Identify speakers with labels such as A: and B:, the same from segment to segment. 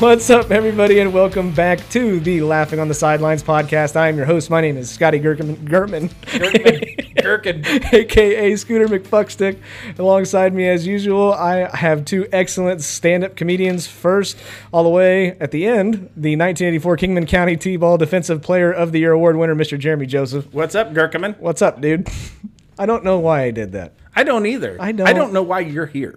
A: What's up, everybody, and welcome back to the Laughing on the Sidelines podcast. I am your host. My name is Scotty Gertman, Gertman aka Scooter McFuckstick. Alongside me, as usual, I have two excellent stand up comedians. First, all the way at the end, the 1984 Kingman County T Ball Defensive Player of the Year Award winner, Mr. Jeremy Joseph.
B: What's up, Gurkaman?
A: What's up, dude? I don't know why I did that.
B: I don't either.
A: I don't.
B: I don't know why you're here.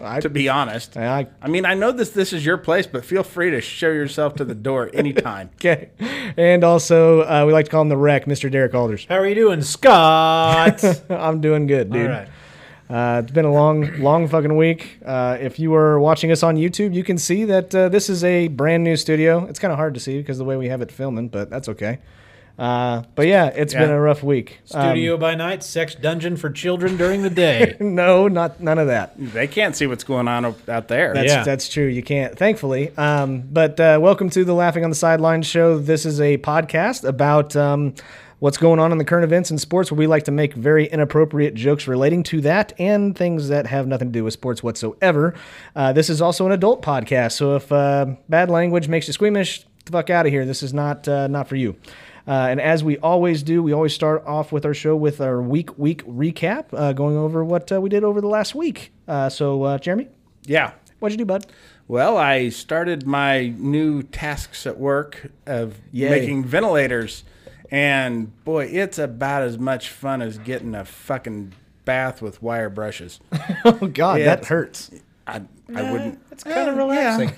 A: I-
B: to be honest,
A: I-
B: I mean, I know this this is your place, but feel free to show yourself to the door anytime.
A: Okay. And also, uh, we like to call him the wreck, Mr. Derek Alders.
C: How are you doing, Scott?
A: I'm doing good, dude.
C: All right.
A: Uh, it's been a long, long fucking week. Uh, if you were watching us on YouTube, you can see that uh, this is a brand new studio. It's kind of hard to see because the way we have it filming, but that's okay. Uh, but yeah, it's been
B: Yeah.
A: a rough week. Uh,
C: Studio by night, sex dungeon for children during the day.
A: no, not none of that.
B: they can't see what's going on up- out there.
A: That's,
C: Yeah.
A: that's true. You can't, thankfully. Um, but uh, welcome to the Laughing on the Sidelines show. This is a podcast about um, what's going on in the current events in sports, where we like to make very inappropriate jokes relating to that and things that have nothing to do with sports whatsoever. Uh, this is also an adult podcast, so if uh, bad language makes you squeamish, get the fuck out of here. This is not uh, not for you. Uh, and as we always do, we always start off with our show with our week week recap, uh, going over what uh, we did over the last week. Uh, so, uh, Jeremy,
B: yeah.
A: What'd you do, bud?
B: Well, I started my new tasks at work of
A: Yay.
B: making ventilators, and boy, it's about as much fun as getting a fucking bath with wire brushes.
A: Oh God,
B: Yeah,
A: that
B: it's-
A: hurts.
B: I, I wouldn't. It's
C: kind of relaxing.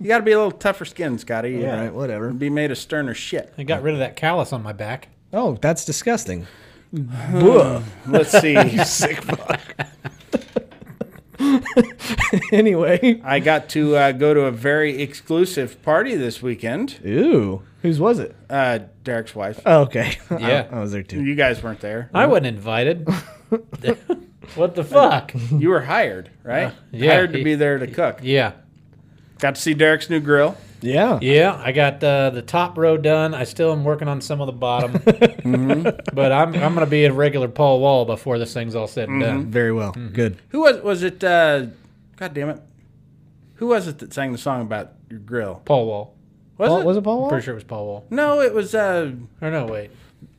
B: You got to be a little tougher skin, Scotty. Yeah.
A: All right, whatever.
B: Be made of sterner shit.
C: I got rid of that callus on my back.
A: Oh, that's disgusting.
B: Let's see.
A: anyway,
B: I got to uh, go to a very exclusive party this weekend.
A: ooh, whose was it?
B: Uh, Derek's wife.
A: Oh, okay,
C: Yeah.
A: I, I was there too.
B: You guys weren't there.
C: I wasn't invited. what the fuck?
B: You were hired, right?
C: yeah.
B: Hired to be there to cook.
C: yeah.
B: Got to see Derek's new grill.
A: Yeah,
C: Yeah, I got uh, the top row done. I still am working on some of the bottom. But I'm, I'm going to be a regular Paul Wall before this thing's all said and done.
A: very well,
B: Mm-hmm.
A: good.
B: Who was was it? Uh, God damn it! Who was it that sang the song about your grill?
C: Paul Wall.
B: Was
A: Paul,
B: it?
A: was it Paul?
C: I'm
A: Wall?
C: pretty sure it was Paul Wall.
B: No, it was uh,
C: Or no, wait.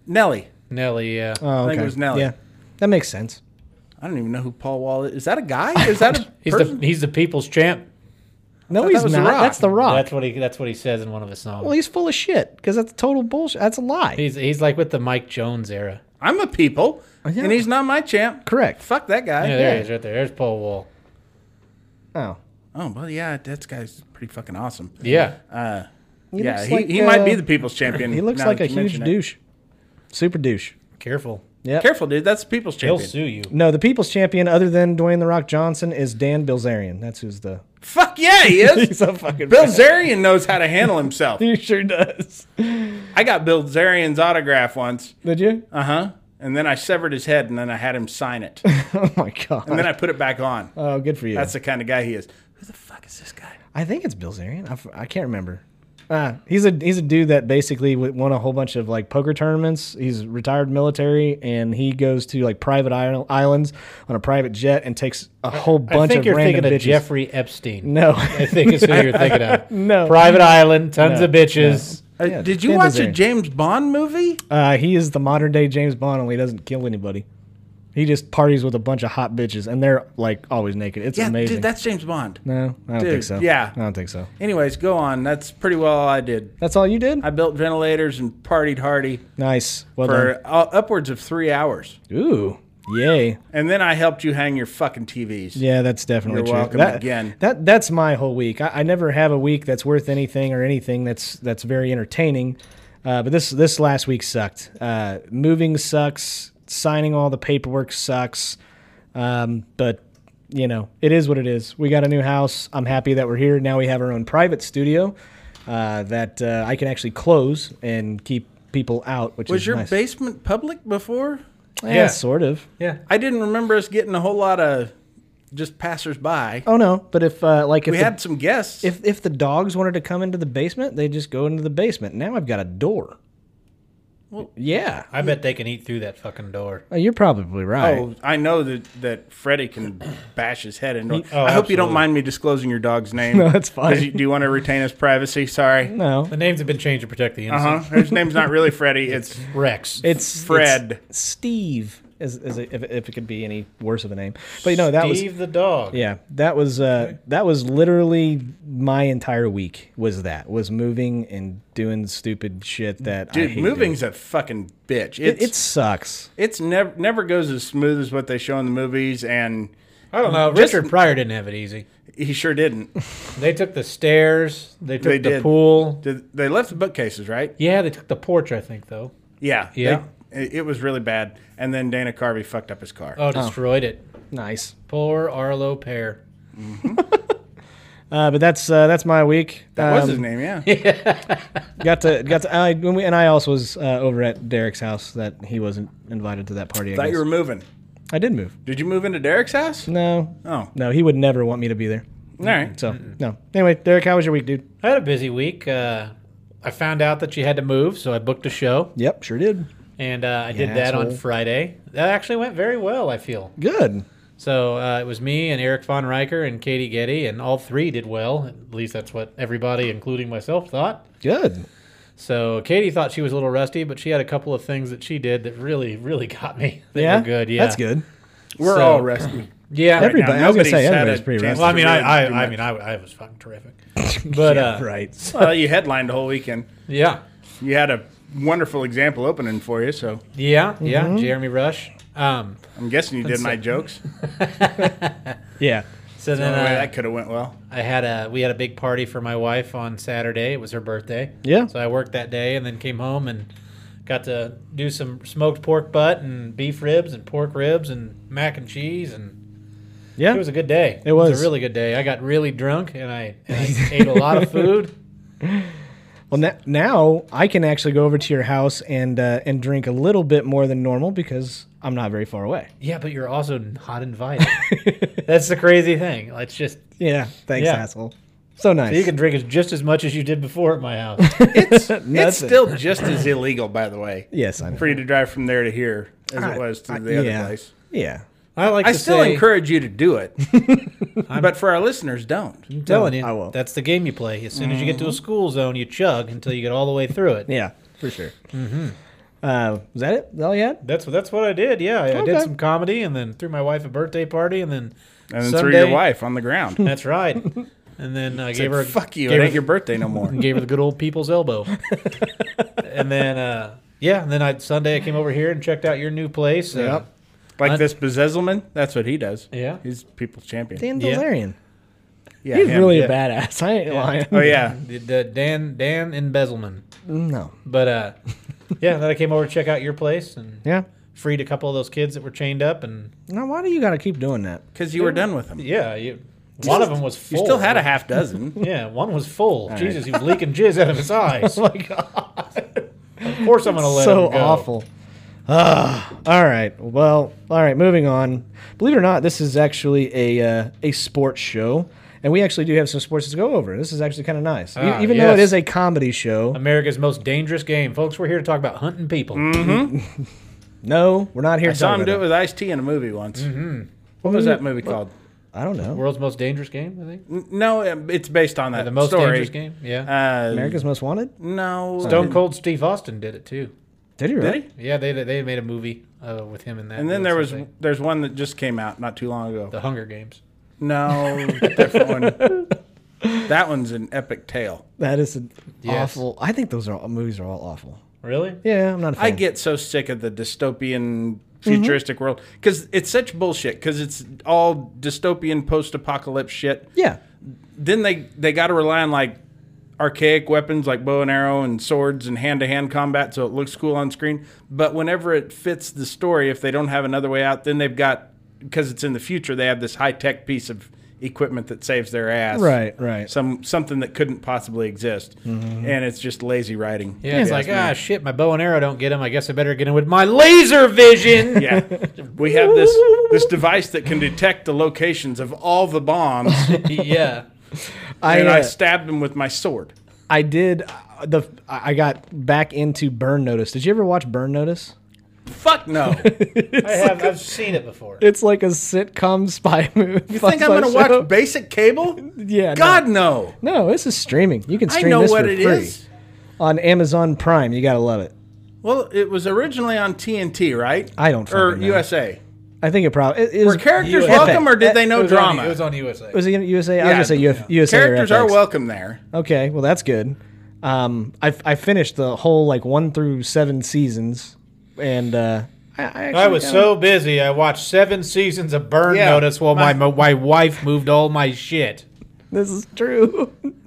B: Nelly.
C: Nelly, yeah.
A: Oh,
B: I
A: okay.
B: think it was Nelly.
A: Yeah, that makes sense.
B: I don't even know who Paul Wall is. Is that a guy? Is that a
C: he's,
B: person?
C: the, he's the people's champ.
A: No,
B: thought
A: he's
B: that was The
A: not.
B: Rock.
A: That's the Rock.
C: That's what he. That's what he says in one of his songs.
A: well, he's full of shit because that's total bullshit. That's a lie.
C: he's he's like with the Mike Jones era.
B: I'm a people,
A: yeah.
B: and he's not my champ.
A: Correct.
B: Fuck that guy.
C: Oh, Yeah, there he is, right there. There's Paul Wall.
A: Oh,
B: Oh well, yeah, that guy's pretty fucking awesome.
C: Yeah,
B: Uh,
A: He
B: yeah,
A: looks
B: he,
A: like,
B: he might be
A: uh,
B: the people's champion.
A: he looks
B: now
A: like
B: that
A: a
B: you
A: huge
B: mention it.
A: douche, super douche.
C: careful.
A: Yeah.
B: Careful, dude. That's the people's
C: He'll
B: champion.
C: sue you.
A: No, the people's champion, other than Dwayne the Rock Johnson, is Dan Bilzerian. That's who's the.
B: Fuck yeah, he is.
A: a fucking.
B: Bill Zarian knows how to handle himself.
A: he sure does.
B: I got Bill Zarian's autograph once.
A: Did you?
B: Uh huh. And then I severed his head, and then I had him sign it,
A: oh my god.
B: and then I put it back on.
A: oh, good for you.
B: That's the kind of guy he is. Who the fuck is this guy?
A: I think it's Bilzerian. I, f- I can't remember. Uh, he's a he's a dude that basically w- won a whole bunch of like poker tournaments. He's retired military, and he goes to like private isl- islands on a private jet and takes a whole
C: I
A: bunch
C: think
A: of
C: you're
A: random
C: thinking of
A: bitches.
C: Jeffrey Epstein.
A: no,
C: I think is who you're thinking of.
A: No.
C: private island, tons of bitches.
B: Uh,
A: Yeah,
B: did you
A: Dan
B: watch a
A: Bilzerian.
B: James Bond movie?
A: uh, he is the modern day James Bond, only he doesn't kill anybody. He just parties with a bunch of hot bitches, and they're like always naked. It's
B: Yeah,
A: amazing.
B: dude, that's James Bond.
A: no, I don't think
B: dude,
A: so.
B: yeah.
A: I don't think so.
B: Anyways, go on. That's pretty well all I did.
A: That's all you did.
B: I built ventilators and partied hardy
A: nice. Well
B: for uh, upwards of three hours,
A: done. Ooh, yay.
B: and then I helped you hang your fucking TVs.
A: Yeah, that's definitely
B: You're
A: true.
B: welcome
A: That-
B: again.
A: That that's my whole week. I, I never have a week that's worth anything or anything that's that's very entertaining. Uh, but this this last week sucked. Uh, moving sucks. Signing all the paperwork sucks. Um, but you know, it is what it is. We got a new house. I'm happy that we're here. Now we have our own private studio uh, that uh, I can actually close and keep people out, which
B: Was
A: is
B: your
A: nice.
B: basement public before?
A: yeah,
C: Yeah.
A: sort of.
C: Yeah.
B: I didn't remember us getting a whole lot of just passersby.
A: Oh no, but if uh, like if
B: we
A: the-
B: had some guests.
A: If if the dogs wanted to come into the basement, they just go into the basement. Now I've got a door. yeah,
C: I bet they can eat through that fucking door.
A: Uh, you're probably right.
B: oh, I know that that Freddie can bash his head into.
C: oh,
B: I hope you don't
C: absolutely.
B: mind me disclosing your dog's name.
A: No, that's fine.
B: 'Cause you- do you want to retain his privacy? Sorry.
A: No,
C: The names have been changed to protect the innocent.
B: Uh huh. His name's not really Freddie. It's
C: Rex.
A: it's it's
B: Fred.
A: Steve is, is a, if, if it could be any worse of a name, but you know that was
C: Steve the dog.
A: yeah that was uh, that was literally my entire week was that was moving and doing stupid shit that I
B: dude.
A: hate
B: Moving's a fucking bitch.
A: doing. It, it
B: It's it's,
A: sucks.
B: never never goes as smooth as what they show in the movies, and
C: I don't know.
B: Just-
C: Richard Pryor didn't have it easy.
B: he sure didn't.
C: They took the stairs. They took
B: They
C: the
B: did.
C: pool.
B: Did, they left the bookcases, right?
C: Yeah, they took the porch. I think though.
B: Yeah. they-
C: Yeah.
B: it it was really bad, and then Dana Carvey fucked up his car.
C: Oh, destroyed it.
A: Nice,
C: Poor Arlo Pear.
A: uh, but that's uh, that's my week.
B: that was
A: Um,
B: his name, yeah.
A: got to got to I, when we, and I also was uh, over at Derek's house that he wasn't invited to that party. I,
B: Thought
A: guess.
B: you were moving.
A: I did move.
B: Did you move into Derek's house?
A: No,
B: Oh, all
A: no, he would never want me to be there.
B: right.
A: So no. Anyway, Derek, how was your week, dude?
C: I had a busy week. Uh, I found out that you had to move, so I booked a show,
A: Yep, sure did.
C: and uh, I did
A: Yeah,
C: that on
A: asshole.
C: Friday. That actually went very well. I feel
A: Good.
C: so. Uh, it was me and Eric Von Riker and Katie Getty, and all three did well. At least that's what everybody, including myself, thought.
A: Good.
C: So Katie thought she was a little rusty, but she had a couple of things that she did that really, really got me. That
A: yeah.
C: were good. Yeah,
A: That's good.
B: We're
C: So-
B: all resting.
C: Yeah,
A: Everybody. I was gonna
B: nobody's
A: say
B: had
A: everybody's
B: a
A: pretty
B: chance
A: rough.
C: Well, I mean, I,
B: Really too
C: I, I
B: much.
C: mean, I, I was fucking terrific, but yeah, uh,
A: right.
B: well, you headlined the whole weekend.
C: yeah,
B: You had a wonderful example opening for you, so
C: yeah, yeah.
A: Mm-hmm.
C: Jeremy Rush. Um,
B: I'm guessing you did my jokes.
A: Yeah.
C: so then
B: Anyway,
C: uh,
B: that could have went well.
C: I had a we had a big party for my wife on Saturday. It was her birthday.
A: Yeah.
C: So I worked that day and then came home and got to do some smoked pork butt and beef ribs and pork ribs and mac and cheese and
A: Yeah.
C: it was a good day. It
A: was.
C: a really good day. I got really drunk and I, and I ate a lot of food.
A: well, na- now I can actually go over to your house and uh, and drink a little bit more than normal because I'm not very far away.
C: Yeah, but you're also not invited. That's the crazy thing. It's just
A: Yeah. Thanks,
C: Yeah.
A: asshole. So nice.
C: you can drink as- just as much as you did before at my house.
B: It's, it's
A: Nothing.
B: still just as illegal, by the way,
A: yes, I know.
B: for you to drive from there to here as it was to the other
A: yeah.
B: place.
A: Yeah.
C: I like.
B: I
C: to
B: still
C: say-
B: encourage you to do it, but for our listeners, don't.
C: I'm telling you,
A: I won't.
C: that's the game you play. As soon as you get to a school zone, you chug until you get all the way through it.
A: Yeah, for sure. Mm-hmm. Uh, was that it? Is that all you had?
C: That's that's what I did. Yeah, I, I did
A: Okay.
C: some comedy, and then threw my wife a birthday party, and then
B: And then throw
C: Sunday,
B: your wife on the ground.
C: That's right. And then I gave her a-
B: Fuck you!
C: Gave
B: It
C: her,
B: ain't your birthday no more.
C: gave her the good old people's elbow. and then uh, yeah, and then I Sunday I came over here and checked out your new place. uh,
A: Yep.
B: Like
C: I-
B: this Bezezelman, that's what he does.
C: Yeah.
B: He's people's champion.
A: Dan
C: Yeah.
A: Delarian.
B: yeah,
A: He's
B: him.
A: really
B: Yeah.
A: a badass. I ain't lying.
B: Oh yeah.
C: the, the Dan Dan embezzlement.
A: No.
C: But uh, yeah, then I came over to check out your place and
A: Yeah.
C: freed a couple of those kids that were chained up, and
A: Now, why do you got to keep doing that?
B: Because you were done with him.
C: yeah, you, one of them was
B: You
C: full.
B: still had a half dozen.
C: Yeah, one was full. Jesus, he was leaking jizz out of his eyes. oh my god! Of course, I'm gonna let
A: so
C: him go.
A: awful. Ah, all right. Well, all right. Moving on. Believe it or not, this is actually a uh, a sports show, and we actually do have some sports to go over. This is actually kind of nice, E-
C: Ah,
A: even though it
C: yes.
A: is a comedy show.
C: America's most dangerous game, folks. We're here to talk about hunting people.
A: no, we're not here.
B: I
A: to
B: saw
A: talk
B: him do it
A: about
B: with Ice T in a movie once.
C: Mm-hmm.
B: What was that movie called?
A: I don't know.
C: World's most dangerous game, I think.
B: N- No, um, it's based on that
C: The most
B: story.
C: dangerous game. Yeah.
B: Uh,
A: America's Most Wanted.
B: No.
C: Stone Cold Steve Austin did it too.
A: Did he really?
B: Did he?
C: Yeah, they they made a movie. uh, with him in that.
B: And then
C: doing
B: there was
C: something.
B: there's one that just came out not too long ago.
C: the Hunger Games.
B: No, different one. That one's an epic tale.
A: That is an
C: Yes.
A: awful. I think those are all, movies are all awful.
C: Really?
A: Yeah, I'm not. A fan.
B: I get so sick of the dystopian
A: Mm-hmm.
B: futuristic world because it's such bullshit because it's all dystopian post-apocalypse shit
A: Yeah,
B: then they they got to rely on like archaic weapons like bow and arrow and swords and hand-to-hand combat so it looks cool on screen but whenever it fits the story if they don't have another way out then they've got because it's in the future they have this high-tech piece of equipment that saves their ass
A: Right, Mm-hmm. right.
B: some something that couldn't possibly exist and it's just lazy writing
C: Yeah, it's
B: Yes,
C: like,
B: man.
C: ah, shit, my bow and arrow don't get him. I guess I better get him with my laser vision.
B: yeah we have this this device that can detect the locations of all the bombs
C: yeah.
A: I
B: and i
A: uh,
B: stabbed them with my sword
A: I did uh, the I I got back into Burn Notice. Did you ever watch Burn Notice?
B: fuck no
C: I have, I've seen it before.
A: It's like a sitcom spy movie.
B: You think I'm going to watch basic cable?
A: Yeah, no.
B: God, no.
A: No, this is streaming. You can
B: I
A: stream
B: know
A: this
B: what
A: for
B: it is.
A: free on Amazon Prime. You gotta love it.
B: Well, it was originally on TNT, right?
A: I don't
B: Or
A: fucking know.
B: USA.
A: I think it probably it, it
B: Were
A: was
B: characters
A: FX.
B: welcome, or did they know
C: it was
B: drama?
C: On, it was on USA.
A: was it in USA? I
B: Yeah,
A: was gonna say Uf, USA. or
B: characters are
A: FX.
B: welcome there.
A: Okay, well that's good. Um, I I finished the whole like one through seven seasons, and uh, I, I, actually
C: I was
A: kinda-
C: so busy. I watched seven seasons of Burn
B: Yeah,
C: Notice while my,
B: my-
C: my my wife moved all my shit.
A: This is true.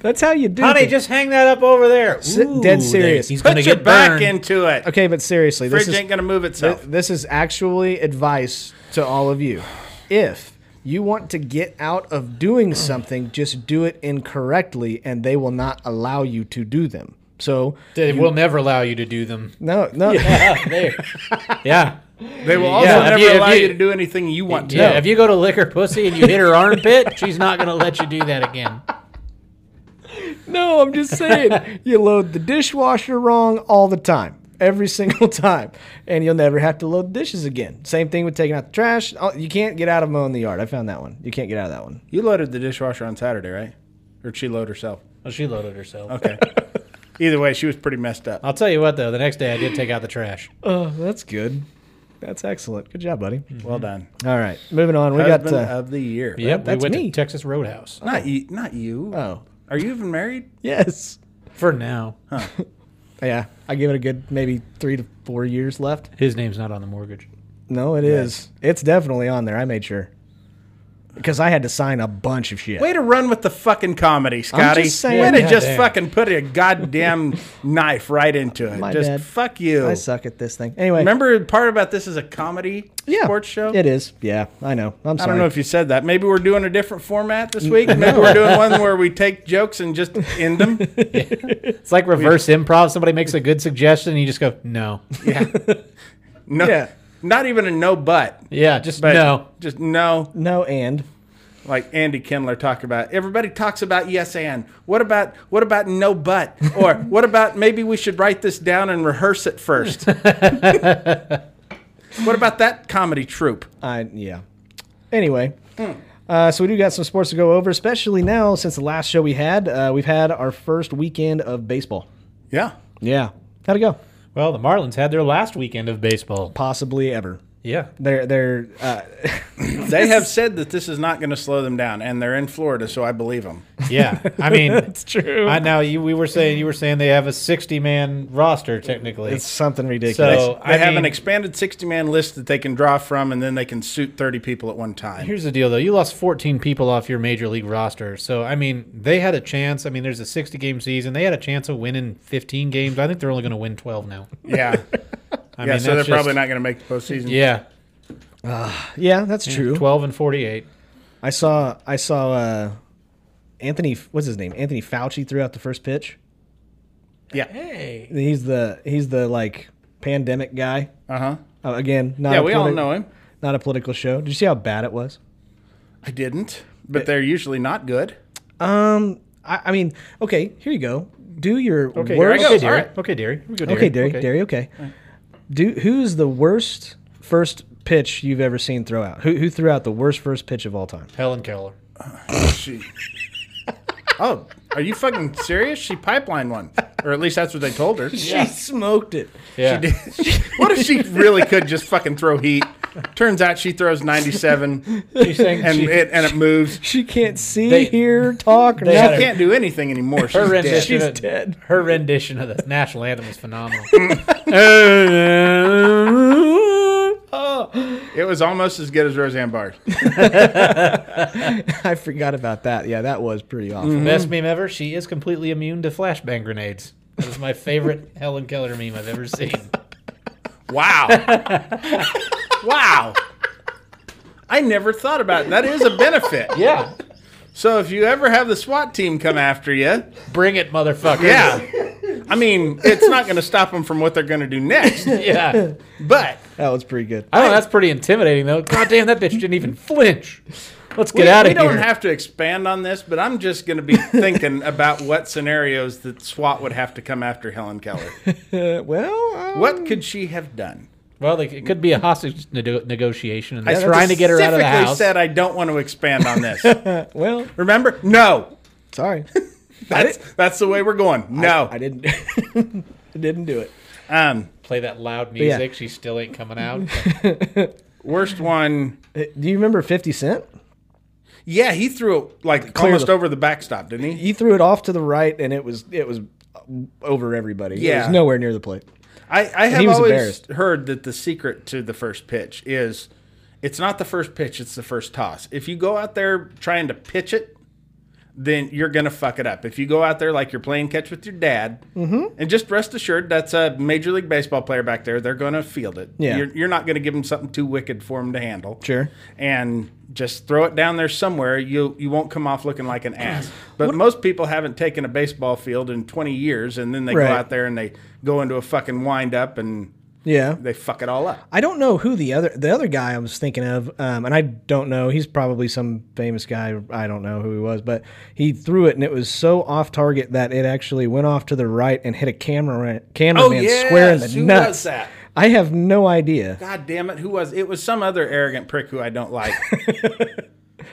A: that's how you do.
C: Honey,
A: things.
C: just hang that up over there. Ooh,
A: dead
C: they-
A: serious.
C: He's
B: Put
C: gonna
B: your
C: get
B: back
C: burned.
B: into it.
A: okay, but seriously,
B: Fridge
A: this is
B: ain't going to move
A: Th-
B: itself.
A: this is actually advice to all of you. If you want to get out of doing something, just do it incorrectly, and they will not allow you to do them. So
C: They will never allow you to do them.
A: no, no,
C: Yeah, there. Yeah.
B: they will also
C: Yeah, if
B: never
C: you- if
B: allow
C: you-
B: you, to do anything you want to.
C: Yeah, if you go to lick her pussy and you hit her armpit, she's not going to let you do that again.
A: no. I'm just saying, you load the dishwasher wrong all the time, every single time, and you'll never have to load dishes again. Same thing with taking out the trash. Oh, You can't get out of mowing the yard. I found that one. You can't get out of that one.
B: You loaded the dishwasher on Saturday, right? Or she loaded herself.
C: Well, she loaded herself.
B: Okay. Either way, she was pretty messed up.
C: I'll tell you what, though, the next day I did take out the trash.
A: Oh, that's good. Hmm. That's excellent. Good job, buddy.
B: Well done.
A: All right, moving on. We
B: Husband
A: got. Uh,
B: of the year.
C: Yep,
A: that's
C: we went
A: me.
C: to Texas Roadhouse.
B: Not you. Not you.
A: oh,
B: Are you even married?
A: yes.
C: For now,
A: Yeah, I give it a good maybe three to four years left.
C: his name's not on the mortgage.
A: No, it is. It's definitely on there. I made sure because I had to sign a bunch of shit.
B: Way to run with the fucking comedy, Scotty.
A: just saying.
B: Way to
A: Yeah,
B: just
C: damn.
B: fucking put a goddamn knife right into it.
A: My
B: just
A: bad.
B: fuck you.
A: I suck at this thing. Anyway,
B: Remember the part about this is a comedy
A: yeah,
B: sports show?
A: It is. Yeah, I know. I'm
B: I
A: sorry.
B: don't know if you said that. Maybe we're doing a different format this week. Maybe we're doing one where we take jokes and just end them.
C: It's like reverse improv. Somebody makes a good suggestion and you just go, no.
B: No,
A: Yeah.
B: not even a no but.
C: Yeah, just
B: But
C: no.
B: just no.
A: no, and
B: Like Andy Kindler talked about. Everybody talks about E yes and. What about what about no but? Or what about maybe we should write this down and rehearse it first? what about that comedy troupe?
A: I yeah. Anyway.
B: Hmm.
A: Uh, so we do got some sports to go over, especially now since the last show we had. Uh, we've had our first weekend of baseball.
B: Yeah.
A: Yeah, how'd it go?
C: Well, the Marlins had their last weekend of baseball.
A: Possibly ever.
C: Yeah.
A: They're they're uh,
B: They have said that this is not going to slow them down, and they're in Florida, so I believe them.
C: Yeah. I mean,
A: true.
C: I know you, we were saying you were saying they have a 60 man roster technically.
A: it's something ridiculous.
C: so
B: They
C: I
B: have an
C: mean,
B: expanded 60 man list that they can draw from, and then they can suit 30 people at one time.
C: Here's the deal, though. You lost 14 people off your major league roster. So, I mean, they had a chance. I mean, there's a 60 game season. They had a chance of winning 15 games. I think they're only going to win 12 now.
B: Yeah.
C: I
B: yeah,
C: mean,
B: so they're
C: that's
B: probably
C: just-
B: not going to make the postseason.
C: Yeah.
A: Yeah, that's true.
C: 12 and 48.
A: I saw I saw uh, Anthony what's his name? Anthony Fauci threw out the first pitch.
B: Yeah.
C: Hey.
A: He's the he's the like pandemic guy.
B: Uh huh.
A: Uh, again, not
B: Yeah,
A: a
B: we all
A: politi-
B: know him.
A: Not a political show. Did you see how bad it was?
B: I didn't, but they're usually not good.
A: Um, I, I mean, okay, here you go. Do your
C: Okay,
A: worst.
C: Derry. Okay,
B: All
C: Derry.
B: right.
C: Okay, Derry. Here we go,
A: Okay, Derry, Derry, okay. Do who's the worst first pitch you've ever seen throw out? Who who threw out the worst first pitch of all time?
C: Helen Keller.
B: She. oh, are you fucking serious? She pipeline one. or at least that's what they told her.
A: She smoked it.
C: Yeah.
B: what if she really could just fucking throw heat? Turns out she throws 97
C: She's saying
B: and
C: she-
B: it and it moves.
A: She can't see,
C: They-
A: hear, talk.
C: they
B: She
C: had
A: nothing.
C: a-
B: can't do anything anymore. She's
C: her
B: dead.
C: rendition.
A: She's
C: of,
A: dead.
C: Her rendition of the national anthem is phenomenal.
B: It was almost as good as Roseanne Barr.
A: I forgot about that. Yeah, that was pretty awful.
C: Mm. Best meme ever. She is completely immune to flashbang grenades. That is my favorite Helen Keller meme I've ever seen.
B: Wow. wow. I never thought about it. That is a benefit.
C: Yeah.
B: So if you ever have the SWAT team come after you,
C: Bring it, motherfucker.
B: yeah. I mean, it's not going to stop them from what they're going to do next.
C: Yeah.
B: But
A: That was pretty good.
C: I don't know. That's pretty intimidating, though. God damn, that bitch didn't even flinch. Let's get
B: we,
C: out of
B: we don't
C: here.
B: have to expand on this, but I'm just going to be thinking about what scenarios that SWAT would have to come after Helen Keller.
A: Uh, well, uh,
B: What could she have done?
C: well, like, it could be a hostage nego- negotiation, and
B: I
C: they're trying to get her out of the
B: specifically
C: house.
B: said I don't want to expand on this.
A: well,
B: Remember? No.
A: sorry.
B: That's that's the way we're going. No.
A: I didn't. I didn't do it.
B: um,
C: Play that loud
A: yeah.
C: music. She still ain't coming out.
B: worst one.
A: Uh, Do you remember Fifty Cent?
B: Yeah, he threw it like
A: Clear
B: almost
A: the-
B: over the backstop, didn't he?
A: He threw it off to the right, and it was it was uh, over everybody. It
B: Yeah.
A: was nowhere near the plate.
B: I, I have
A: He was
B: always
A: embarrassed.
B: heard that the secret to the first pitch is it's not the first pitch, it's the first toss. If you go out there trying to pitch it, then you're gonna fuck it up. If you go out there like you're playing catch with your dad,
A: Mm-hmm.
B: and just rest assured that's a major league baseball player back there. They're gonna field it.
A: Yeah.
B: you're, you're not gonna give them something too wicked for them to handle.
A: Sure.
B: and just throw it down there somewhere. You you won't come off looking like an ass. But most people haven't taken a baseball field in 20 years, and then they
A: Right.
B: go out there and they go into a fucking wind up and
A: Yeah.
B: they fuck it all up.
A: I don't know who the other the other guy I was thinking of, um, and I don't know. He's probably some famous guy. I don't know who he was, but he threw it, and it was so off target that it actually went off to the right and hit a camera cameraman square in the
B: Oh, who
A: nuts.
B: was that?
A: I have no idea.
B: God damn it! Who was it? Was some other arrogant prick who I don't like.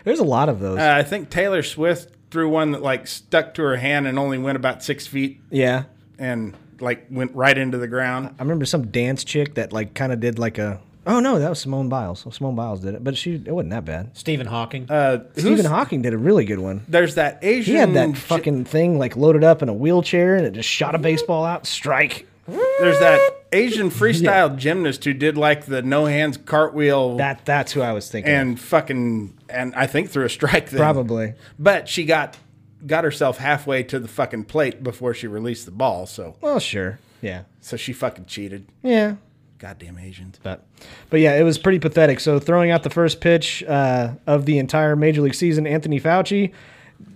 A: There's a lot of those.
B: Uh, I think Taylor Swift threw one that like stuck to her hand and only went about six feet
A: yeah,
B: and like went right into the ground.
A: I remember some dance chick that like kind of did like a. Oh no, that was Simone Biles. Well, Simone Biles did it, but she it wasn't that bad.
C: Stephen Hawking.
B: Uh,
A: Stephen
B: who's-
A: Hawking did a really good one.
B: there's that Asian.
A: He had that
B: ch-
A: fucking thing like loaded up in a wheelchair, and it just shot a baseball out. Strike.
B: There's that Asian freestyle gymnast who did like the no hands cartwheel
A: That that's who I was thinking. of.
B: and fucking and I think threw a strike there.
A: Probably.
B: But she got got herself halfway to the fucking plate before she released the ball, so
A: Well, sure. Yeah.
B: so she fucking cheated.
A: Yeah.
B: Goddamn Asians.
A: But, but yeah, it was pretty pathetic. So throwing out the first pitch uh, of the entire Major League season, Anthony Fauci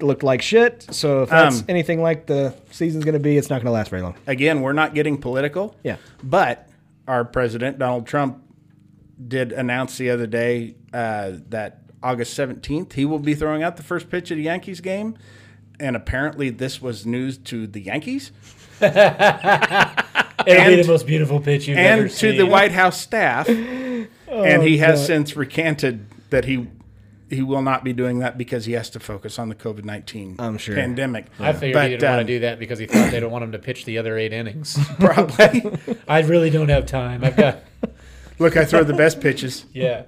A: looked like shit. So if that's
B: Um,
A: anything like the season's going to be, it's not going to last very long.
B: Again, we're not getting political.
A: Yeah.
B: But our president Donald Trump did announce the other day uh, that August 17th he will be throwing out the first pitch at a Yankees game. And apparently, this was news to the Yankees.
C: It'll
B: and-
C: be the most beautiful pitch you've ever
B: and to
C: seen.
B: the White House staff. and
A: Oh,
B: he has since recanted that he he will not be doing that because he has to focus on the COVID nineteen
A: I'm sure.
B: pandemic.
C: I figured he didn't
B: um,
C: want to do that because he thought they don't want him to pitch the other eight innings.
B: Probably.
C: I really don't have time. I've got
B: Look, I throw the best pitches.
C: yeah.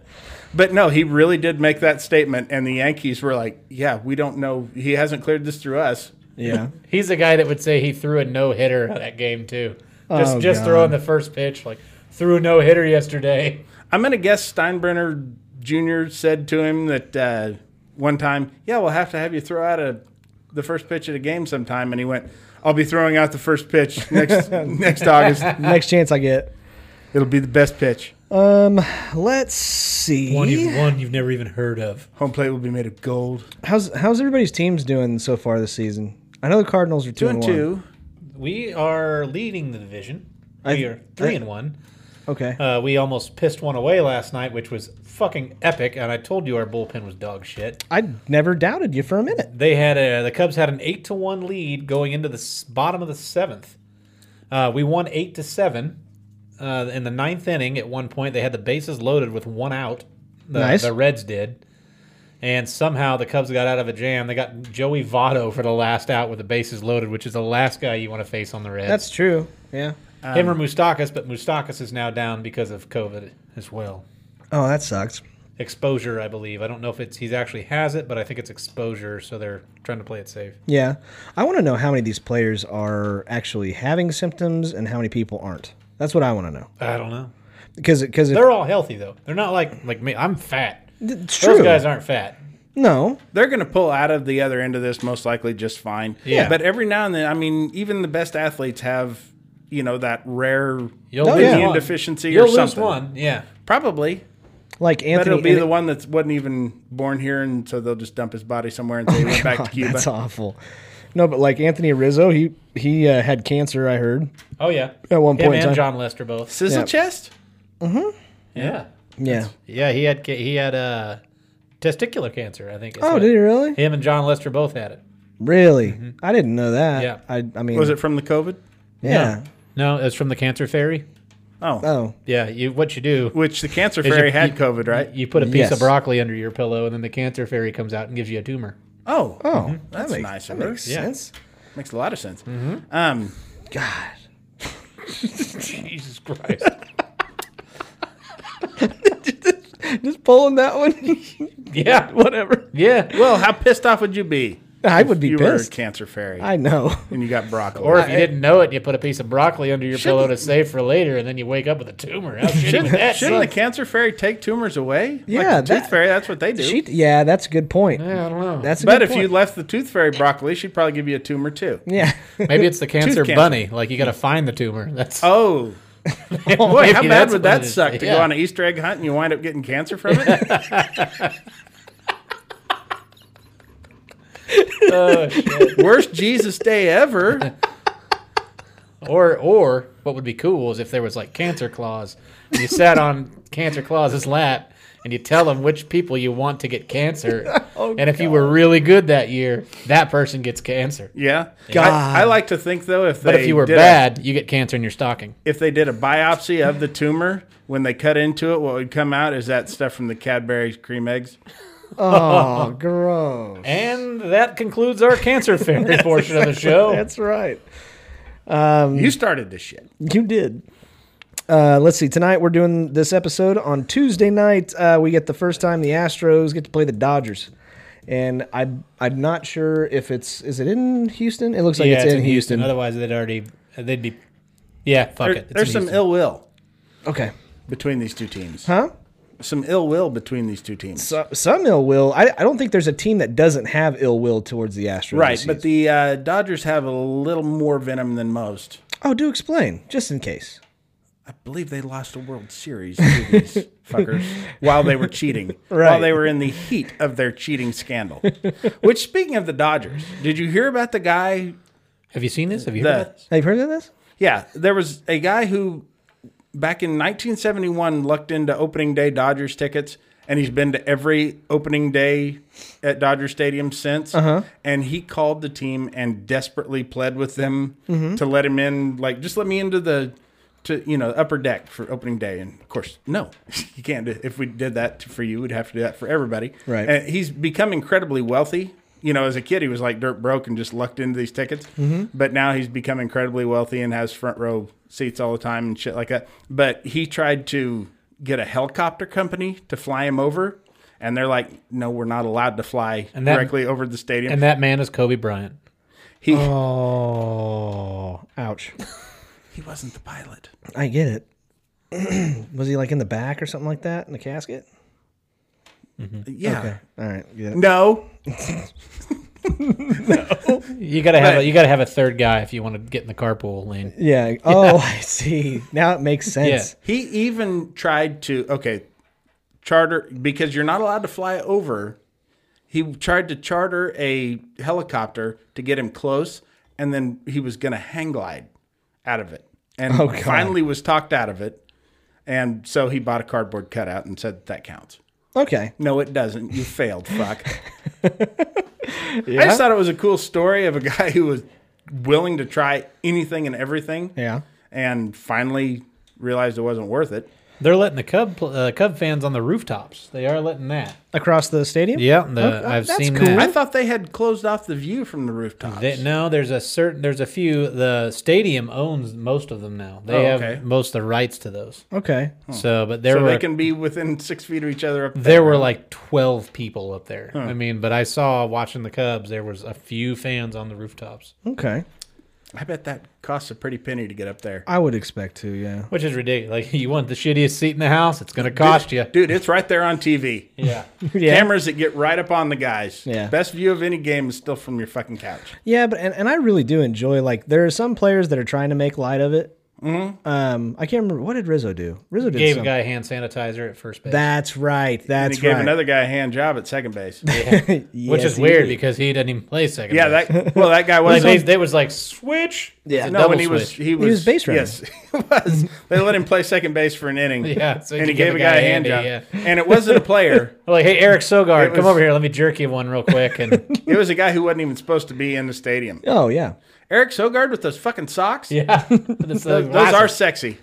B: But no, he really did make that statement, and the Yankees were like, "Yeah, we don't know. He hasn't cleared this through us."
A: Yeah.
C: He's the guy that would say he threw a no hitter that game too. Just
A: Oh,
C: just
A: God.
C: throwing the first pitch like threw a no hitter yesterday.
B: I'm gonna guess Steinbrenner Jr. said to him that uh, one time, "Yeah, we'll have to have you throw out a the first pitch at a game sometime," and he went. I'll be throwing out the first pitch next next August.
A: Next chance I get.
B: It'll be the best pitch.
A: Let's see.
C: one you've never even heard of.
B: Home plate will be made of gold.
A: How's how's everybody's teams doing so far this season? I know the Cardinals are two,
B: Two
A: and
B: and
A: one.
B: two.
C: We are leading the division.
A: I-
C: We are three
A: I-
C: and one.
A: Okay.
C: Uh, we almost pissed one away last night, which was fucking epic. And I told you our bullpen was dog shit.
A: I never doubted you for a minute.
C: They had a the Cubs had an eight to one lead going into the s- bottom of the seventh. Uh, we won eight to seven uh, in the ninth inning. At one point, they had the bases loaded with one out. The,
A: Nice.
C: The Reds did, And somehow the Cubs got out of a jam. They got Joey Votto for the last out with the bases loaded, which is the last guy you want to face on the Reds.
A: That's um, true. Yeah.
C: him or Mustakas, but Mustakas is now down because of COVID as well.
A: Oh, that sucks.
C: Exposure, I believe. I don't know if it's he's actually has it, but I think it's exposure, so they're trying to play it safe.
A: Yeah. I want to know how many of these players are actually having symptoms and how many people aren't. That's what I want to know.
C: I don't know.
A: Because because
C: They're all healthy though. They're not like like me. I'm fat.
A: it's
C: Those
A: true.
C: guys aren't fat.
A: no.
B: They're going to pull out of the other end of this most likely just fine.
C: Yeah.
B: But every now and then, I mean, even the best athletes have, you know, that rare
C: You'll
A: Oh,
C: lose
A: yeah.
C: one.
B: deficiency
C: You'll
B: or
C: lose
B: something.
C: one. Yeah.
B: Probably.
A: Like
B: But
A: Anthony
B: it'll be the one that wasn't even born here, and so they'll just dump his body somewhere and say he went back to Cuba.
A: That's awful. No, but like Anthony Rizzo, he he uh, had cancer, I heard.
C: Oh yeah.
A: At one
C: him
A: point in
C: and
A: time.
C: John Lester both.
B: Sizzle
A: Yeah.
B: chest?
C: Yeah.
A: Yeah.
C: Yeah. He had ca- he had uh, testicular cancer. I think. is
A: Oh,
C: what-
A: did he really?
C: Him and John Lester both had it.
A: Really? I didn't know that.
C: Yeah.
A: I I mean
B: Was it from the COVID?
A: Yeah.
C: No, it's from the cancer fairy.
B: Oh.
A: Oh.
C: Yeah. You what you do?
B: Which the cancer
C: you-
B: fairy had
C: you-
B: COVID, right?
C: You put a piece
A: Yes.
C: of broccoli under your pillow, and then the cancer fairy comes out and gives you a tumor.
B: Oh.
A: Oh.
B: That's
A: that makes,
B: nice
A: That
B: of her.
A: makes
C: Yeah.
A: sense.
B: Makes a lot of sense.
A: Mm-hmm.
B: Um,
A: God.
C: Jesus Christ.
A: Just pulling that one.
C: yeah. Whatever. Yeah.
B: well, how pissed off would you be?
A: I
B: if
A: would be
B: you
A: pissed.
B: Were a cancer fairy.
A: I know.
B: and you got broccoli.
C: Or if you didn't know it, you put a piece of broccoli under your pillow to save for later, and then you wake up with a tumor. How shitty would that
B: Shouldn't
C: be?
B: the cancer fairy take tumors away?
A: Yeah,
B: like the
A: that-
B: tooth fairy. That's what they do.
A: She, yeah, that's a good point.
C: Yeah, I don't know.
A: That's a
B: but
A: good
B: if you
A: point.
B: left the tooth fairy broccoli, she'd probably give you a tumor too.
A: yeah,
C: Maybe it's the cancer
B: cancer.
C: bunny. Like you got to find the tumor. That's
B: Oh. Boy, how
C: Maybe
B: bad
C: that's
B: would
C: what
B: that
C: it is.
B: suck to
C: Yeah.
B: go on an Easter egg hunt and you wind up getting cancer from it?
C: Oh,
B: Worst Jesus day ever.
C: or or what would be cool is if there was like cancer claws. And you sat on cancer claws's lap and you tell him which people you want to get cancer.
B: Oh,
C: and if you were really good that year, that person gets cancer.
B: Yeah.
A: God.
B: I, I like to think though if they
C: But if you were
B: did a-
C: bad, you get cancer in your stocking.
B: if they did a biopsy of the tumor when they cut into it, what would come out is that stuff from the Cadbury cream eggs.
A: oh, gross.
C: And that concludes our cancer fairy portion of the show.
A: That's right.
C: Um,
B: You started this shit.
A: You did. Uh, let's see. Tonight we're doing this episode on Tuesday night. Uh, we get the first time the Astros get to play the Dodgers, and I I'm not sure if it's is it in Houston. It looks like
C: yeah,
A: it's, in Houston.
C: Otherwise, they'd already they'd be. Yeah, fuck
B: There-
C: it. It's
B: there's
C: in
B: some
C: Houston.
B: ill will
A: Okay,
B: between these two teams.
A: huh?
B: Some ill will between these two teams.
A: So, some ill will. I, I don't think there's a team that doesn't have ill will towards the Astros.
B: right,
A: this
B: but
A: season.
B: the uh, Dodgers have a little more venom than most.
A: oh, do explain just in case.
B: I believe they lost a World Series to these fuckers while they were cheating. While
A: Right.
B: they were in the heat of their cheating scandal. Which, speaking of the Dodgers, did you hear about the guy
C: Have you seen this? Have you heard
B: that
C: about this?
A: Have you heard of this?
B: Yeah, there was a guy who back in 1971 lucked into opening day Dodgers tickets and he's been to every opening day at Dodger Stadium since and he called the team and desperately pled with them to let him in like just let me into the to you know upper deck for opening day and of course no you can't do, if we did that for you we'd have to do that for everybody
A: Right.
B: and he's become incredibly wealthy you know as a kid he was like dirt broke and just lucked into these tickets
C: Mm-hmm.
B: but now he's become incredibly wealthy and has front row seats all the time and shit like that but he tried to get a helicopter company to fly him over and they're like no we're not allowed to fly
C: And that-
B: directly over the stadium
C: And uh, that man is Kobe Bryant.
B: he
A: Oh, ouch.
B: he wasn't the pilot
A: I get it. was he like in the back or something like that in the casket?
B: yeah
A: All right. get it.
B: no
C: You gotta have a,
B: Right.
C: you gotta have a third guy if you want to get in the carpool lane.
A: Yeah. Oh, I see. Now it makes sense.
B: He even tried to okay charter because you're not allowed to fly over. He tried to charter a helicopter to get him close, and then he was going to hang glide out of it, and
A: Oh, God.
B: finally was talked out of it. And so he bought a cardboard cutout and said that counts.
A: Okay.
B: No, it doesn't. You failed. Fuck. I just thought it was a cool story of a guy who was willing to try anything and everything
A: Yeah.
B: and finally realized it wasn't worth it.
C: They're letting the Cub pl- uh, Cub fans on the rooftops. They are letting that.
A: across the stadium.
C: Yeah, the,
A: oh,
C: I've
A: that's
C: seen
A: cool.
C: that.
B: I thought they had closed off the view from the rooftops.
C: They, no, there's a certain, there's a few. The stadium owns most of them now. They
B: Oh,
C: have
B: okay.
C: most of the rights to those.
A: Okay.
C: So, but there
B: so
C: were
B: they can be within six feet of each other. Up
C: there were like twelve people up there. I mean, but I saw watching the Cubs. There was a few fans on the rooftops,
A: Okay.
B: I bet that costs a pretty penny to get up there.
A: I would expect to. Yeah.
C: which is ridiculous. Like you want the shittiest seat in the house, it's gonna cost you.
B: Dude, it's right there on TV.
C: Yeah,
A: Yeah.
B: Cameras that get right up on the guys.
A: Yeah.
B: Best view of any game is still from your fucking couch.
A: Yeah, but and, and I really do enjoy like there are some players that are trying to make light of it. Mm-hmm. Um, I can't remember what did Rizzo do. Rizzo did
C: gave a
A: some-
C: guy hand sanitizer at first base,
A: That's right.
B: And
A: That's
B: he gave
A: right.
B: another guy a hand job at second base.
C: which
A: Yes,
C: is
A: he
C: weird
A: did.
C: because he didn't even play second.
B: yeah,
C: base.
B: that well, that guy
C: Like
B: was
C: they, they was like switch.
A: Yeah.
C: It's a
B: no, when
C: double
B: he was,
C: switch.
B: he was
A: was base running.
B: Yes, he was. They let him play second base for an inning.
C: Yeah, so
B: and he gave a guy a hand job.
C: handy, yeah.
B: And it wasn't a player.
C: Like, hey, Eric Sogard,
B: It
C: come
B: was-
C: over here. Let me jerk you one real quick. And
B: it was a guy who wasn't even supposed to be in the stadium.
A: Oh yeah.
B: Eric Sogard with those fucking socks.
C: yeah, those,
B: Those, those are sexy.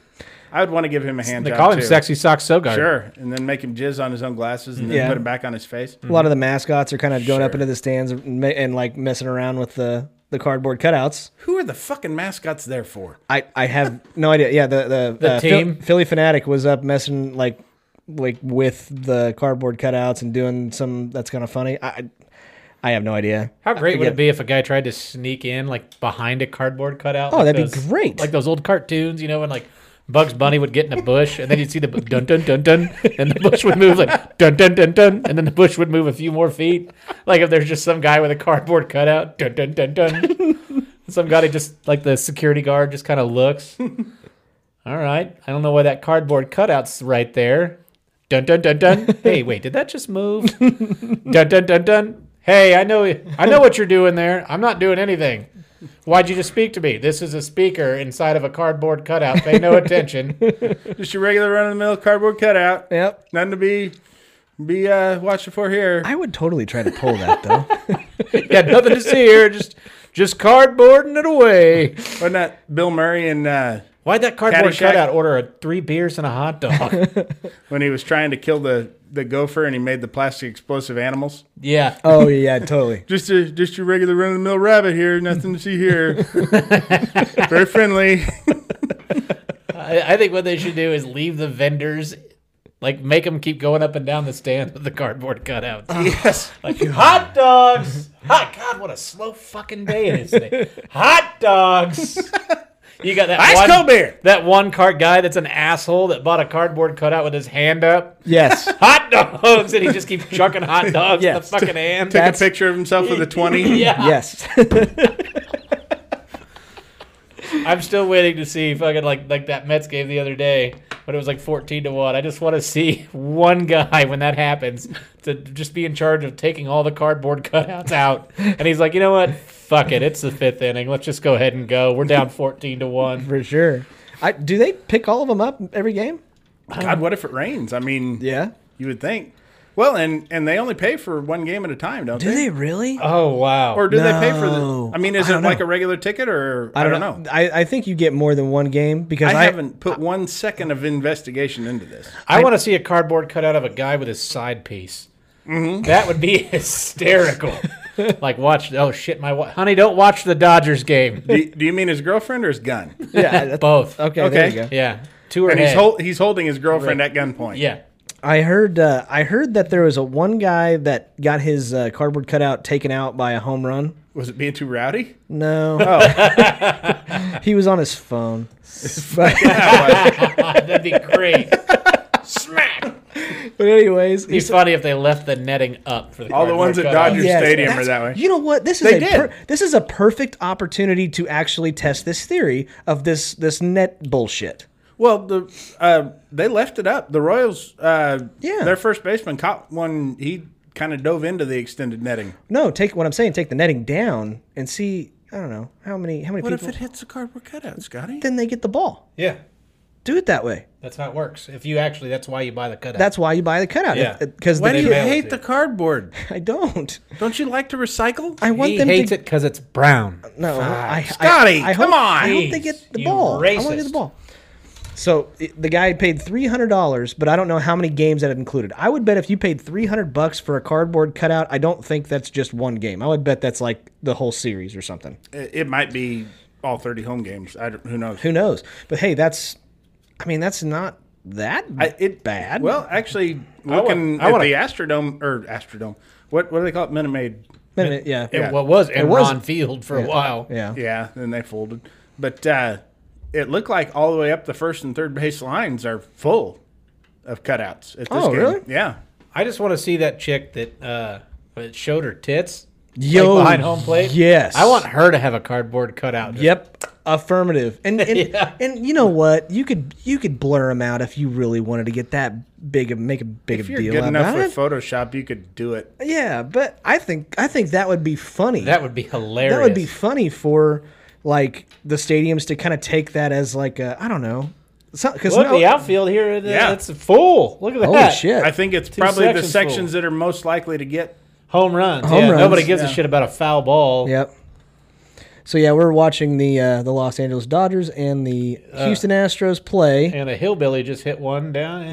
B: I would want to give him a hand
C: They
B: job
C: call him
B: too.
C: Sexy Sock Sogard.
B: Sure, and then make him jizz on his own glasses, and then
A: Yeah. Mm.
B: put him back on his face.
A: A lot of the mascots are kind of going up into the stands and, ma- and like messing around with the the cardboard cutouts.
B: Who are the fucking mascots there for?
A: I I have no idea. Yeah, the the, uh,
C: The
A: Phil-
C: team?
A: Philly fanatic was up messing like like with the cardboard cutouts and doing some that's kind of funny. I I- I have no idea.
C: How great would
A: forget.
C: it be if a guy tried to sneak in like behind a cardboard cutout?
A: Oh,
C: like
A: that'd be
C: those-
A: great.
C: Like those old cartoons, you know, when like Bugs Bunny would get in a bush and then you'd see the bu- dun dun dun dun, and the bush would move like dun dun dun dun, and then the bush would move a few more feet. Like if there's just some guy with a cardboard cutout, dun dun dun dun. some guy that just like the security guard just kind of looks. All right, I don't know why that cardboard cutout's right there. Dun dun dun dun. Hey, wait, did that just move? dun dun dun dun. Hey, I know I know what you're doing there. I'm not doing anything. Why'd you just speak to me? This is a speaker inside of a cardboard cutout. Pay no attention.
B: Just your regular run of the mill cardboard cutout.
A: Yep.
B: Nothing to be be uh, watching for here.
A: I would totally try to pull that though.
C: yeah, nothing to see here. Just just cardboarding it away.
B: Wasn't that Bill Murray and uh,
C: Why'd that cardboard
B: Caddyshack.
C: cutout order a three beers and a hot dog?
B: when he was trying to kill the, the gopher and he made the plastic explosive animals?
C: yeah.
A: oh yeah, totally.
B: Just a, just your regular run of the mill rabbit here. Nothing to see here. Very friendly.
C: I, I think what they should do is leave the vendors like make them keep going up and down the stand with the cardboard cutouts.
B: yes.
C: Hot dogs. Hot God, what a slow fucking day it is today. Hot dogs. You got that
B: Ice
C: one,
B: cold beer.
C: That one cart guy that's an asshole that bought a cardboard cutout with his hand up.
A: Yes.
C: Hot dogs, and he just keeps chucking hot dogs
A: Yes.
C: in the fucking hand.
B: Took a picture of himself with a 20.
C: yeah,
A: yes.
C: I'm still waiting to see fucking like like that Mets game the other day when it was like 14 to one. I just want to see one guy when that happens to just be in charge of taking all the cardboard cutouts out. And he's like, you know what? Fuck it. It's the fifth inning. Let's just go ahead and go. We're down 14 to one.
A: For sure. I, do they pick all of them up every game?
B: God, what if it rains? I mean,
A: Yeah.
B: you would think. Well, and, and they only pay for one game at a time, don't they?
A: really?
C: Oh wow.
B: Or do they pay for the?
A: No.
B: I mean, is
A: I
B: it
A: don't
B: like
A: know.
B: a regular ticket or
A: I don't, know. I, I think you get more than one game because
B: I
A: I,
B: haven't put one second of investigation into this.
C: I, want to see a cardboard cutout of a guy with his side piece. That would be hysterical. like watch. Oh shit, my wa- honey, don't watch the Dodgers game.
B: do, do you mean his girlfriend or his gun? And
A: Yeah. that's-
C: Both.
A: Okay, There you go.
B: Okay.
C: Yeah. Two or
B: he's hol- he's holding his girlfriend at gunpoint.
C: Yeah.
A: I heard. Uh, I heard that there was a one guy that got his uh, cardboard cutout taken out by a home run.
B: Was it being too rowdy?
A: No.
B: Oh,
A: He was on his phone.
C: That'd be great. Smack.
A: But anyways,
C: It'd be funny if they left the netting up for the
B: All the ones at
C: cardboard cutout.
B: Dodgers Stadium are that way.
A: You know what? This is
B: They
A: a
B: did.
A: this is a perfect opportunity to actually test this theory of this this net bullshit.
B: well, the uh, they left it up. The Royals, uh,
A: Yeah.
B: their first baseman caught one. He kind of dove into the extended netting.
A: No, take what I'm saying. Take the netting down and see. I don't know how many how many people.
B: hits the cardboard cutout, Scotty?
A: then they get the ball.
C: Yeah.
A: Do it that way.
C: That's how it works. If you actually, that's why you buy the cutout.
A: That's why you buy the cutout. uh,
C: Yeah.
A: Because
B: Why do you
C: mail it
B: hate the
C: to you.
B: cardboard?
A: I don't.
B: Don't you like to recycle?
A: I want
C: he
A: them
C: hates
A: to. Uh,
C: it because it's brown.
A: No, I, I,
B: Scotty,
A: Uh-huh. I
B: come
A: hope,
B: on.
A: I hope they get the
C: You
A: ball. I want to get the
C: racist.
A: ball. So it- the guy paid three hundred dollars, but I don't know how many games that it included. I would bet if you paid three hundred bucks for a cardboard cutout, I don't think that's just one game. I would bet that's like the whole series or something.
B: It, uh, it might be all 30 home games. I don't, who knows?
A: Who knows? But hey, that's, I mean, that's not that
B: I- it-
A: bad.
B: Well, actually, looking
C: I
B: at
C: wanna-
B: the Astrodome or Astrodome, what what do they call it? Minute Maid.
A: Wait a minute, yeah,
C: It, what was Enron
A: was-
C: Field for a while.
A: yeah.
B: Yeah, then they folded. But uh, it looked like all the way up the first and third base lines are full of cutouts at this
A: Oh,
B: game.
A: really?
B: Yeah.
C: I just want to see that chick that uh, that showed her tits. like,
A: Yo,
C: behind home plate.
A: yes.
C: I want her to have a cardboard cutout. Just-
A: Yep. Affirmative. And and, and you know what? You could you could blur them out if you really wanted to get that big of make a big
B: If
A: of
B: you're
A: deal
B: good enough
A: about
B: with
A: it.
B: Photoshop, you could do it.
A: yeah, but I think I think that would be funny.
C: That would be hilarious.
A: that would be funny for like the stadiums to kind of take that as like a I don't know. Because
D: Look,
A: no,
D: the outfield here, it-
B: Yeah.
D: it's full. Look at that.
A: holy shit!
B: I think it's probably the
D: sections
B: sections that are most likely to get.
C: Home runs.
A: Home
C: yeah,
A: runs,
C: Nobody gives
B: yeah.
C: a shit about a foul ball.
A: Yep. So yeah, we're watching the uh, the Los Angeles Dodgers and the Houston Astros play.
C: Uh, And a hillbilly just hit one down. And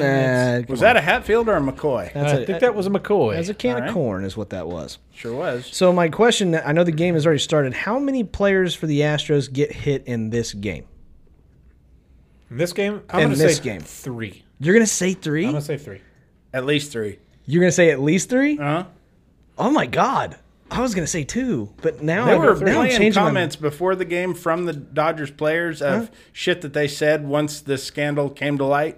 C: it's-
A: Uh,
B: Was that a Hatfield or a McCoy?
A: that's
C: I
A: a-
C: think that was a McCoy.
A: that's a can
B: All
A: of
B: right.
A: corn, is what that was.
B: Sure was.
A: So my question, I know the game has already started. How many players for the Astros get hit in this game?
C: in this game, I'm
A: In
C: going to
A: this
C: say
A: game.
C: three.
A: You're gonna say 3
C: I'm going to say three.
B: At least three.
A: You're gonna say at least three?
B: Huh?
A: oh my god! I was gonna say two, but now
B: There
A: I,
B: were
A: now Oh, I'm
B: playing
A: changing my-
B: comments before the game from the Dodgers players of shit that they said once this scandal came to light,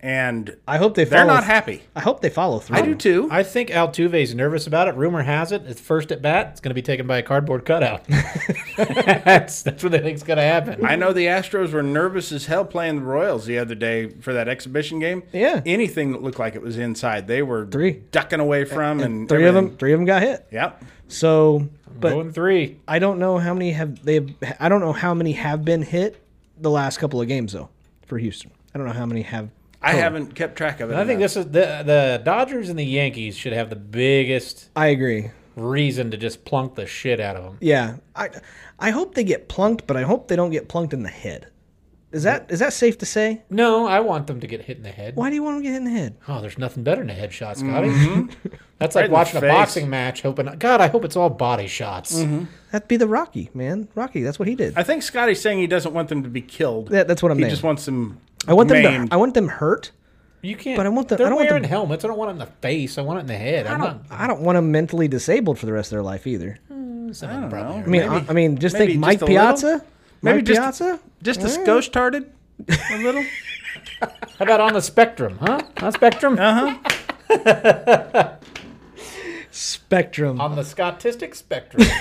B: and
A: I hope they
B: they're
A: follow
B: not happy.
A: I hope they follow through.
B: I do too.
C: I think Altuve's nervous about it. Rumor has it, his first at bat, it's going to be taken by a cardboard cutout. that's, that's what they think's going to happen.
B: I know the Astros were nervous as hell playing the Royals the other day for that exhibition game.
A: Yeah.
B: anything that looked like it was inside, they were
A: Three.
B: ducking away from, and,
A: Three of them,
B: everything.
A: three of them got hit.
B: Yep.
A: So, but
C: Going three.
A: I don't know how many have they. Have, I don't know how many have been hit the last couple of games though for Houston. I don't know how many have.
B: I haven't kept track of it.
C: I think
B: enough.
C: this is the the Dodgers and the Yankees should have the biggest
A: I agree.
C: reason to just plunk the shit out of them.
A: Yeah, I I hope they get plunked, but I hope they don't get plunked in the head. Is that is that safe to say?
C: No, I want them to get hit in the head.
A: Why do you want to get hit in the head?
C: Oh, there's nothing better than a headshot, Scotty.
A: Mm-hmm.
C: That's
B: Right in
C: like
B: the
C: watching a
B: face.
C: boxing match. Hoping, God, I hope it's all body shots.
A: Mm-hmm. That'd be the Rocky man. Rocky, that's what he did.
B: I think Scotty's saying he doesn't want them to be killed.
A: That- that's what I
B: He
A: meant.
B: just wants them.
A: I want them
B: maimed.
A: to, I want them hurt.
C: You can't.
A: But I want the- I
C: They're
A: don't want
C: wearing
A: the-
C: helmets. I don't want it in the face. I want it in the head. I'm
A: I don't
C: not.
A: I don't want them mentally disabled for the rest of their life either.
C: I don't
B: know.
A: I mean I, I mean just think
B: maybe
A: Mike
B: just a
A: Piazza.
B: little?
A: Mike
B: Maybe just-
A: Piazza.
B: Just a skosh started a little.
C: How about on the spectrum, huh? On spectrum?
A: Spectrum.
C: On the Scottistic spectrum.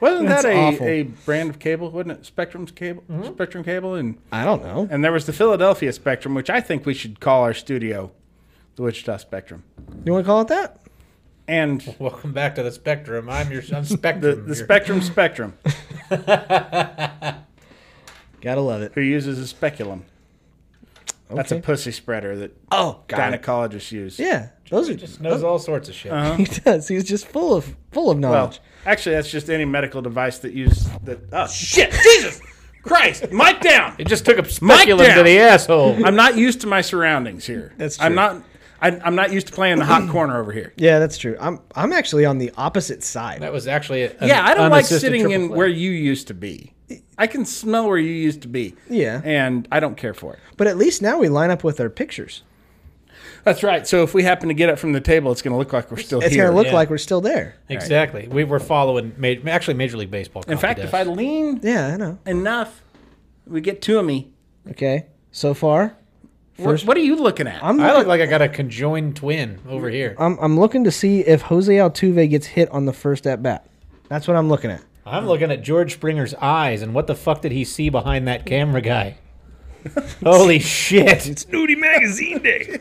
B: Wasn't
A: That's
B: that a,
A: awful. Mm-hmm.
B: a brand of cable? Wasn't it Spectrum's cable? Spectrum cable, and
A: I don't know.
B: and there was the Philadelphia Spectrum, which I think we should call our studio, the Wichita Spectrum,
A: You want to call it that?
B: and
C: Welcome back to the spectrum. I'm your. I'm
B: the,
C: spectrum.
B: the
C: You're-
B: Spectrum Spectrum,
A: Gotta love it.
B: who uses a speculum. That's a
A: Okay.
B: pussy spreader that
A: Oh, got it.
B: gynecologists use.
A: Yeah, those are just
C: knows all sorts of shit.
B: Uh-huh.
A: he does. He's just full of full of
B: Well,
A: knowledge.
B: actually, that's just any medical device that use that. Oh shit! Jesus Christ! Mic down.
C: It just took a
B: Mic
C: speculum to
B: down.
C: the asshole.
B: I'm not used to my surroundings here.
A: That's
B: I'm
A: true.
B: not. I, I'm not used to playing the hot corner over here.
A: yeah, that's true. I'm I'm actually on the opposite side.
C: That was actually. A, an
B: Yeah, I don't like
C: unassisted
B: sitting
C: triple
B: in
C: play.
B: where you used to be. I can smell where you used to be.
A: Yeah.
B: And I don't care for it.
A: But at least now we line up with our pictures.
B: That's right. So if we happen to get up from the table, it's going to look like we're still
A: It's
B: here.
A: going to look
C: yeah.
A: like we're still there.
C: Exactly. We were following. Ma- actually, Major League Baseball.
B: In fact, if I lean
A: Yeah, I know.
B: enough, we get two of me.
A: Okay. So far,
B: What, what are you looking at?
A: I'm
C: I
A: looking,
C: look like I got a conjoined twin over here.
A: I'm, I'm looking to see if Jose Altuve gets hit on the first at bat. That's what I'm looking at.
C: I'm looking at George Springer's eyes, and what the fuck did he see behind that camera guy? Holy shit! It's
E: Nudie Magazine Day.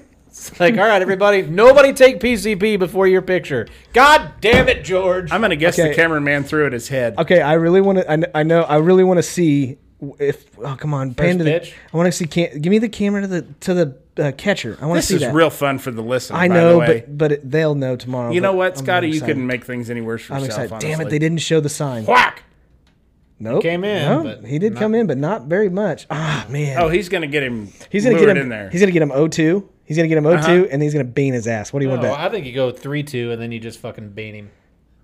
C: like, all right, everybody, nobody take PCP before your picture. God damn it, George!
B: I'm going to guess
A: Okay.
B: the cameraman threw at his head.
A: Okay, I really want to. I, kn- I know. I really want to see if. Oh, come on, pan to the.
C: pitch?
A: I want to see. Can, give me the camera to the to the uh, catcher. I want to
B: This
A: see
B: is
A: that.
B: real fun for the listener.
A: I
B: by
A: know,
B: the way.
A: but but it, they'll know tomorrow.
B: you know
A: but
B: what,
A: I'm
B: Scotty? You
A: excited.
B: couldn't make things any worse for
A: I'm
B: yourself.
A: excited. Damn it!
B: honestly.
A: They didn't show the sign.
B: Whack!
A: Nope.
C: came in,
A: No,
C: but
A: he did come in, but not very much. Ah, man.
B: Oh, he's gonna get him.
A: he's gonna get
B: lured
A: him
B: in there. Uh-huh.
A: He's gonna get him O two. He's gonna get him O2, and then he's gonna bean his ass. What do you want to
C: Oh,
A: bet?
C: I think you go three two and then you just fucking beat him.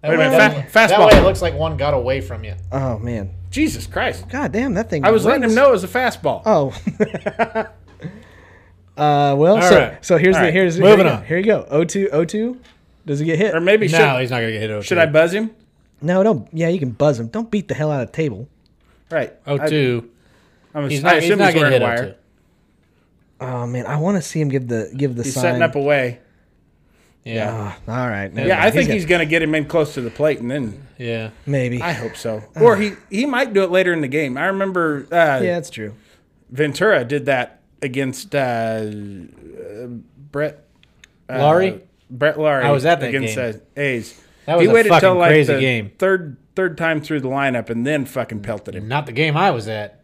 C: That
B: Wait a
C: way-
B: minute,
C: that-
B: fa-
C: that
B: fastball.
C: way it looks like one got away from you.
A: Oh man,
B: Jesus Christ!
A: god damn that thing!
B: I was letting
A: rings.
B: him know it was a fastball.
A: Oh. uh, well,
C: All
A: so,
C: right.
A: so here's
B: All
A: the
B: right.
A: here's
C: Moving
A: here you
C: on.
A: Go. Here you go. O two O two. Does he get hit?
B: Or maybe should
C: No, he's not gonna get hit. oh over.
B: should I buzz him?
A: no, don't. Yeah, you can buzz him. Don't beat the hell out of the table.
B: Right.
C: Oh
B: I-
C: two.
B: I'm
C: He's
B: ass- I
C: not. He's
B: assume
C: not
B: he's
C: gonna
B: wearing
C: hit oh two.
B: wire.
A: Oh man, I want to see him give the give the
B: He's
A: sign.
B: setting up a way.
C: Yeah.
A: Ah, all right. never
B: Yeah,
A: mind.
B: I think
A: got-
B: he's gonna get him in close to the plate, and then
C: Yeah.
A: maybe.
B: I hope so. Or he he might do it later in the game. I remember uh,
A: yeah, that's true.
B: Ventura did that against uh, uh, Brett uh,
C: Laurie.
B: Brett Laurie.
C: I was at that
B: against
C: game.
B: the A's.
C: That was a fucking crazy
B: the
C: game.
B: Third third time through the lineup, and then fucking pelted him.
C: Not the game I was at.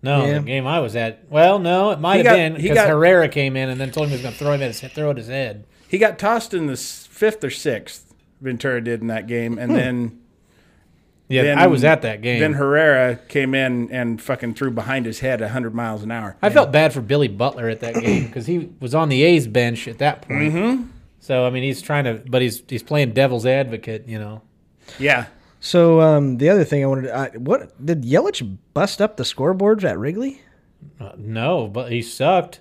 C: No,
A: Yeah.
C: the game I was at. Well, no, it might
B: He
C: have
B: got-
C: been
B: he
C: because
B: got-
C: Herrera came in and then told him he was going to throw him at his throw at his head.
B: He got tossed in the s- fifth or sixth. Ventura did in that game, and then
C: Yeah,
B: Then-
C: I was at that Hmm. game.
B: then Herrera came in and fucking threw behind his head hundred miles an hour.
C: I felt bad for Billy Butler at that game because he was on the A's bench at that point.
B: Mm-hmm.
C: So I mean, he's trying to, but he's he's playing devil's advocate, you know.
B: Yeah,
A: So um, the other thing I wanted, to, I, what did Yelich bust up the scoreboard at Wrigley?
C: Uh, no, but he sucked.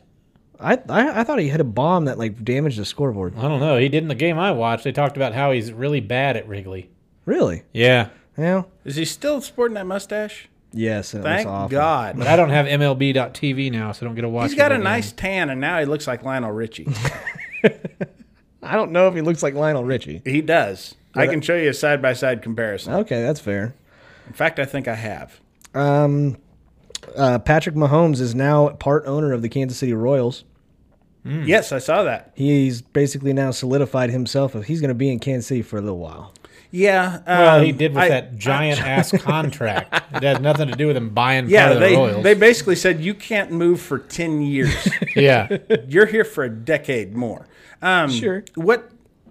A: I, I I thought he hit a bomb that like damaged the scoreboard.
C: I don't know. He did in the game I watched. They talked about how he's really bad at Wrigley.
A: Really?
C: Yeah,
A: Yeah.
B: is he still sporting that mustache?
A: Yes. and it looks
B: Thank
A: awful.
B: God.
C: but I don't have MLB.TV now, so I don't get to watch.
B: He's got a
C: every
B: nice
C: game.
B: tan, and now he looks like Lionel Richie.
A: I don't know if he looks like Lionel Richie.
B: he does. I can show you a side by side comparison.
A: Okay, that's fair.
B: In fact, I think I have.
A: Um, uh, Patrick Mahomes is now part owner of the Kansas City Royals.
B: Yes, I saw that.
A: He's basically now solidified himself of he's going to be in Kansas City for a little while.
B: Yeah.
C: Well,
B: um,
C: he did with
B: I-
C: that giant ass contract. It has nothing to do with him buying
B: Yeah,
C: part of the
B: they,
C: Royals.
B: they basically said you can't move for ten years.
C: yeah,
B: You're here for a decade more. Um,
A: Sure.
B: What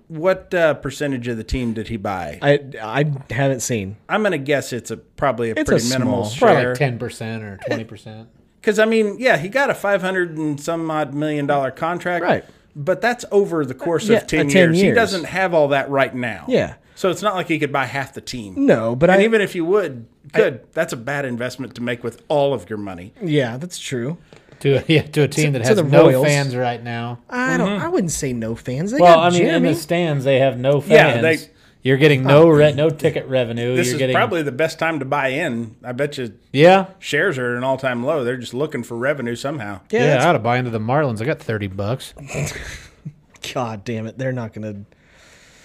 B: what uh, percentage of the team did he buy?
A: I I haven't seen.
B: I'm gonna guess it's a probably a
A: It's a
B: pretty minimal
A: small-
C: probably like
B: share.
C: ten percent or twenty percent.
B: Because I mean, yeah, he got a 500 and some odd million dollar contract,
A: Right.
B: But that's over the course
A: Yeah,
B: of ten,
A: uh, 10
B: years. He
A: years.
B: doesn't have all that right now.
A: Yeah.
B: So it's not like he could buy half the team.
A: No, but
B: And
A: I
B: even if you would, good. that's a bad investment to make with all of your money.
A: yeah, that's true.
C: To yeah, to a team
A: To-
C: that
A: to
C: has
A: the
C: no
A: Royals.
C: fans right now.
A: I don't. I wouldn't say no fans. They
C: Well,
A: got
C: I mean,
A: Jimmy.
C: in the stands they have no
B: Yeah,
C: fans.
B: they-
C: You're getting no re- no ticket revenue.
B: This
C: You're
B: is
C: getting
B: probably the best time to buy in. I bet you
C: yeah.
B: shares are at an all time low. They're just looking for revenue somehow.
A: yeah,
C: Yeah, I
A: that's-
C: ought to buy into the Marlins. I got thirty bucks.
A: God damn it, they're not going to.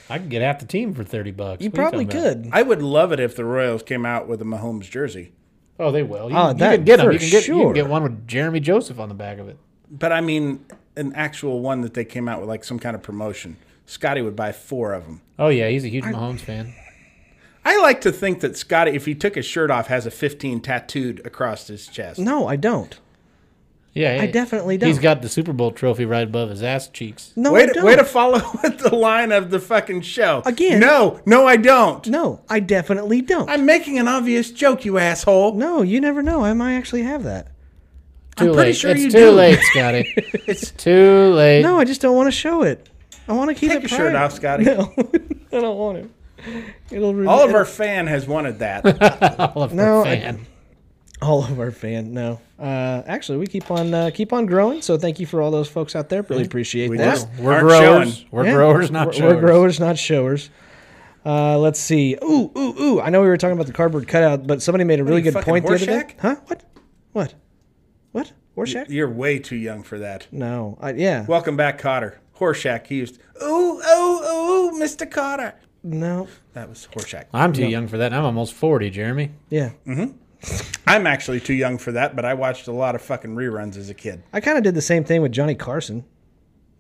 C: I could get half the team for thirty bucks.
A: You
C: What are
A: probably
C: talking about?
A: could.
B: I would love it if the Royals came out with a Mahomes jersey.
C: Oh, they will. You,
A: Oh,
C: you
A: that
C: can get them.
A: for
C: You can get you
A: sure.
C: can get one with Jeremy Joseph on the back of it.
B: But I mean, an actual one that they came out with, like some kind of promotion. Scotty would buy four of them.
C: Oh yeah, he's a huge Mahomes fan.
B: I like to think that Scotty, if he took his shirt off, has a 15 tattooed across his chest.
A: No, I don't.
C: Yeah,
A: I definitely
C: He's
A: don't.
C: got the Super Bowl trophy right above his ass cheeks.
A: No,
B: way,
A: I
B: to,
A: don't.
B: way to follow with the line of the fucking show.
A: Again.
B: No, no, I don't.
A: no, I definitely don't.
B: I'm making an obvious joke, you asshole.
A: no, you never know. I might actually have that.
C: Too
B: pretty
C: late.
B: sure
C: it's
B: you
C: too
B: do.
C: late, Scotty. it's too late.
A: No, I just don't want to show it. I want to keep
B: Take
A: it
B: your shirt
A: private.
B: off, Scotty.
A: No, I don't want it. It'll ruin
B: All of
A: it'll-
B: our fan has wanted that.
C: All of
A: No,
C: no,
A: I-
C: fan.
A: all of our fan. No, uh, actually, we keep on uh, keep on growing. So thank you for all those folks out there. Really appreciate that.
B: just
C: we're
B: aren't
C: growers.
B: showing.
C: We're
A: Yeah.
C: growers, not
A: we're,
C: showers.
A: we're growers, not showers. Uh, let's see. Ooh, ooh, ooh! I know we were talking about the cardboard cutout, but somebody made a really
B: you,
A: good
B: fucking
A: point the other day.
B: Horseshack?
A: Huh? What? What? What? Horseshack?
B: You're way too young for that.
A: no. I, yeah.
B: Welcome back, Cotter. Horshack. He used, ooh, ooh, ooh, Mr. Cotter.
A: no.
B: That was Horshack.
C: I'm too young for that. and I'm almost forty, Jeremy.
A: Yeah.
B: I'm actually too young for that, but I watched a lot of fucking reruns as a kid.
A: I kind of did the same thing with Johnny Carson.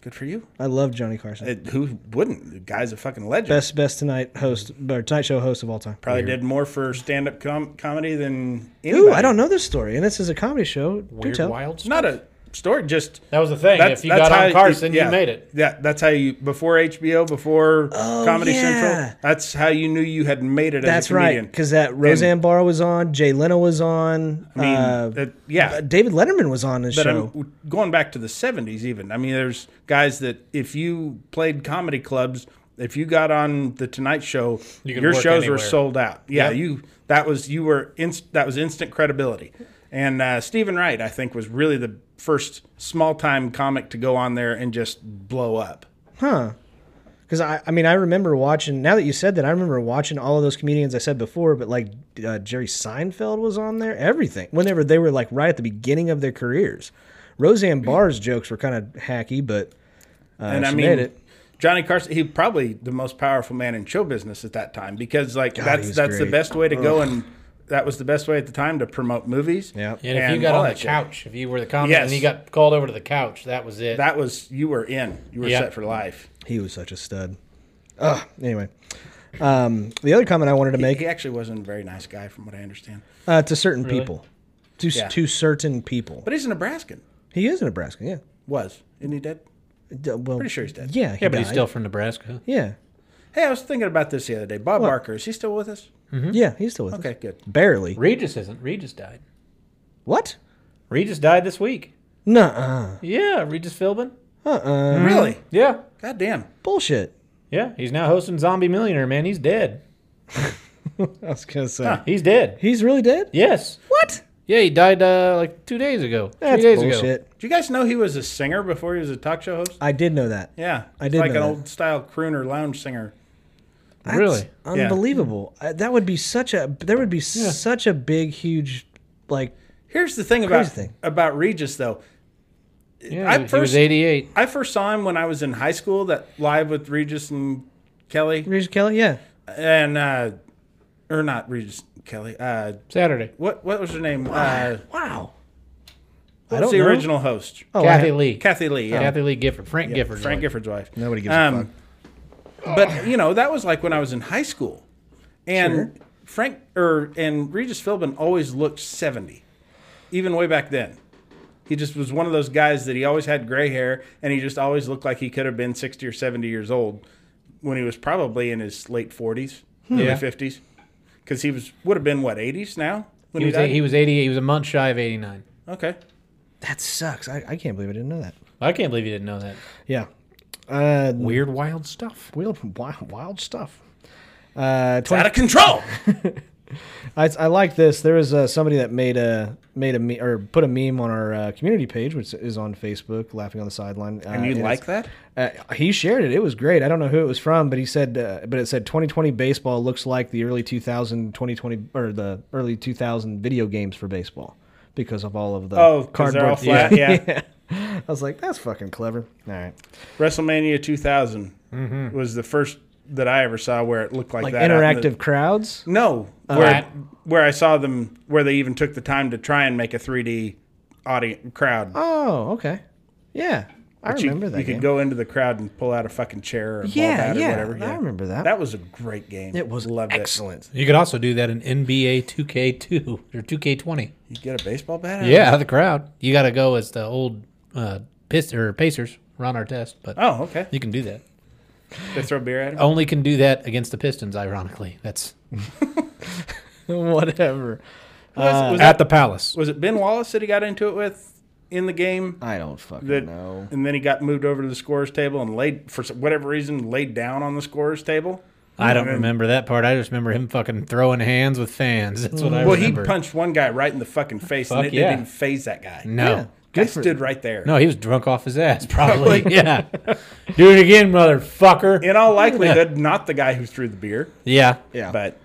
B: Good for you.
A: I love Johnny Carson.
B: It, who wouldn't? The guy's a fucking legend.
A: best best tonight host or tonight show host of all time.
B: Probably did more for stand up com- comedy than anybody.
A: Ooh, I don't know this story, and this is a comedy show. Do
C: Weird,
A: tell.
C: wild.
B: It's not a story. Just
C: That was the thing. if you got on Carson,
B: yeah,
C: you made it.
B: Yeah, that's how you before HBO, before Comedy
A: Oh, yeah.
B: Central. That's how you knew you had made it.
A: That's
B: as a comedian.
A: right, because that Roseanne Barr was on, Jay Leno was on,
B: I mean,
A: uh,
B: that- yeah.
A: uh, David Letterman was on this
B: But
A: show.
B: I'm going back to the 70s, even. I mean, there's guys that if you played comedy clubs, if you got on the Tonight Show,
C: could
B: your
C: work
B: shows were
C: anywhere.
B: sold out. Yeah,
C: Yep.
B: you that was you were inst, that was instant credibility. And uh, Stephen Wright, I think, was really the first small time comic to go on there and just blow up.
A: Because I, I mean, I remember watching. Now that you said that, I remember watching all of those comedians I said before. But like uh, Jerry Seinfeld was on there. Everything. Whenever they were like right at the beginning of their careers,
B: Mm.
A: Roseanne Barr's jokes were kind of hacky, but uh,
B: and I
A: she
B: mean,
A: made it.
B: Johnny Carson, he probably the most powerful man in show business at that time because like
A: he
B: that's
A: was
B: that's
A: great.
B: the best way to go and that was the best way at the time to promote movies.
A: Yep.
C: And if you got
B: all
C: on the
B: that shit.
C: couch, if you were the comic,
B: Yes.
C: and you got called over to the couch, that was it.
B: that was you were in. You were
C: Yeah.
B: set for life.
A: He was such a stud. Ugh. Anyway, um, the other comment I wanted to
B: He
A: make
B: actually wasn't a very nice guy, from what I understand.
A: uh, to certain people, to s
B: Yeah.
A: to certain people,
B: But he's a Nebraskan.
A: he is in Nebraska. Yeah.
B: Was isn't he dead?
A: D- well,
B: Pretty sure he's dead.
A: Yeah. He
C: yeah, but he's
A: died.
C: still from Nebraska.
A: Yeah.
B: Hey, I was thinking about this the other day. Bob Barker is he still with us?
C: Mm-hmm.
A: Yeah. He's still with us.
B: Okay, good.
A: Barely.
C: Regis isn't. Regis died.
A: What?
C: Regis died this week.
A: Nuh-uh. Uh-uh.
C: Yeah, Regis Philbin. Mm-hmm.
B: Really?
C: Yeah,
B: God damn.
A: Bullshit.
C: yeah. He's now hosting Zombie Millionaire. Man, he's dead.
A: I was gonna say
C: He's dead.
A: he's really dead.
C: Yes.
A: What?
C: Yeah, he died uh, like two days ago.
A: That's
C: three days ago.
A: bullshit.
B: Do you guys know he was a singer before he was a talk show host?
A: I did know that.
B: Yeah,
A: I
B: He's
A: did
B: like
A: know
B: an
A: that.
B: old style crooner lounge singer.
A: That's
C: Really?
A: unbelievable. Uh, That would be such a there would be such a big huge like
B: Here's the thing about
A: Crazy thing.
B: about Regis though.
C: Yeah,
B: I
C: he, he was
B: first-
C: 88.
B: I first saw him when I was in high school. That live with Regis and Kelly
A: Regis Kelly. Yeah,
B: and uh, or not Regis Kelly. Uh,
C: Saturday.
B: what what was her name? Uh,
A: wow.
B: Who
A: I
B: was
A: don't
B: the
A: know.
B: original host?
A: Oh, I
C: Kathy
A: ha-
C: Lee.
B: Kathy Lee. Yeah.
C: Kathy Lee Gifford. Frank Gifford.
B: Frank Gifford's wife.
A: Nobody gives a
B: um, But you know that was like when I was in high school, and Frank or and Regis Philbin always looked seventy, even way back then. He just was one of those guys that he always had gray hair, and he just always looked like he could have been sixty or seventy years old when he was probably in his late forties, early
C: Yeah.
B: fifties, because he was would have been what eighties now when
C: He
B: he,
C: was,
B: died.
C: he was 88. He was a month shy of 89.
B: okay,
A: That sucks. I, I can't believe I didn't know that.
C: I can't believe you didn't know that.
A: Yeah. Uh,
C: Weird, wild stuff.
A: wild, wild, wild stuff. Uh,
B: it's out of control.
A: I, I like this. There was uh, somebody that made a made a me- or put a meme on our uh, community page, which is on Facebook, laughing on the sideline. Uh,
B: And you like
A: it's-
B: that?
A: Uh, he shared it. It was great. I don't know who it was from, but he said, uh, but it said 2020 baseball looks like the early 2000 2020 or the early 2000 video games for baseball because of all of the
B: Oh, because they're all flat. yeah.
A: I was like, that's fucking clever. All right,
B: WrestleMania 2000 was the first that I ever saw where it looked like,
A: Mm-hmm. like
B: that. out in the-
A: interactive Uh, crowds.
B: no, where
C: Right.
B: where I saw them, where they even took the time to try and make a 3D audience crowd.
A: Oh, okay, yeah, I
B: But you-
A: remember that.
B: You
A: game.
B: could go into the crowd and pull out a fucking chair or a
A: Yeah,
B: ball bat
A: yeah,
B: or whatever.
A: I remember that.
B: That was a great game.
A: It was
B: Loved
A: excellent.
C: You could also do that in NBA 2K2 or 2K20.
B: It. You get a baseball bat? Out of it?
C: Yeah, the crowd. You got to go as the old uh, Pist- or Pacers, Ron Artest, but
B: Oh, okay.
C: you can do that.
B: They throw beer at him.
C: Only can do that against the Pistons, ironically. That's
A: Whatever. Uh,
B: was, was
C: at
B: that,
C: the Palace.
B: was it Ben Wallace that he got into it with in the game?
A: I don't fucking
B: that,
A: know.
B: and then he got moved over to the scorers table and laid for some- whatever reason laid down on the scorers table.
C: I don't remember that part. I just remember him fucking throwing hands with fans. That's what I
B: Well,
C: remember.
B: he punched one guy right in the fucking face, and
C: Fuck
B: it
C: yeah.
B: didn't even phase that guy.
C: No.
A: Yeah.
B: I
A: Good for
B: stood right there.
C: No, he was drunk off his ass, probably. yeah. Do it again, motherfucker.
B: In all likelihood, not the guy who threw the beer,
C: yeah.
A: Yeah.
B: but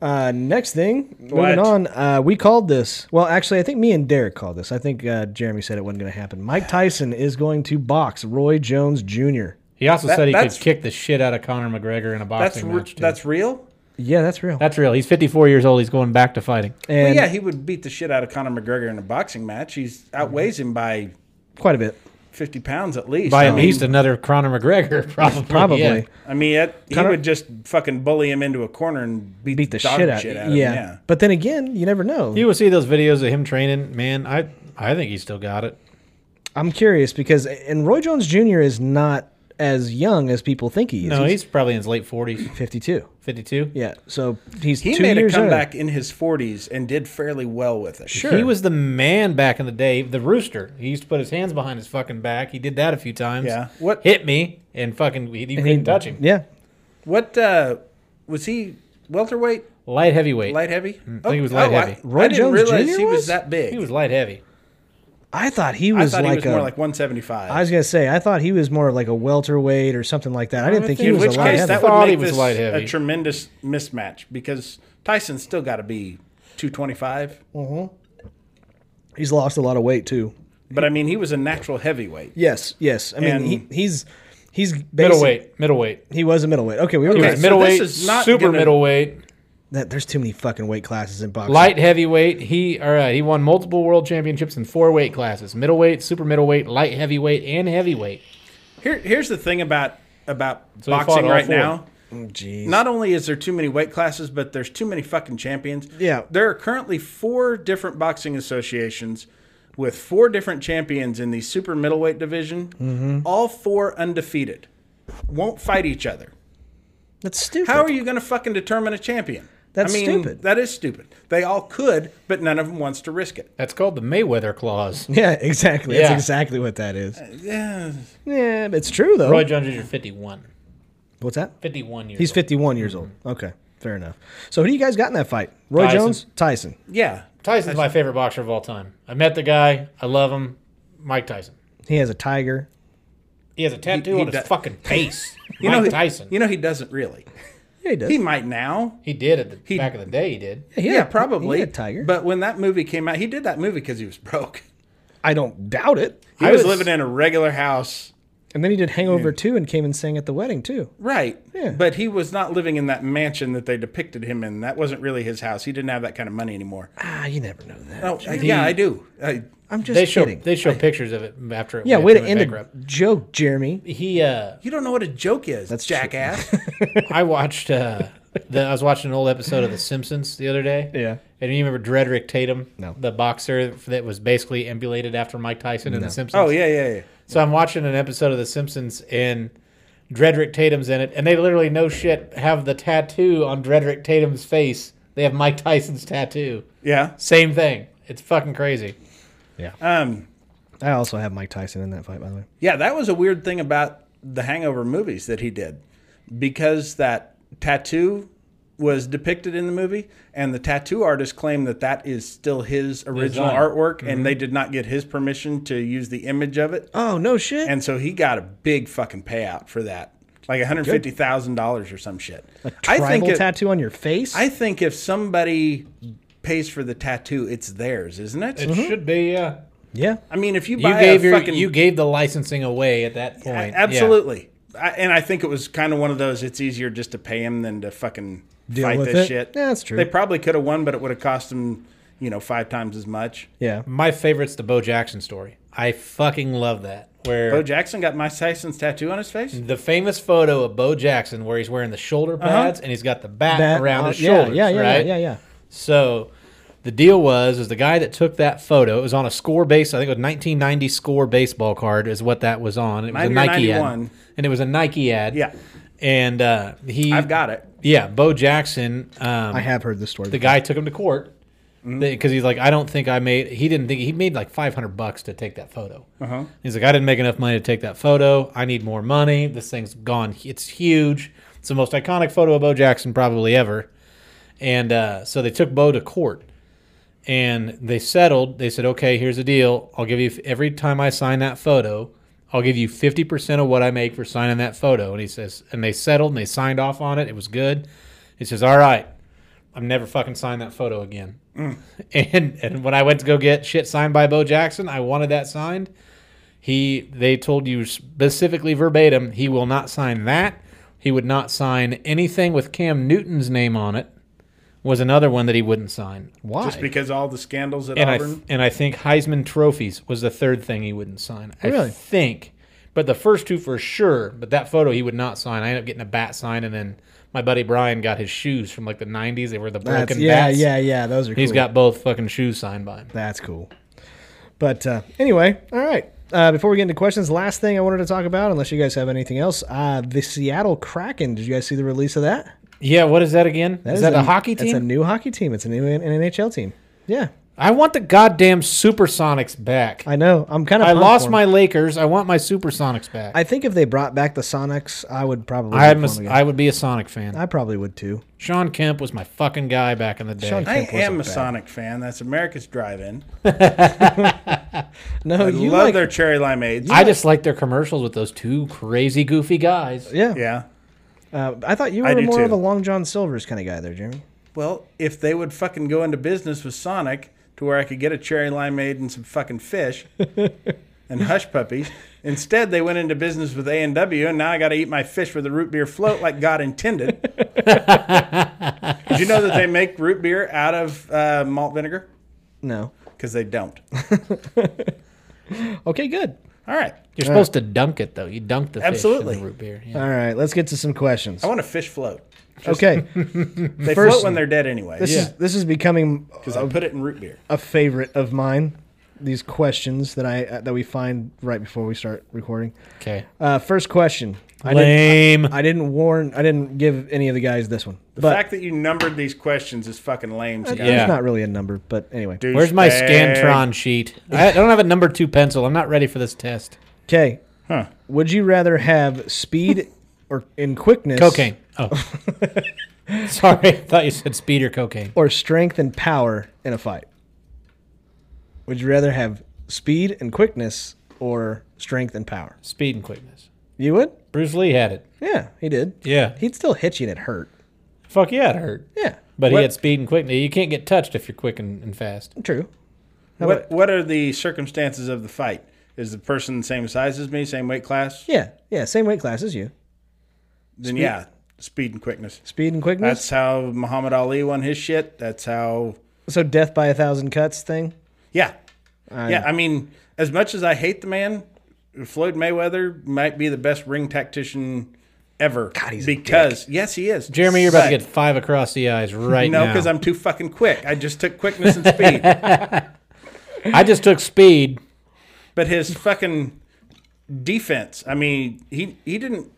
A: Uh, next thing,
B: What?
A: moving on, uh, we called this. Well, actually, I think me and Derek called this. I think uh, Jeremy said it wasn't going to happen. Mike Tyson is going to box Roy Jones Jr.
C: He also said he could
B: that's-
C: kick the shit out of Conor McGregor in a
B: that's
C: boxing
B: re-
C: match. Too.
B: that's real.
A: Yeah, that's real.
C: That's real. He's 54 years old. He's going back to fighting.
A: and
B: Well, yeah, he would beat the shit out of Conor McGregor in a boxing match. He's outweighs him by
A: quite a bit,
B: fifty pounds at least.
C: By
B: I
C: at
B: mean-
C: least another Conor McGregor, probably.
A: probably.
C: yeah.
B: I mean, it, he
A: Conor-
B: would just fucking bully him into a corner and beat,
A: Beat the
B: dog
A: shit out.
B: shit
A: yeah.
B: out of him. Yeah,
A: But then again, you never know.
C: You will see those videos of him training. Man, I I think he's still got it.
A: I'm curious because and Roy Jones Jr. is not as young as people think he is.
C: No, he's probably in his late 40s,
A: 52.
C: 52.
A: Yeah, so he's
B: He
A: two
B: made a
A: years younger.
B: comeback in his 40s and did fairly well with it.
C: Sure. He was the man back in the day, the rooster. He used to put his hands behind his fucking back. He did that a few times.
B: Yeah. What-
C: hit me and fucking he, he
A: And
C: couldn't touch him.
A: Yeah,
B: What uh, was he? Welterweight,
C: Light heavyweight.
B: light heavy. Oh,
C: I think he was light heavy.
B: I,
A: Roy
B: I didn't
A: Jones
B: realize
A: Jr.
B: he was
A: was?
B: that big.
C: He was light heavy.
A: I thought he
B: I
A: was
B: thought
A: like
B: he was
A: a.
B: more like 175.
A: I was gonna say I thought he was more of like a welterweight or something like that. I didn't think he
B: in
C: think-
A: was a
B: which
A: light
B: case,
A: heavy.
B: that
C: Thought
B: would
C: he
B: make
C: was
B: this
C: light
B: a
C: heavy.
B: tremendous mismatch because Tyson's still got to be 225.
A: he's lost a lot of weight too.
B: But I mean, he was a natural heavyweight.
A: Yes, yes. I mean,
B: And-
A: he, he's he's basic,
C: Middleweight. Middleweight.
A: He was a middleweight. Okay, we were
C: He
A: right.
C: was
B: so
C: middleweight.
B: this is not
C: super
B: gonna-
C: middleweight.
A: That, there's too many fucking weight classes in boxing.
C: Light heavyweight. He all right. He won multiple world championships in four weight classes: middleweight, super middleweight, light heavyweight, and heavyweight.
B: Here, here's the thing about about
C: he fought
B: boxing
C: all
B: right
C: four.
B: now.
A: Jeez.
B: Not only is there too many weight classes, but there's too many fucking champions.
A: Yeah.
B: There are currently four different boxing associations with four different champions in the super middleweight division,
A: Mm-hmm.
B: all four undefeated. Won't fight each other.
A: That's stupid.
B: How are you going to fucking determine a champion?
A: That's
B: I mean,
A: stupid.
B: That is stupid. They all could, but none of them wants to risk it.
C: That's called the Mayweather clause.
A: Yeah, exactly.
C: Yeah.
A: That's exactly what that is.
B: Yeah.
A: Yeah, but it's true though.
C: Roy Jones Jr. 51.
A: What's that?
C: 51 years.
A: He's
C: old.
A: 51 years old. Okay, fair enough. So who do you guys got in that fight? Roy
C: Tyson.
A: Jones, Tyson.
B: Yeah.
C: Tyson's my favorite boxer of all time. I met the guy. I love him. Mike Tyson.
A: He has a tiger.
C: He has a tattoo
B: he
C: on his
B: does-
C: fucking face.
B: You
C: Mike
B: know, he-
C: Tyson.
B: You know, he doesn't really.
A: Yeah, he does.
B: He might now.
C: he did at the back of the day. He did.
A: He
B: Yeah,
A: had a-
B: probably.
A: He had a tiger. But
B: But when that movie came out, he did that movie because he was broke.
A: I don't doubt it.
B: He
C: I
B: was,
C: was-
B: living in a regular house.
A: And then he did Hangover 2 and came and sang at the wedding too.
B: Right.
A: Yeah.
B: But he was not living in that mansion that they depicted him in. That wasn't really his house. He didn't have that kind of money anymore.
A: Ah, you never know that.
B: Oh, I- yeah, I do. I,
A: I'm just
C: They show
A: kidding.
C: they show pictures of it after. It
A: yeah,
C: went-
A: way to
C: went
A: end a
C: bankrupt.
A: joke, Jeremy.
C: He uh,
B: you don't know what a joke is. That's
A: true.
B: jackass.
C: I watched uh, the, I was watching an old episode of The Simpsons the other day.
A: Yeah.
C: And you remember Dredrick Tatum,
A: No.
C: the boxer that was basically emulated after Mike Tyson in The Simpsons.
B: oh yeah, yeah, yeah.
C: So I'm watching an episode of The Simpsons and Dredrick Tatum's in it, and they literally no shit have the tattoo on Dredrick Tatum's face. They have Mike Tyson's tattoo.
B: Yeah.
C: Same thing. It's fucking crazy.
B: Um,
A: I also have Mike Tyson in that fight, by the way.
B: yeah, that was a weird thing about the Hangover movies that he did, because that tattoo was depicted in the movie, and the tattoo artist claimed that that is still his original
C: Design.
B: artwork, and they did not get his permission to use the image of it,
A: Oh, no shit.
B: and so he got a big fucking payout for that, like one hundred fifty thousand dollars or some shit.
A: a
B: I
A: tribal
B: think it-
A: tattoo on your face?
B: I think if somebody pays for the tattoo, it's theirs, isn't it?
A: Mm-hmm.
C: should be, uh, yeah.
A: yeah.
B: I mean, if you
C: You
B: buy
C: gave
B: a
C: your
B: fucking
C: you gave the licensing away at that point.
B: A-
C: Yeah.
B: Absolutely. I, and I think it was kind of one of those. It's easier just to pay him than to fucking
A: Deal
B: fight
A: with
B: this
A: it.
B: shit.
A: Yeah, that's true.
B: They probably could have won, but it would have cost them, you know, five times as much.
A: Yeah.
C: My favorite's the Bo Jackson story. I fucking love that. Where
B: Bo Jackson got Mike Tyson's tattoo on his face.
C: the famous photo of Bo Jackson where he's wearing the shoulder pads and he's got the bat, around
A: uh,
C: his
A: yeah,
C: shoulders.
A: Yeah, yeah,
C: right?
A: yeah, yeah, yeah.
C: So the deal was is the guy that took that photo, it was on a score base, I think it was 1990 score baseball card is what that was on. It was a
B: 90 or
C: Nike ad.
B: 91.
C: And it was a Nike ad.
B: Yeah.
C: And uh, he
B: I've got it.
C: Yeah, Bo Jackson um,
A: I have heard this story.
C: the guy took him to court because he's like, I don't think I made. He didn't think he made like five hundred bucks to take that photo. He's like, I didn't make enough money to take that photo. I need more money. This thing's gone. It's huge. It's the most iconic photo of Bo Jackson probably ever. And uh, so they took Bo to court, and they settled. They said, okay, here's the deal. I'll give you every time I sign that photo. I'll give you 50% of what I make for signing that photo. And he says, and they settled and they signed off on it. It was good. He says, all right, I'm never fucking signing that photo again.
A: Mm.
C: And and when I went to go get shit signed by Bo Jackson, I wanted that signed. He they told you specifically verbatim he will not sign that. He would not sign anything with Cam Newton's name on it. Was another one that he wouldn't sign. Why?
B: Just because all the scandals at
C: and I
B: Auburn.
C: and I think Heisman trophies was the third thing he wouldn't sign. I
A: Really?
C: think, but the first two for sure. But that photo he would not sign. I ended up getting a bat sign, and then my buddy Brian got his shoes from like the '90s. They were the broken
A: That's, yeah,
C: bats.
A: yeah, yeah. Those are
C: He's
A: cool.
C: got both fucking shoes signed by him.
A: That's cool. But uh, anyway, all right. uh, before we get into questions, last thing I wanted to talk about, unless you guys have anything else, uh, the Seattle Kraken. Did you guys see the release of that?
C: Yeah, what is that again? Is that a hockey
A: It's a
C: team?
A: new hockey team. It's a new N- NHL team. Yeah,
C: I want the goddamn Supersonics back. I,
A: I know. I'm kind of. pumped
C: lost
A: for 'em.
C: my Lakers. I want my Supersonics back. I,
A: I think if they brought back the Sonics, I would probably. root
C: I'm a,
A: for 'em again.
C: I would be a Sonic fan.
A: I probably would too.
C: Sean Kemp was my fucking guy back in the day.
A: Sean-
B: I
A: Kemp
B: am a
A: wasn't bad.
B: Sonic fan. That's America's Drive-In.
A: No,
B: I
A: you
B: love
A: like,
B: their cherry limeades.
C: I just like their commercials with those two crazy goofy guys.
A: yeah.
B: yeah.
A: Uh, I thought you
B: I
A: were
B: do
A: more
B: too.
A: of a Long John Silver's kind of guy there, Jeremy.
B: Well, if they would fucking go into business with Sonic to where I could get a cherry limeade and some fucking fish and hush puppies, instead they went into business with A and W, and now I got to eat my fish with a root beer float like God intended. Did you know that they make root beer out of uh, malt vinegar?
A: No.
B: Because they don't.
A: Okay, good.
B: All right,
C: You're supposed to dunk it though. You dunk the fish in the
B: Absolutely.
C: root beer. Yeah.
A: All right, let's get to some questions.
B: I want a fish float.
A: Okay,
B: They
A: First-
B: float when they're dead anyway.
A: this
C: Yeah.
A: is this is becoming
B: because I put it in root beer.
A: a favorite of mine. These questions that I uh, that we find right before we start recording.
C: Okay.
A: Uh, first question. I didn't,
C: Lame.
A: I didn't warn. I didn't give any of the guys this one.
B: The
A: but
B: fact that you numbered these questions is fucking lame. Scott.
C: Uh, Yeah.
A: it's not really a number. But anyway.
C: Where's my
B: Douchebag.
C: Scantron sheet? I I don't have a number two pencil. I'm not ready for this test.
A: Okay.
B: Huh.
A: Would you rather have speed or in quickness?
C: Cocaine. Oh. Sorry. I thought you said speed or cocaine.
A: or strength and power in a fight? Would you rather have speed and quickness or strength and power?
C: Speed and quickness.
A: You would?
C: Bruce Lee had it.
A: Yeah, he did.
C: Yeah.
A: He'd still hit you and it hurt.
C: Fuck yeah, it hurt.
A: Yeah.
C: But
B: What-
C: he had speed and quickness. You can't get touched if you're quick and, and fast.
A: True.
B: What What are the circumstances of the fight? Is the person the same size as me, same weight class?
A: Yeah. Yeah. Same weight class as you.
B: Then yeah, speed and quickness.
A: Speed and quickness.
B: That's how Muhammad Ali won his shit. That's how.
A: so death by a thousand cuts thing.
B: Yeah, yeah. I mean, as much as I hate the man, Floyd Mayweather might be the best ring tactician ever. God,
A: he's a
B: because yes, he is.
C: Jeremy, you're about to
B: But-
C: get five across the eyes right
B: no,
C: now.
B: because I'm too fucking quick. I just took quickness and speed.
C: I just took speed.
B: but his fucking defense. I mean, he he didn't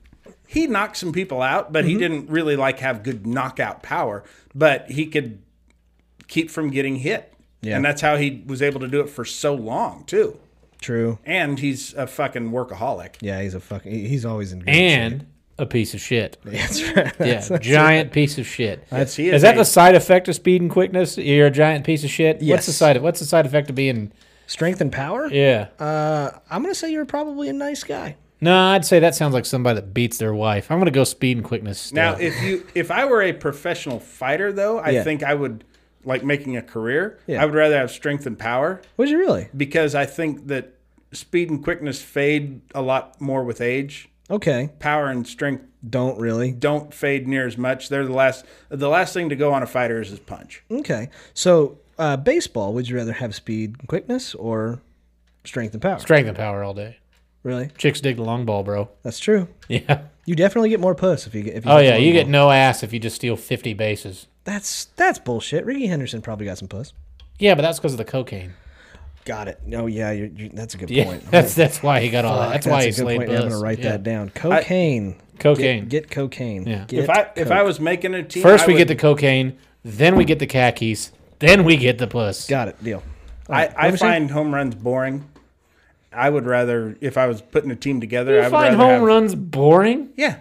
B: he knocked some people out, but he didn't really like have good knockout power. But he could keep from getting hit,
A: Yeah.
B: and that's how he was able to do it for so long too.
A: True.
B: And he's a fucking workaholic.
A: Yeah, he's a fucking. he- He's always in. Good shape.
C: and a piece of shit.
A: that's right.
C: Yeah, giant piece of shit.
B: Yes, he
C: Is
B: a-
C: that the side effect of speed and quickness? You're a giant piece of shit. What's the
A: Yes.
C: side? What's the side effect of being?
A: Strength and power.
C: Yeah.
A: Uh, I'm gonna say you're probably a nice guy.
C: no, I'd say that sounds like somebody that beats their wife. I'm gonna go speed and quickness. Still.
B: now? If you if I were a professional fighter, though, I
A: Yeah.
B: think I would like making a career.
A: Yeah.
B: I would rather have strength and power.
A: Would you really?
B: because I think that speed and quickness fade a lot more with age.
A: Okay.
B: Power and strength
A: Don't really.
B: don't fade near as much. They're the last. The last thing to go on a fighter is his punch.
A: Okay. So uh, baseball. Would you rather have speed, and quickness, or strength and power?
C: strength and power all day.
A: Really?
C: Chicks dig the long ball, bro.
A: That's true.
C: Yeah.
A: You definitely get more puss if you get. If you
C: Oh
A: hit
C: yeah,
A: the
C: you
A: long
C: get
A: ball.
C: no ass if you just steal 50 bases.
A: That's that's bullshit. Ricky Henderson probably got some puss.
C: Yeah, but that's because of the cocaine.
A: Got it. No, yeah, you're, you that's a good
C: Yeah,
A: point.
C: that's that's why he got all that. That's,
A: That's
C: why
A: a
C: he
A: good
C: slayed
A: point.
C: bus.
A: I'm gonna write
C: Yeah.
A: that down. Cocaine.
C: Cocaine.
A: Get, get cocaine.
C: Yeah.
A: Get
B: if I if I
A: coke.
B: was making a team,
C: First
B: I
C: we
B: would,
C: get the cocaine, then we get the khakis, then we get the puss.
A: got it, deal.
B: I, I
A: me see.
B: find home runs boring. I would rather if I was putting a team together.
C: you
B: I would
C: find
B: rather
C: home
B: have,
C: runs boring?
B: Yeah,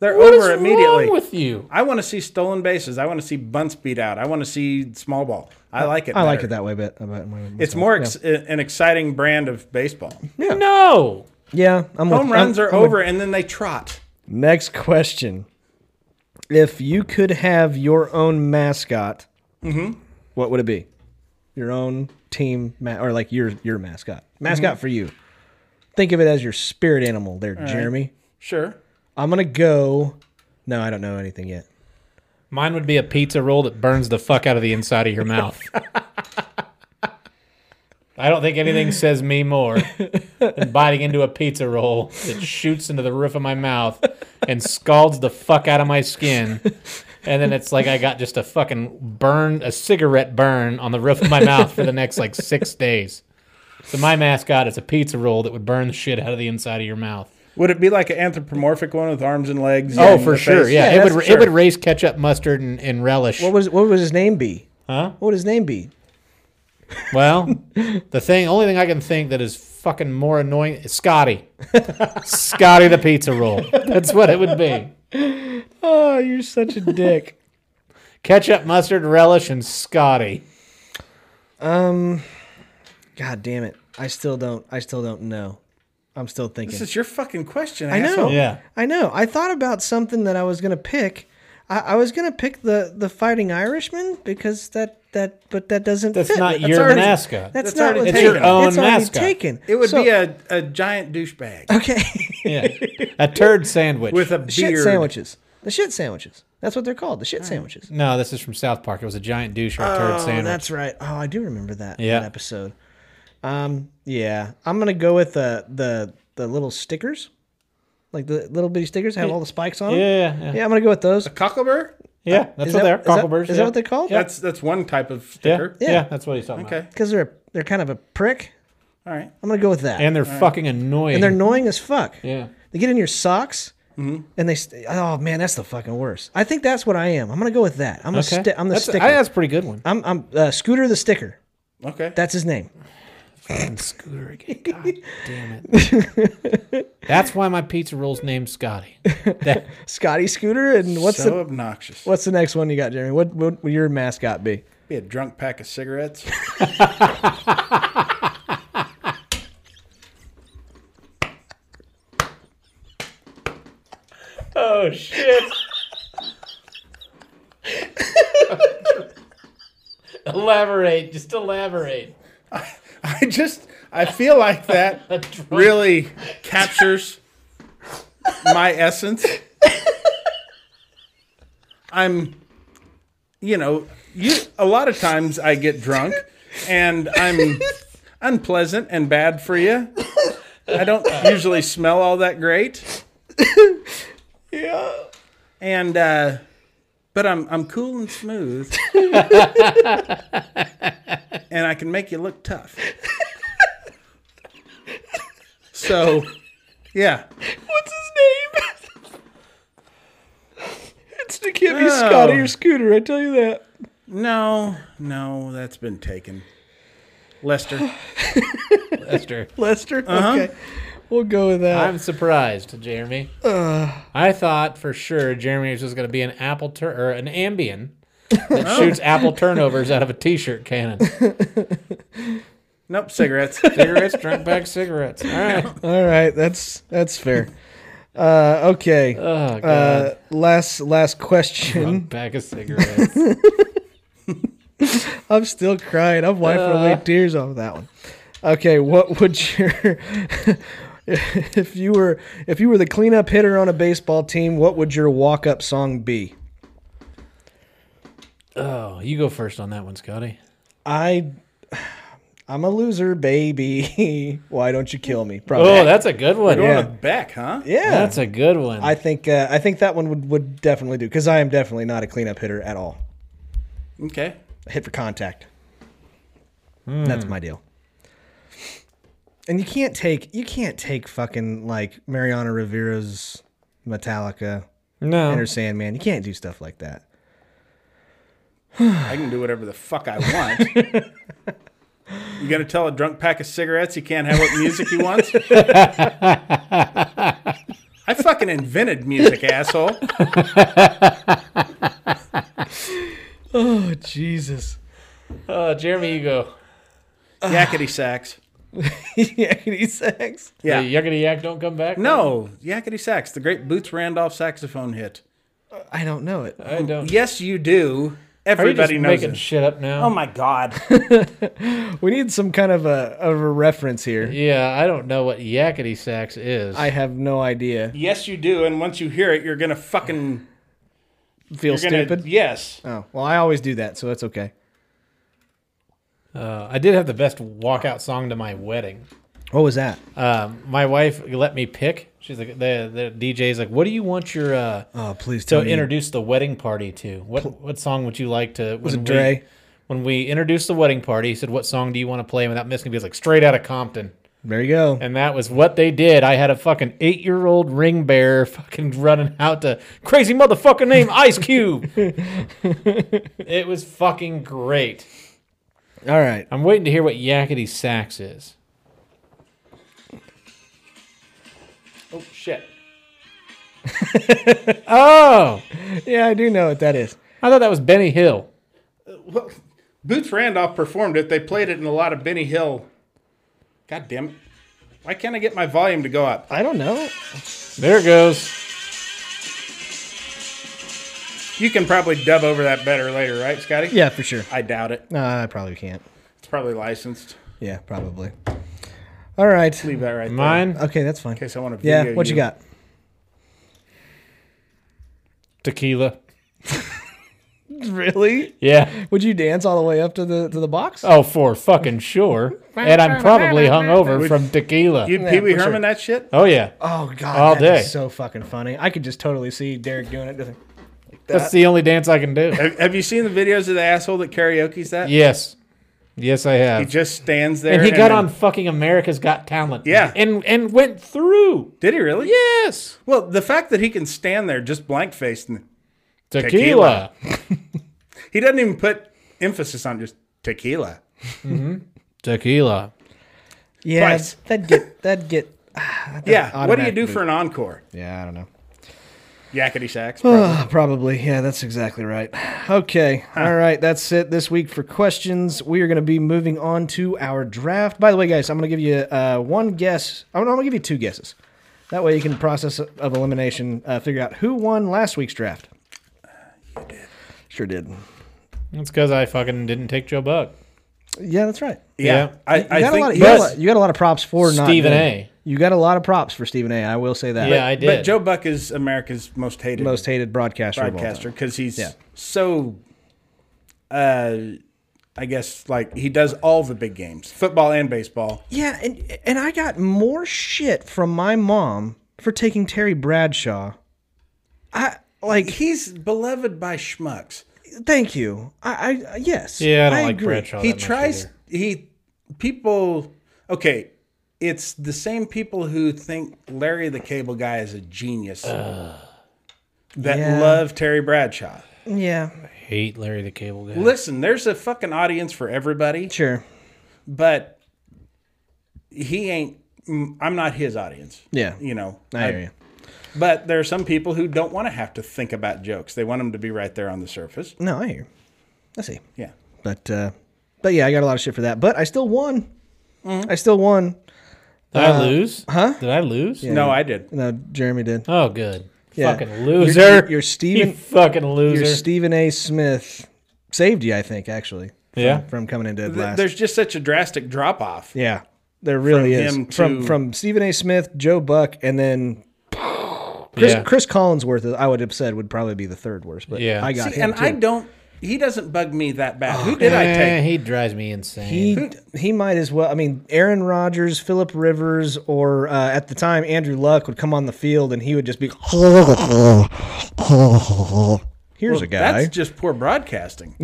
B: they're
C: What is
B: over immediately.
C: wrong with you?
B: I want to see stolen bases. I want to see bunts beat out. I want to see small ball. I like it.
A: I like
B: better.
A: it that way, but but-
B: It's more ex- an exciting brand of baseball.
C: No.
A: Yeah, I'm with-
B: Home runs
A: I'm-
B: are
A: I'm with-
B: over, and then they trot.
A: Next question: If you could have your own mascot, what would it be? Your own team, ma- or like your your mascot, mascot for you. Think of it as your spirit animal, there, Jeremy.
B: Sure.
A: I'm gonna go. No, I don't know anything yet.
C: Mine would be a pizza roll that burns the fuck out of the inside of your mouth. I don't think anything says me more than biting into a pizza roll that shoots into the roof of my mouth and scalds the fuck out of my skin. And then it's like I got just a fucking burn, a cigarette burn on the roof of my mouth for the next like six days. So my mascot is a pizza roll that would burn the shit out of the inside of your mouth.
B: Would it be like an anthropomorphic one with arms and legs?
C: Oh,
B: and
C: for
B: the
C: sure.
B: face?
C: Yeah,
A: Yeah,
C: it
A: that's
C: would
A: for
C: it would
A: sure.
C: raise ketchup, mustard, and, and relish.
A: What was what would his name be?
C: Huh?
A: What would his name be?
C: Well, the thing, only thing I can think that is fucking more annoying is Scotty. Scotty the pizza roll. That's what it would be.
A: Oh, you're such a dick.
C: Ketchup, mustard, relish, and Scotty.
A: God damn it! I still don't. I still don't know. I'm still thinking.
B: This is your fucking question.
A: I know.
B: asshole.
C: Yeah.
A: I know. I thought about something that I was gonna pick. I, I was gonna pick the the Fighting Irishman because that that but that doesn't.
C: That's
A: fit.
C: not
A: That's
C: your
A: already-
C: mascot.
A: That's,
B: That's
A: not.
B: already
A: what's
B: It's your
A: taken.
C: own
A: It's already
C: mascot.
A: taken.
B: It would
A: So-
B: be a, a giant douchebag
A: okay.
C: Yeah. A turd sandwich.
B: with a
A: shit
B: beard.
A: sandwiches. The shit sandwiches. That's what they're called. The shit sandwiches.
C: no, this is from South Park. It was a giant douche or a turd
A: Oh,
C: sandwich.
A: that's right. Oh, I do remember that,
C: Yeah.
A: that episode. Um, yeah, I'm gonna go with the the the little stickers, like the little bitty stickers that have all the spikes on them.
C: Yeah, yeah, yeah.
A: I'm gonna go with those.
B: Cockleburr?
C: Yeah, that's
A: Is that-
C: what they are.
A: is that-
C: Cockleburrs.
A: Is
C: yeah.
A: that what they're called?
B: That's that's one type of
C: yeah.
B: sticker.
C: yeah.
A: Yeah.
C: that's what he's talking about.
B: Okay.
A: Because they're they're kind of a prick.
B: All right.
A: I'm gonna go with that.
C: And they're fucking annoying.
A: And they're annoying as fuck.
C: Yeah.
A: They get in your socks. And they, st- oh man, that's the fucking worst. I think that's what I am. I'm gonna go with that. I'm gonna
C: Okay.
A: sti- I'm the
C: that's,
A: sticker.
C: I, that's a pretty good one.
A: I'm I'm uh, Scooter the sticker.
B: Okay.
A: That's his name.
C: And Scooter again. God damn it. That's why my pizza roll's named Scotty. That-
A: Scotty Scooter. And what's
B: so
A: the
B: obnoxious.
A: what's the next one you got, Jeremy? What, what would your mascot be?
B: Be a drunk pack of cigarettes.
C: oh shit. elaborate, just elaborate.
B: I just I feel like that really captures my essence. I'm you know, you a lot of times I get drunk and I'm unpleasant and bad for you. I don't usually smell all that great. Yeah. And uh but I'm I'm cool and smooth. and I can make you look tough. so, yeah.
A: What's his name? it's it can't be
B: Oh.
A: Scotty or Scooter. I tell you that.
B: No, no, that's been taken. Lester.
C: Lester.
A: Lester. Okay, we'll go with that.
C: I'm surprised, Jeremy.
A: Uh.
C: I thought for sure Jeremy was just going to be an apple tur- or an Ambien that
A: Oh.
C: shoots apple turnovers out of a t-shirt cannon.
B: Nope, cigarettes.
C: cigarettes, drunk back cigarettes. All right.
A: All right, that's that's fair. Uh, okay.
C: Oh god.
A: Uh, last last question.
C: drunk bag of cigarettes.
A: I'm still crying. I'm wiping
C: Uh.
A: away tears off that one. Okay, what would your if you were if you were the cleanup hitter on a baseball team? What would your walk up song be?
C: oh, you go first on that one, Scotty.
A: I I'm a loser, baby. Why don't you kill me? Probably.
C: Oh, that's a good one.
B: Going
C: Yeah.
B: with Beck, huh?
A: yeah.
C: That's a good one.
A: I think uh, I think that one would, would definitely do because I am definitely not a cleanup hitter at all.
B: Okay.
A: hit for contact. That's my deal. And you can't take you can't take fucking like Mariana Rivera's Metallica
C: no.
A: Enter Sandman. You can't do stuff like that.
B: I can do whatever the fuck I want. You gonna tell a drunk pack of cigarettes he can't have what music he wants? I fucking invented music, asshole.
A: Oh Jesus.
C: Oh, Jeremy, you go.
B: Yakety sacks.
A: Yakety sax.
C: Yeah.
B: Yeah.
C: yuckity yak, don't come back.
B: No, Yakety Sax, the great Boots Randolph saxophone hit.
A: I don't know it.
C: I don't.
B: Yes, you do.
C: Oh. Are you just
B: Everybody knows
C: making
B: it.
C: shit up now?
B: Oh my god.
A: We need some kind of a of a reference here.
C: Yeah, I don't know what yakety sax is.
A: I have no idea.
B: yes, you do. And once you hear it, you're gonna fucking.
A: Feel
B: You're gonna,
A: stupid.
B: Yes.
A: Oh well, I always do that, so it's okay.
C: Uh, I did have the best walkout song to my wedding.
A: What was that?
C: Um, my wife let me pick. She's like the the DJ's like, "What do you want your uh,
A: Oh please
C: to
B: Um,
A: tell me.
C: introduce the wedding party to? What what song would you like to?" Was
A: it Dre?
C: when we introduced the wedding party, he said, "What song do you want to play?" Without missing a beat, it's like straight out of Compton,
A: There you go.
C: and that was what they did. I had a fucking eight-year-old ring bearer fucking running out to crazy motherfucker name Ice Cube. it was fucking great.
A: All right.
C: I'm waiting to hear what Yakety Sax is. Oh shit! oh,
A: Yeah, I do know what that is.
C: I thought that was Benny Hill.
B: Well, Boots Randolph performed it. They played it in a lot of Benny Hill. God damn it. Why can't I get my volume to go up?
A: I don't know.
C: There it goes.
B: You can probably dub over that better later, right, Scotty?
A: Yeah, for sure.
B: I doubt it.
A: No, I probably can't.
B: It's probably licensed.
A: Yeah, probably. All right.
B: Leave that right there.
C: Mine
A: Okay, that's fine.
B: In case I want to
A: Yeah,
B: video
A: what you got?
C: tequila.
A: Really?
C: Yeah.
A: Would you dance all the way up to the to the box?
C: Oh, for fucking sure. And I'm probably hungover from tequila.
B: You Pee Wee
A: for sure.
B: Herman that shit?
C: Oh yeah.
A: Oh god,
C: All
A: that is
C: day.
A: so fucking funny. I could just totally see Derek doing it. doesn't-
C: That's the only dance I can do.
B: Have, have you seen the videos of the asshole that karaoke's that?
C: Yes. Yes, I
B: He
C: have.
B: just stands there.
C: And he got
B: then-
C: on fucking America's Got Talent.
B: Yeah.
C: And and went through.
B: Did he really?
C: Yes.
B: Well, the fact that he can stand there just blank faced and
C: Tequila.
B: he doesn't even put emphasis on just tequila.
C: Tequila.
A: Yeah,
B: Twice.
A: that'd get that'd get.
B: Yeah. What do you do
A: automatically.
B: for an encore?
A: Yeah, I don't know.
B: Yakety sax. probably.
A: Uh, Probably. Yeah, that's exactly right. Okay. All right. That's it this week for questions. We are going to be moving on to our draft. By the way, guys, I'm going to give you uh, one guess. I'm going to give you two guesses. That way you can process of elimination, uh, figure out who won last week's draft. You did. Sure did.
C: That's because I fucking didn't take Joe Buck.
A: Yeah, that's right.
B: yeah.
C: yeah.
B: I,
A: You
B: I
A: got, a
B: think
A: lot of, you,
B: he-
A: got a
C: Yes.
A: lot, you got a lot of props for not
C: Stephen
A: doing-
C: A.
A: You got a lot of props for Stephen A. I will say that.
C: Yeah, I did.
B: But Joe Buck is America's most hated
A: most hated broadcaster. of all time.
B: broadcaster because he's
A: Yeah.
B: so. Uh, I guess like he does all the big games, football and baseball.
A: Yeah, and and I got more shit from my mom for taking Terry Bradshaw. I like
B: He's beloved by schmucks.
A: thank you. I, I yes.
C: Yeah, I don't like
A: Oh,
C: Bradshaw.
B: he
C: that much
B: tries.
C: either.
B: He people. Okay, it's the same people who think Larry the Cable Guy is a genius that
A: Yeah.
B: love Terry Bradshaw.
A: Yeah,
C: Hate Larry the Cable Guy.
B: Listen, there's a fucking audience for everybody.
A: sure.
B: but he ain't mm, i'm not his audience
A: Yeah.
B: you know
A: I hear you.
B: but there are some people who don't want to have to think about jokes they want them to be right there on the surface
A: No, I hear you. I see.
B: yeah
A: But uh but yeah, I got a lot of shit for that. But I still won.
C: Mm-hmm.
A: I still won.
C: Did I lose? Huh? Did I lose?
B: no i did
A: No, Jeremy did.
C: Oh, good.
A: Yeah.
C: Fucking
A: You're-
C: loser.
A: you're- you're
C: You
A: Steven-
C: fucking
A: Your
C: loser.
A: Stephen A. Smith saved you, I think, actually. from-
C: Yeah.
A: From coming in dead
B: Th-
A: last.
B: there's just such a drastic drop off
A: Yeah, there really is.
B: him
A: from
B: to-
A: from Stephen A. Smith, Joe Buck, and then Chris,
C: Yeah.
A: Chris Collinsworth. I would have said would probably be the third worst, but
C: Yeah.
A: I got him
B: and i
A: too. Oh,
B: don't he doesn't bug me that bad who did i
C: Eh,
B: take
C: he drives me insane.
A: he he might as well. I mean, Aaron Rodgers, Philip Rivers, or uh, at the time Andrew Luck would come on the field and he would just be. Here's a guy.
B: that's just poor broadcasting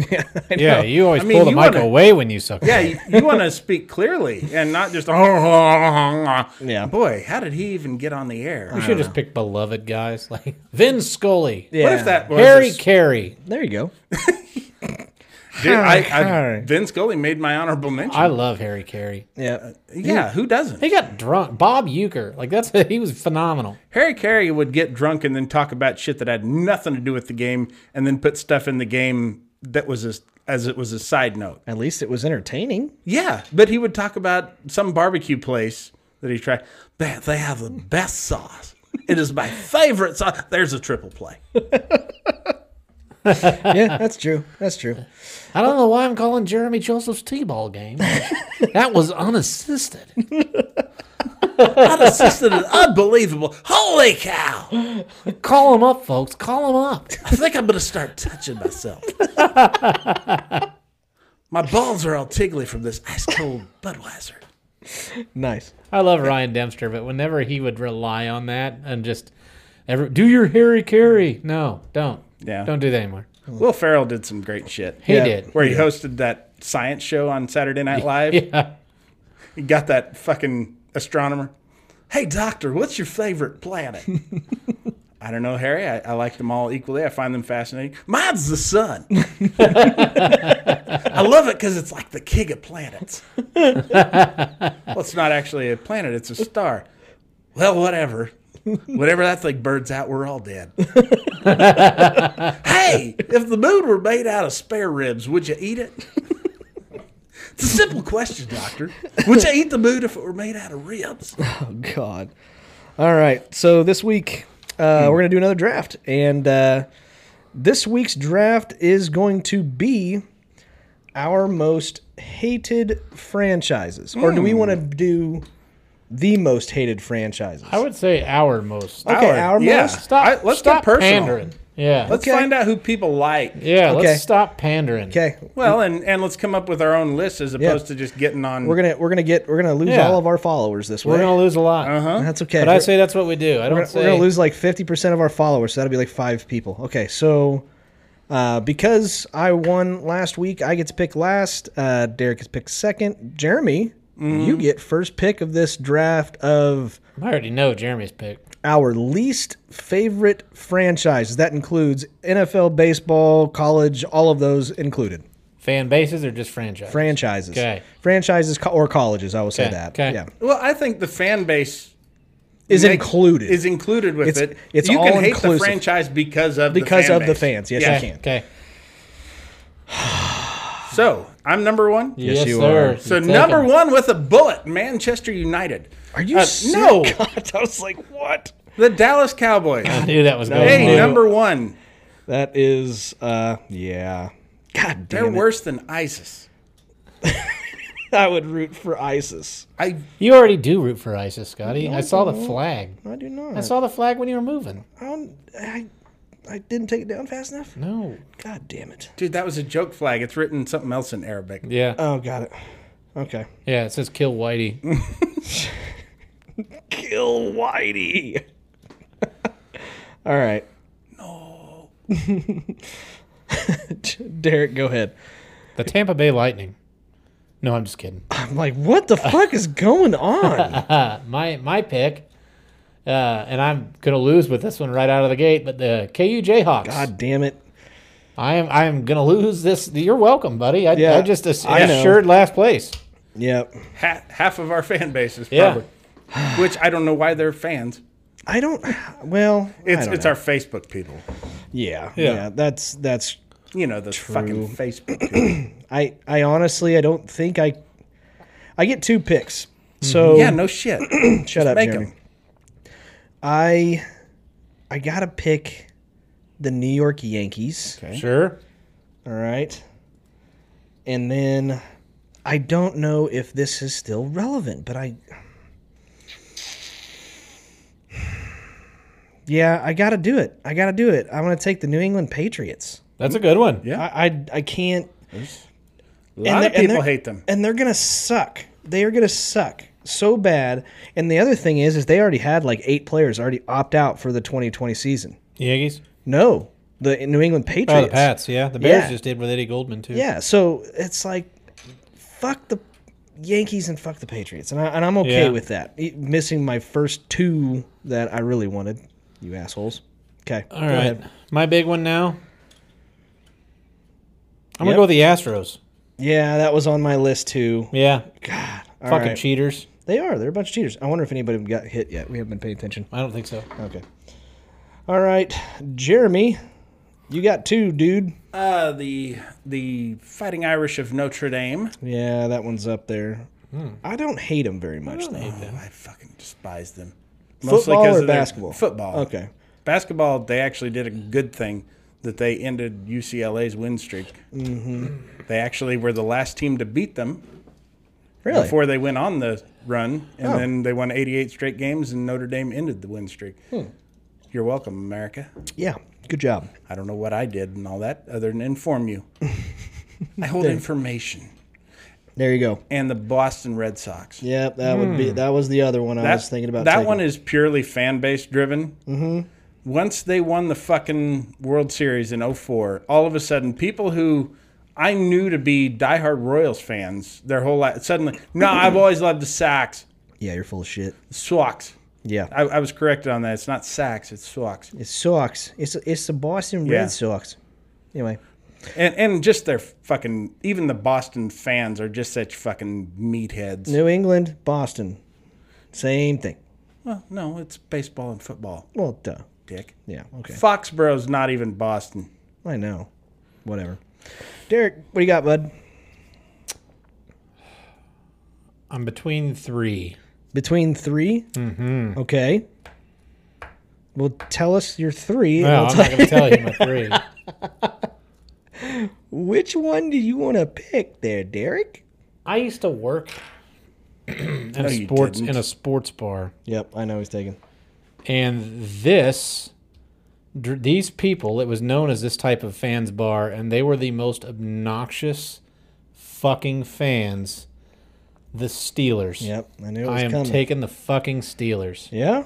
C: yeah, you always
B: I mean,
C: pull the
B: you
C: mic
B: wanna-
C: away when you suck.
B: yeah
C: it.
B: you, you want to speak clearly and not just "Oh, yeah oh, boy how did he even get on the
A: Uh,
B: air
C: you should just pick beloved guys like Vin Scully,
A: Yeah.
B: what if that was a
C: Harry Carey.
A: There you go.
B: Dude, I, I,
A: Harry.
B: Vin Scully made my honorable mention.
C: I love Harry Carey.
A: Yeah.
B: yeah, who doesn't?
C: He got drunk. Bob Euchre, like that's he was phenomenal.
B: Harry Carey would get drunk and then talk about shit that had nothing to do with the game, and then put stuff in the game that was as, as it was a side note.
A: At least it was entertaining.
B: Yeah, but he would talk about some barbecue place that he tried. Man, they have the best sauce. It is my favorite sauce. There's a triple play.
A: yeah, that's true. That's true.
C: I don't know why I'm calling Jeremy Joseph's T-ball game. that was unassisted.
B: Unassisted and unbelievable. Holy cow!
C: Call him up, folks. Call him up.
B: I think I'm gonna start touching myself. My balls are all tingly from this ice cold Budweiser.
A: Nice.
C: I love Ryan Dempster, but whenever he would rely on that and just every, do your Harry Carey. No, don't.
B: Yeah.
C: Don't do that anymore.
B: Will Ferrell did some great shit.
C: He
A: Yeah.
C: did.
B: Where he hosted that science show on Saturday Night Live.
C: Yeah.
B: He got that fucking astronomer. Hey, doctor, what's your favorite planet? I don't know, Harry. I, I like them all equally. I find them fascinating. Mine's the sun. I love it because it's like the king of planets. well, it's not actually a planet, it's a star. Well, whatever. Whatever that thing burns out, we're all dead. hey, if the moon were made out of spare ribs, would you eat it? It's a simple question, Doctor. Would you eat the moon if it were made out of ribs?
A: God. All right. So this week uh, we're gonna do another draft, and uh, this week's draft is going to be our most hated franchises, or do we want to
C: Hmm.
A: do the most hated franchises?
C: I would say our most.
A: Okay,
B: Our-
A: our
B: yeah.
A: most?
C: Stop.
B: I- let's
C: stop
B: get personal.
C: pandering. Yeah.
B: Let's
A: Okay.
B: find out who people like.
C: yeah.
A: Okay.
C: Let's stop pandering.
A: Okay,
B: Well, and, and let's come up with our own list as opposed to just getting on.
A: we're gonna we're gonna get we're gonna lose
C: Yeah.
A: all of our followers this way.
C: We're gonna lose a lot.
A: That's Uh-huh. okay.
C: But I say that's what we do. I don't
A: we're,
C: say
A: we're gonna lose like fifty percent of our followers, so that'll be like five people. Okay, so uh, because I won last week, I get to pick last. Uh, Derek gets picked second. Jeremy,
C: Mm-hmm.
A: you get first pick of this draft of
C: I already know Jeremy's pick.
A: our least favorite franchises. That includes NFL, baseball, college, all of those included.
C: Fan bases or just franchise?
A: Franchises,
C: Okay.
A: franchises co- or colleges. I will say
C: Okay,
A: that.
C: okay.
A: Yeah,
B: well, I think the fan base
A: is
B: make-
A: included.
B: is included with
A: It's-
B: it.
A: it's
B: you can
A: all
B: hate the
A: inclusive.
B: franchise because of
A: because
B: the fan
A: of the
B: base.
A: fans. Yes,
B: Yeah.
A: you can.
C: Okay.
B: So I'm number one.
C: Yes,
A: you
C: sir.
A: are.
C: You
B: So
C: take
B: number
C: 'em.
B: one with a bullet, Manchester United.
A: Are you
B: Uh,
A: sick?
B: no.
A: God, I was like, what?
B: The Dallas Cowboys.
C: I knew that was going.
B: hey,
C: on.
B: number one.
A: That is, uh, yeah. God
B: They're
A: damn it.
B: worse than ISIS.
A: I would root for ISIS.
B: I
C: You already do root for ISIS, Scotty. I saw the flag.
A: I do not.
C: I saw the flag when you were moving.
A: I, don't- I, I didn't take it down fast enough.
C: No.
A: God damn it.
B: dude, that was a joke flag. It's written something else in Arabic.
C: Yeah.
A: Oh, got it. Okay.
C: yeah. It says kill Whitey.
A: Kill Whitey. All right. No. Derek, go ahead.
C: the Tampa Bay Lightning. No, I'm just kidding. Uh,
A: I'm like, what the fuck is going on?
C: my my pick, uh, and I'm gonna lose with this one right out of the gate. But the KU Jayhawks.
A: God damn it.
C: I am I am gonna lose this. You're welcome, buddy. I,
A: Yeah,
C: I just ass-
A: I know.
C: assured last place.
A: Yep.
B: half, half of our fan base is
C: Yeah.
B: probably, which I don't know why they're fans.
A: I don't. Well,
B: It's
A: I don't
B: it's
A: know.
B: our Facebook people.
A: yeah, yeah. Yeah. That's that's
B: You know those fucking Facebook people.
A: I I honestly I don't think I I get two picks. So
B: Mm-hmm. yeah, no shit.
A: shut up,
B: Make
A: Jeremy.
B: them.
A: I I gotta pick the New York Yankees.
C: Sure.
A: All right. And then I don't know if this is still relevant, but I Yeah, I gotta do it. I gotta do it. I'm gonna take the New England Patriots.
C: That's a good one. Yeah.
A: I I, I can't
B: A lot of
A: they-
B: people
A: they're-
B: hate them.
A: and they're gonna suck. They are gonna suck so bad. And the other thing is, is they already had like eight players already opt out for the 2020 season.
C: Yankees.
A: No, the New England Patriots.
C: Oh, the Pats. Yeah. The Bears
A: Yeah.
C: just did with Eddie Goldman too.
A: Yeah, so it's like, fuck the Yankees and fuck the Patriots, and, I, and I'm okay
C: Yeah.
A: with that. E- Missing my first two that I really wanted, you assholes. Okay,
C: All right. My big one now. I'm
A: Yep.
C: gonna go with the Astros.
A: Yeah, that was on my list too.
C: Yeah.
A: God, all
C: Fucking
A: right.
C: cheaters.
A: They are. They're a bunch of cheaters. I wonder if anybody got hit yet. We haven't been paying attention.
C: I don't think so.
A: Okay. All right, Jeremy, you got two, dude.
B: Uh, the the Fighting Irish of Notre Dame.
A: Yeah, that one's up there. I don't hate him very much though.
B: Oh, Hmm. I fucking despise them.
A: Football
B: 'cause
A: or
B: of their-
A: basketball?
B: Football.
A: Okay.
B: Basketball. They actually did a good thing that they ended UCLA's win streak. Mm-hmm. They actually were the last team to beat them
A: Really?
B: before they went on the run, and
A: Oh.
B: then they won 88 straight games, and Notre Dame ended the win streak.
A: Hmm.
B: You're welcome, America.
A: yeah. Good job.
B: I don't know what I did and all that, other than inform you. I hold information.
A: There you go.
B: And the Boston Red Sox.
A: Yep, that would be that was the other one I was thinking about.
B: Hmm. That
A: taking.
B: one is purely fan base driven. Mm-hmm. once they won the fucking World Series in 04, all of a sudden, people who I knew to be diehard Royals fans their whole life suddenly, no, I've always loved the Sox.
A: Yeah, you're full of shit.
B: Sox.
A: Yeah.
B: I, I was corrected on that. It's not Sox, it's Sox.
A: It sucks. It's it's the Boston
B: Yeah.
A: Red Sox. Anyway,
B: And, and just their fucking, even the Boston fans are just such fucking meatheads.
A: New England, Boston, same thing.
B: Well, no, it's baseball and football,
A: Well, duh.
B: dick.
A: Yeah. Okay.
B: Foxborough's not even Boston.
A: I know. Whatever. Derek, what do you got, bud?
C: I'm between three.
A: Between 3 Mm-hmm. Okay. Well, tell us your three. and
C: No,
A: we'll
C: I'm
A: tell-
C: not going to tell you my three.
A: which one do you want to pick there, Derek?
C: I used to work in a
B: you
C: sports
B: didn't.
C: in a sports bar,
A: Yep, I know he's taking.
C: and this dr- these people it was known as this type of fans bar, and they were the most obnoxious fucking fans. The Steelers.
A: Yep, I knew it was
C: I am
A: coming.
C: taking the fucking Steelers.
A: yeah?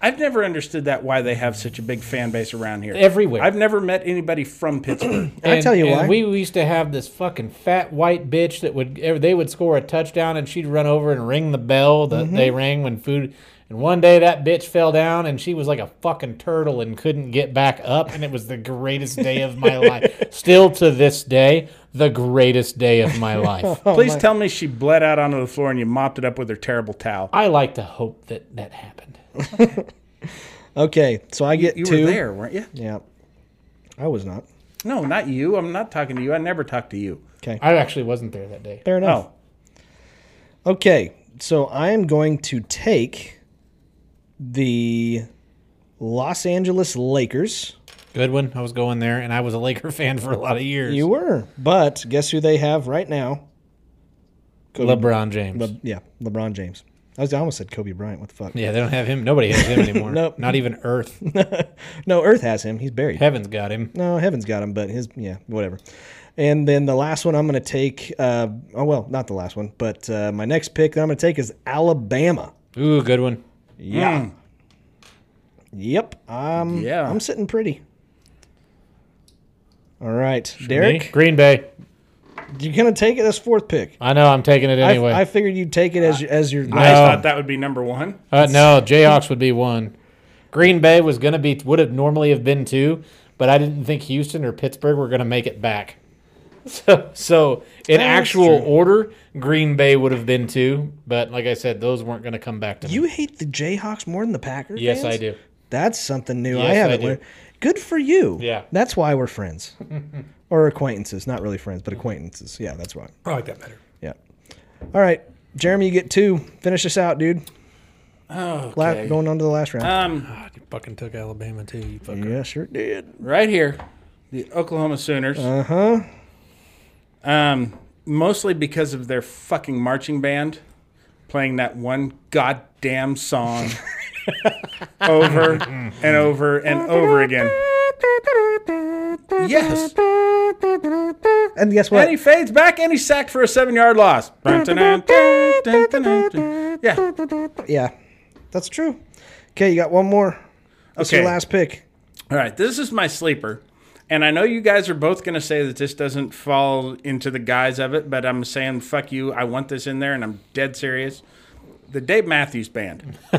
B: I've never understood that why they have such a big fan base around here.
C: Everywhere. Oh,
B: I've never met anybody from Pittsburgh.
A: I tell you
C: and
A: why.
C: We used to have this fucking fat white bitch that would ev- they would score a touchdown and she'd run over and ring the bell that
A: Mm-hmm.
C: they rang when food. And one day that bitch fell down and she was like a fucking turtle and couldn't get back up and it was the greatest day of my life. Still to this day, the greatest day of my life.
B: Please tell me she bled out onto the floor and you mopped it up with her terrible towel.
C: I like to hope that that happened.
A: Okay, so I get
B: You
A: two.
B: were there, weren't you?
A: Yeah. I was not.
B: No, not you. I'm not talking to you. I never talk to you.
C: I actually wasn't there that day.
A: Fair enough.
B: Oh,
A: Oh, Okay, so I am going to take the Los Angeles Lakers.
C: Goodwin, I was going there and I was a Laker fan for a lot of years.
A: You were, but guess who they have right now?
C: LeBron James.
A: Le- yeah, LeBron James. I, was, I almost said Kobe Bryant. What the fuck?
C: yeah, they don't have him. Nobody has him anymore.
A: Nope.
C: Not even Earth.
A: No, Earth has him. He's buried.
C: Heaven's got him.
A: no, heaven's got him, but his yeah, whatever. And then the last one I'm going to take. Uh, oh well, not the last one, but uh, my next pick that I'm going to take is Alabama.
C: Ooh, good one.
A: Yeah. Yep. Um,
B: Yeah.
A: I'm sitting pretty. All right,
C: Me?
A: Derek,
C: Green Bay.
A: you're going to take it as fourth pick.
C: I know I'm taking it
A: I-
C: anyway.
A: I, figured you'd take it as as your.
B: I
A: last-
C: Oh.
B: thought that would be number one.
C: uh, no, Jayhawks would be one. Green Bay was gonna be would have normally have been two, but I didn't think Houston or Pittsburgh were gonna make it back. So, so in actual order, Green Bay would have been two, but like I said, those weren't gonna come back to me.
A: You hate the Jayhawks more than the Packers.
C: yes,
A: fans?
C: I do.
A: That's something new.
C: Yes,
A: I
C: I
A: haven't
C: do.
A: learned. Good for you.
C: Yeah.
A: That's why we're friends. or acquaintances. Not really friends, but acquaintances. Yeah, that's right.
C: I like that better.
A: Yeah. All right. Jeremy, you get two. Finish this out, dude. Oh, going on to the last round.
B: Um,
C: Ah, You fucking took Alabama too. You fucking
A: yeah, sure did.
B: right here, the Oklahoma Sooners.
A: Uh
C: Uh-huh.
A: huh.
B: Um, mostly because of their fucking marching band playing that one goddamn song over and over and over again. Yes.
A: And guess
B: And
A: what?
B: he fades back and he's sacked for a seven yard loss. Yeah.
A: yeah, that's true. Okay, you got one more. That's
B: Okay.
A: your last pick.
B: All right, this is my sleeper. And I know you guys are both going to say that this doesn't fall into the guise of it, but I'm saying, fuck you. I want this in there, and I'm dead serious. The Dave Matthews Band.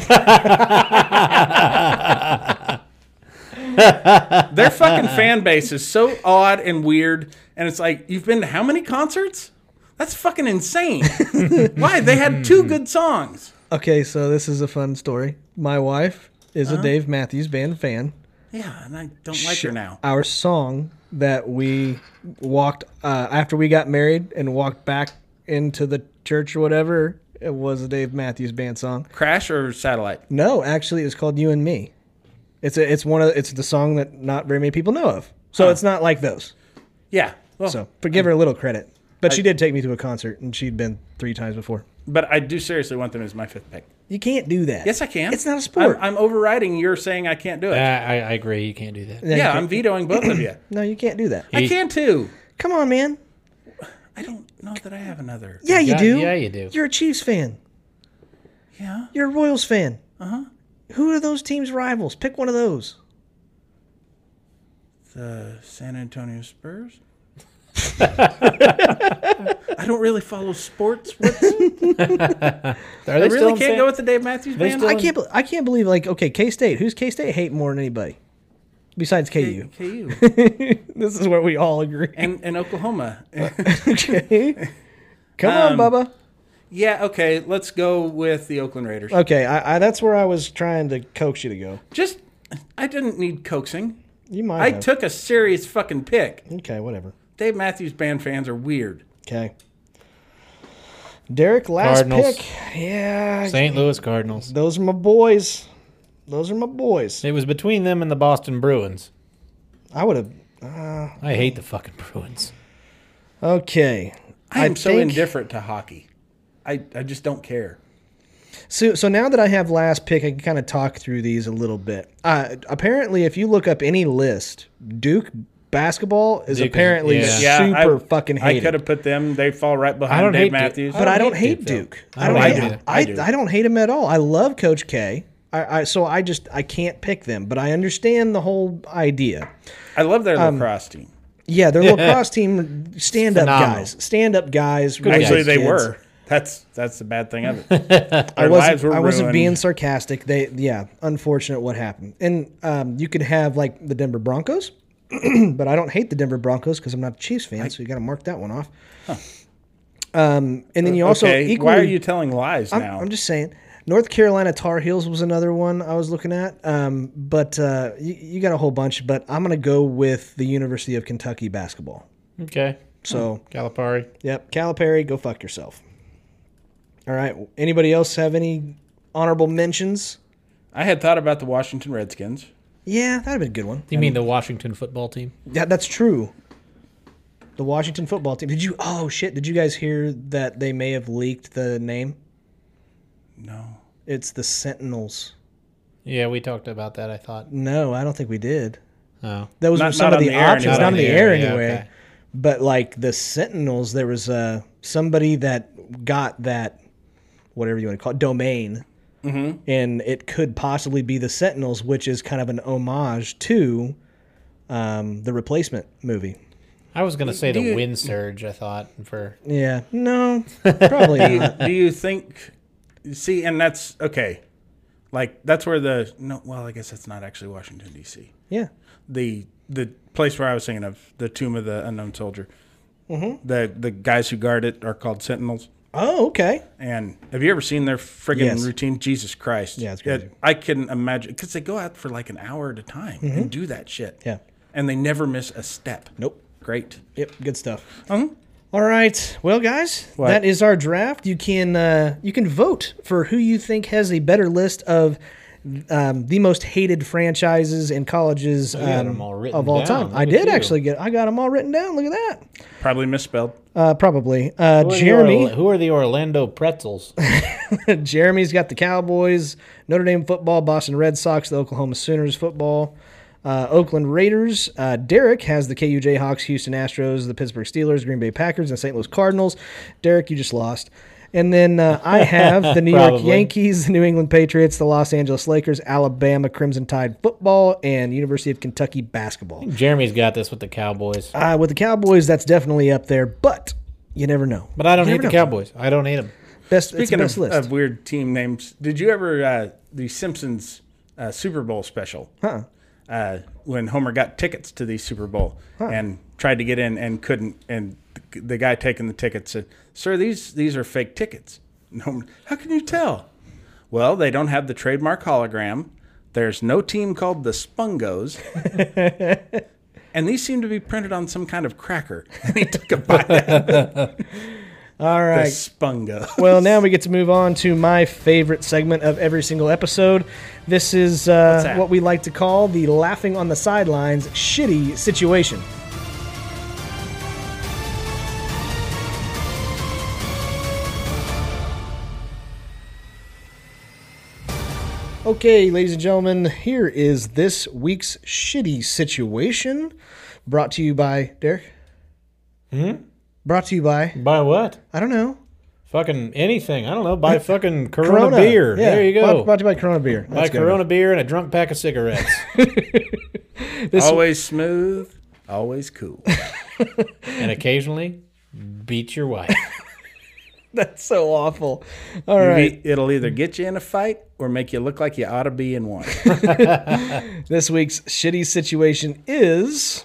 B: Their fucking fan base is so odd and weird. And it's like, you've been to how many concerts? That's fucking insane. Why? They had two good songs.
A: Okay, so this is a fun story. My wife is a Dave Matthews Band fan.
B: Yeah, and I don't like her now.
A: Our song that we walked uh, after we got married and walked back into the church or whatever, it was a Dave Matthews Band song.
B: Crash or Satellite?
A: No, actually, it's called "You and Me." It's a, it's one of it's the song that not very many people know of. So it's not like those.
B: Yeah. Well,
A: So, but give her a little credit. But she did take me to a concert, and she'd been three times before.
B: But I do seriously want them as my fifth pick.
A: You can't do that.
B: Yes, I can.
A: It's not a sport.
B: I'm, I'm overriding your saying I can't do it.
C: Uh, I, I, I agree. You can't do that.
A: you
B: yeah,
A: can't.
B: I'm vetoing both of you.
A: no, you can't do that.
B: I can too.
A: Come on, man.
B: I don't know that I have another.
A: Yeah, you
C: Yeah,
A: do.
C: yeah, you do.
A: You're a Chiefs fan.
B: Yeah. Uh-huh.
A: You're a Royals fan. Uh huh. Who are those teams' rivals? Pick one of those.
B: the San Antonio Spurs. I don't really follow sports. What,
C: Are
B: I
C: they still
B: really
C: in
B: can't
C: San-
B: go with the Dave Matthews
F: They
B: Band.
F: still
B: I
A: I can't. be- I can't believe like okay, K State. Who's K State hate more than anybody? Besides KU,
B: can't- KU
A: this is where we all agree.
B: and, and Oklahoma.
A: okay, come
B: Um,
A: on, Bubba.
B: yeah, okay. Let's go with the Oakland Raiders.
A: Okay, I, I, that's where I was trying to coax you to go.
B: Just, I didn't need coaxing.
A: You might.
B: I
A: have.
B: took a serious fucking pick.
A: okay, whatever.
B: Dave Matthews Band fans are weird.
A: Okay. Derek, last
C: Cardinals.
A: pick. Yeah,
C: St. Louis Cardinals.
A: those are my boys. Those are my boys.
C: It was between them and the Boston Bruins.
A: I would have.
C: I hate the fucking Bruins.
A: Okay.
B: I am so
A: think-
B: indifferent to hockey. I, I just don't care.
A: So, so now that I have last pick, I can kind of talk through these a little bit. Uh, apparently, if you look up any list, Duke basketball is
C: Duke is-
A: apparently
C: yeah.
B: Yeah,
A: super
B: I,
A: fucking
B: I could
A: hated.
B: have put them. They fall right behind
C: don't hate
B: Dave
C: Duke.
B: Matthews.
A: but I don't hate
C: though.
A: Duke. I don't, hate,
C: him.
A: I,
B: I do.
A: I don't hate him at all. I love Coach K. I, I so I just I can't pick them, but I understand the whole idea.
B: I love their
A: Um,
B: lacrosse team.
A: Yeah, their lacrosse team stand up
C: Phenomenal.
A: guys, stand up guys. really
B: Actually,
A: good
B: they
A: kids.
B: were. That's that's the bad thing of it.
A: I
B: Their
A: wasn't.
B: lives were
A: I wasn't
B: ruined.
A: being sarcastic. They, yeah, unfortunate what happened. And um, you could have like the Denver Broncos, but I don't hate the Denver Broncos because I'm not a Chiefs fan. so you got to mark that one off. Um, and then you also
B: Uh, okay,
A: equally.
B: why are you telling lies
A: I'm,
B: now?
A: I'm just saying. North Carolina Tar Heels was another one I was looking at, um, but uh, you, you got a whole bunch. But I'm gonna go with the University of Kentucky basketball.
C: Okay.
A: So
B: Hmm.
C: Calipari.
A: Yep, Calipari, go fuck yourself. All right. Anybody else have any honorable mentions?
B: I had thought about the Washington Redskins.
A: Yeah, that'd have been a good one.
C: You mean the Washington football team?
A: Yeah, that's true. The Washington football team. Did you? Oh shit! Did you guys hear that they may have leaked the name?
B: No,
A: It's the Sentinels.
C: Yeah, we talked about that, I thought.
A: No, I don't think we did.
C: Oh.
A: Those
B: Not-
A: were some
B: not
A: of
B: on
A: the,
B: the air
A: options.
B: anyway.
A: Not on the air,
C: yeah,
A: anyway.
C: okay.
A: But like the Sentinels, there was uh, somebody that got that whatever you want to call it, domain,
B: Mm-hmm.
A: and it could possibly be the Sentinels, which is kind of an homage to um, the replacement movie.
C: I was going to say the wind surge, I thought, for
A: Yeah, no, probably not.
B: do you think? See, and that's okay. Like that's where the no. Well, I guess that's not actually Washington D.C.
A: Yeah,
B: the the place where I was thinking of, the tomb of the unknown soldier. Mm-hmm. The the guys who guard it are called sentinels.
A: oh okay.
B: And have you ever seen their friggin'
A: Yes.
B: routine? Jesus Christ!
A: Yeah, it's crazy.
B: It- I couldn't imagine because they go out for like an hour at a time and do that shit.
A: Mm-hmm. Yeah.
B: and they never miss a step.
A: Nope.
B: Great.
A: Yep, good stuff.
B: Uh-huh.
C: Um,
A: All right, well, guys,
B: What?
A: that is our draft. You can uh, you can vote for who you think has a better list of um, the most hated franchises and colleges
C: got
A: um,
C: 'em all written
A: of all
C: down.
A: time.
C: Look
A: I
C: at
A: did
C: you.
A: actually get I got them all written down. Look at that.
B: Probably misspelled.
A: Uh, probably uh,
C: Who are the
A: Jeremy.
C: Orla- who are the Orlando Pretzels?
A: Jeremy's got the Cowboys, Notre Dame football, Boston Red Sox, the Oklahoma Sooners football, uh, Oakland Raiders. Uh, Derek has the KU Jayhawks, Houston Astros, the Pittsburgh Steelers, Green Bay Packers, and St. Louis Cardinals. Derek, you just lost. And then uh, I have the New York
C: Probably.
A: Yankees, the New England Patriots, the Los Angeles Lakers, Alabama Crimson Tide football, and University of Kentucky basketball.
C: Jeremy's got this with the Cowboys.
A: Uh, with the Cowboys, that's definitely up there, but you never know.
C: But I don't
A: You
C: hate
A: never
C: the
A: know.
C: Cowboys. I don't hate them.
A: Best, it's the
B: Speaking
A: best
B: of,
A: list.
B: of weird team names, did you ever uh, the Simpsons uh, Super Bowl special? Huh. Uh, when Homer got tickets to the Super Bowl and tried to get in and couldn't, and the, the guy taking the tickets said, "Sir, these these are fake tickets." And Homer, how can you tell? Well, they don't have the trademark hologram. There's no team called the Spungos. And these seem to be printed on some kind of cracker. And he took a bite out of
A: All
B: the
A: right.
B: Spungo.
A: Well, now we get to move on to my favorite segment of every single episode. This is uh,
B: that?
A: what we like to call the laughing on the sidelines shitty situation. Okay, ladies and gentlemen, here is this week's shitty situation brought to you by Derek. Hmm? Brought to you by,
C: By what?
A: I don't know.
C: Fucking anything. I don't know. Buy fucking Corona,
A: Corona.
C: beer.
A: Yeah.
C: There you go.
A: Brought, brought to you by Corona beer.
C: buy
A: That's good.
C: Corona beer and a drunk pack of cigarettes.
B: always smooth, always cool.
C: and occasionally beat your wife.
A: That's so awful. All right.
B: It'll either get you in a fight or make you look like you ought to be in one.
A: This week's shitty situation is.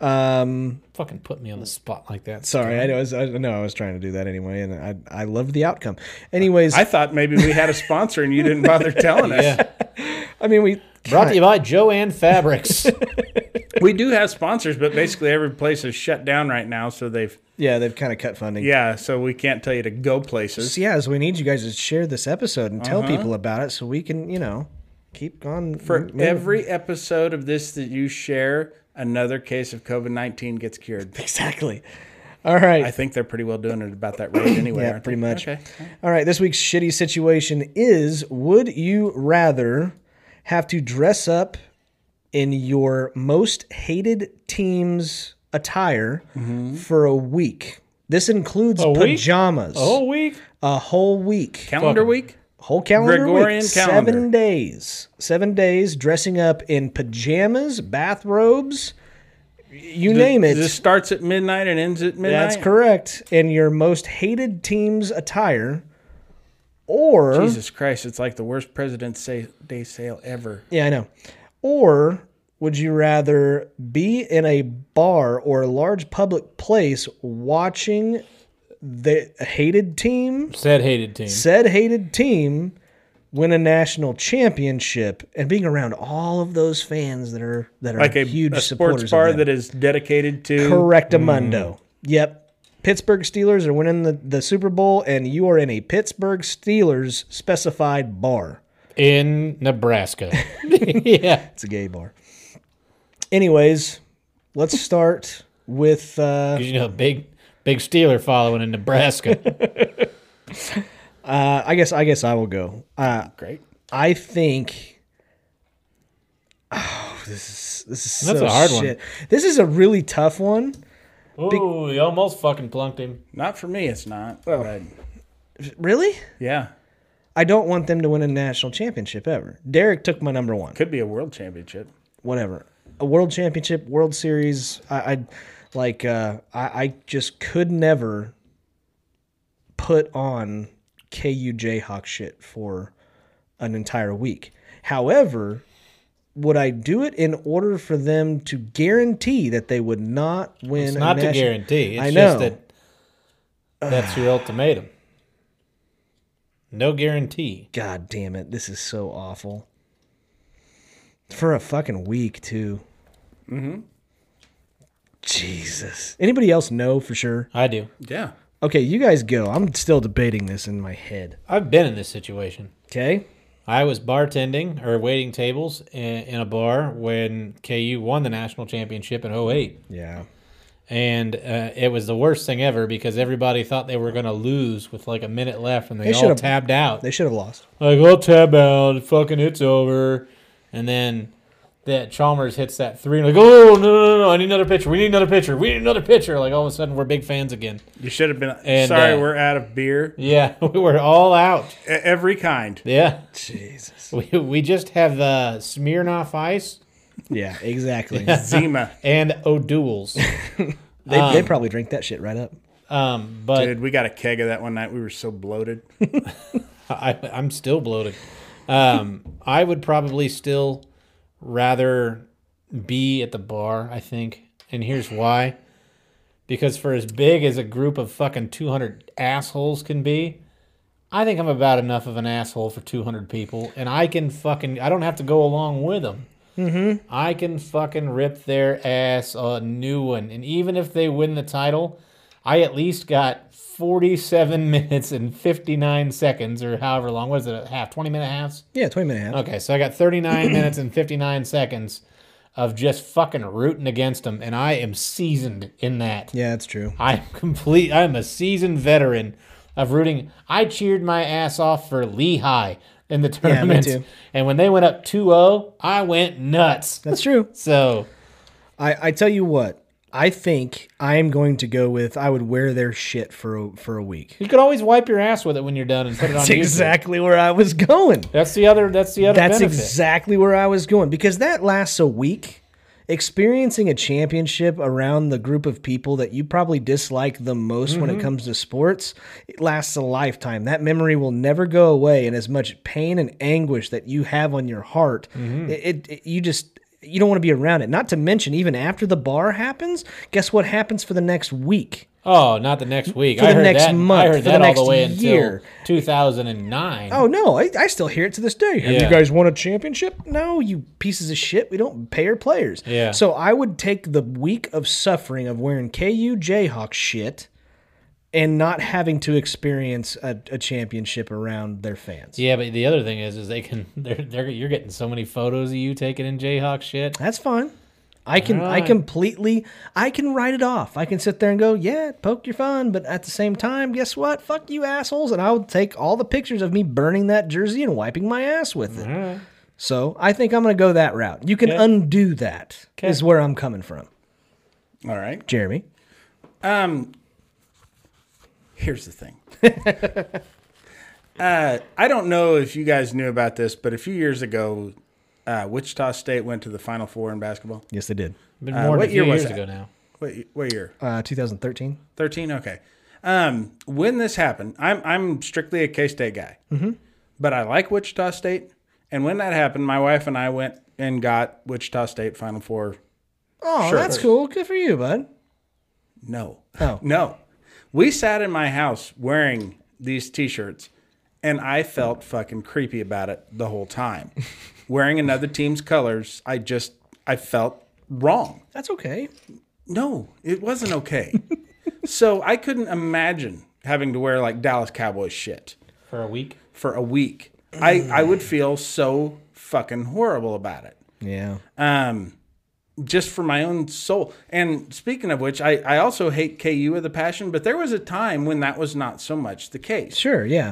A: Um,
C: fucking put me on the spot like that.
A: sorry, I know. I, was, I know I was trying to do that anyway, and I I loved the outcome. Anyways,
B: I
A: I,
B: thought maybe we had a sponsor and you didn't bother telling us.
C: Yeah.
A: mean, we
C: Brought to you by Joanne Fabrics.
B: We do have sponsors, but basically every place is shut down right now, so they've
A: yeah, they've kind of cut funding.
B: yeah, so we can't tell you to go places.
A: So yeah, so we need you guys to share this episode and tell people about it, so we can you know keep on
B: For
A: m- moving.
B: every episode of this that you share, another case of COVID nineteen gets cured.
A: exactly. All right.
B: I think they're pretty well doing it about that rate anyway.
A: Yeah,
B: aren't
A: pretty
B: they?
A: much.
B: Okay.
A: All right, this week's shitty situation is would you rather have to dress up in your most hated team's attire
B: Mm-hmm.
A: for a week? This includes
C: week?
A: pajamas.
C: Whole week.
A: A whole week.
B: Calendar week?
A: whole calendar
B: Gregorian
A: week.
B: calendar.
A: Seven days. Seven days dressing up in pajamas, bathrobes, you name it.
B: This starts at midnight and ends at midnight.
A: That's correct. In your most hated team's attire, or
B: Jesus Christ, it's like the worst President's Sa- Day sale ever.
A: yeah, I know. Or would you rather be in a bar or a large public place watching the hated team,
C: Said hated team.
B: Mm-hmm.
A: said hated team, win a national championship and being around all of those fans that are that are
B: Like a,
A: huge
B: a
A: supporters
B: sports
A: of
B: bar
A: them?
B: that is dedicated to.
A: Correctamundo.
C: Mm.
A: Yep. Pittsburgh Steelers are winning the, the Super Bowl, and you are in a Pittsburgh Steelers specified bar.
C: In Nebraska. yeah.
A: It's a gay bar. Anyways, let's start with. Uh,
C: 'Cause you know, big big Steeler following in Nebraska.
A: I guess. I guess I will go. Uh,
B: Great.
A: I think. Oh, this is this is
C: That's
A: so
C: a hard one.
A: shit. This is a really tough one.
C: Ooh, he almost fucking plunked him.
B: Not for me, it's not.
A: Oh.
B: but
A: Really,
B: yeah,
A: I don't want them to win a national championship ever. Derek took my number one.
B: could be a world championship.
A: whatever a world championship world series i, I like uh I, I just could never put on ku jayhawk shit for an entire week however would i do it in order for them to guarantee that they would not win
C: It's
A: a
C: not to
A: national-
C: guarantee. It's
A: I know.
C: just that that's your ultimatum. No guarantee.
A: god damn it this is so awful for a fucking week too mm-hmm jesus anybody else know for sure
C: I do.
B: Yeah.
A: Okay, you guys go. I'm still debating this in my head.
C: I've been in this situation.
A: Okay.
C: I was bartending or waiting tables i- in a bar when KU won the national championship in 08.
A: Yeah.
C: And uh, it was the worst thing ever because everybody thought they were going to lose with like a minute left and they,
A: They
C: all
A: should've-
C: tabbed out.
A: They should have lost.
C: like, I'll tab out. Fucking it's over. And then that Chalmers hits that three and like, oh, no, no, no, no. I need another pitcher. We need another pitcher. We need another pitcher. Like all of a sudden we're big fans again.
B: You should have been.
C: And,
B: sorry,
C: uh,
B: we're out of beer. E-
C: Yeah, we were all out.
B: Every kind.
C: Yeah.
A: Jesus.
C: We, we just have uh, Smirnoff Ice
A: Yeah, exactly.
B: Zima.
C: and O'Doul's.
A: They, they probably drink that shit right up.
C: Um, but
B: Dude, we got a keg of that one night. We were so bloated.
C: I, I'm still bloated. Um, I would probably still rather be at the bar, I think. And here's why. Because for as big as a group of fucking 200 assholes can be, I think I'm about enough of an asshole for 200 people. And I can fucking, I don't have to go along with them. Mm-hmm. I can fucking rip their ass a new one. And even if they win the title, I at least got 47 minutes and 59 seconds, or however long. What is it? A half? 20 minute halves?
A: Yeah, 20 minute half.
C: Okay, so I got 39 minutes and 59 seconds of just fucking rooting against them, and I am seasoned in that.
A: Yeah, that's true.
C: I'm complete. I'm a seasoned veteran of rooting. I cheered my ass off for Lehigh in the
A: Yeah, me
C: tournament,
A: too.
C: and when they went up 2-0, I went nuts.
A: That's true.
C: So
A: I, I tell you what, I think I am going to go with I would wear their shit for a, for a week.
C: You could always wipe your ass with it when you're done and put it on
A: That's
C: YouTube.
A: exactly where I was going.
C: That's the other. That's the other.
A: That's
C: benefit.
A: exactly where I was going because that lasts a week. Experiencing a championship around the group of people that you probably dislike the most when it comes to sports, it lasts a lifetime. That memory will never go away, and as much pain and anguish that you have on your heart, it, it, it- you just you don't want to be around it. Not to mention, even after the bar happens, guess what happens for the next week?
C: Oh, not the next week.
A: For
C: I
A: the
C: heard
A: next
C: that,
A: month,
C: I heard
A: for the
C: that
A: next
C: all the way
A: year.
C: until 2009.
A: Oh no, I, I still hear it to this day. Have you
C: Yeah.
A: guys won a championship? No, you pieces of shit. We don't pay our players.
C: Yeah.
A: So I would take the week of suffering of wearing KU Jayhawk shit and not having to experience a, a championship around their fans.
C: Yeah, but the other thing is, is they can. They're, they're you're getting so many photos of you taking in Jayhawk shit.
A: That's fine. I can I
C: Alright.
A: completely I can write it off. I can sit there and go, yeah, poke your fun, but at the same time, guess what? Fuck you assholes, and I will take all the pictures of me burning that jersey and wiping my ass with it. So I think I'm gonna go that route. You can undo that. Is where I'm coming from.
B: All right.
A: Jeremy.
B: Um, here's the thing. uh, I don't know if you guys knew about this, but a few years ago, uh, Wichita State went to the Final Four in basketball.
A: Yes, they did.
C: Been
B: Uh,
C: more
B: what
C: than a
B: year
C: few
B: was
C: years
B: that?
C: ago now.
B: What, y- what year?
A: Uh, 2013.
B: 13 okay um when this happened i'm i'm strictly a k-state guy mm-hmm. but i like wichita state and when that happened my wife and i went and got wichita state final four
A: Oh,
B: Sure.
A: that's cool. Good for you, bud.
B: no
A: Oh.
B: no we sat in my house wearing these t-shirts and i felt fucking creepy about it the whole time wearing another team's colors i just i felt wrong
A: That's okay.
B: No, it wasn't okay. so I couldn't imagine having to wear like Dallas Cowboys shit
C: For a week.
B: for a week. I, I would feel so fucking horrible about it.
A: Yeah.
B: Um, just for my own soul. And speaking of which, I, I also hate KU with a passion, but there was a time when that was not so much the case.
A: Sure. Yeah.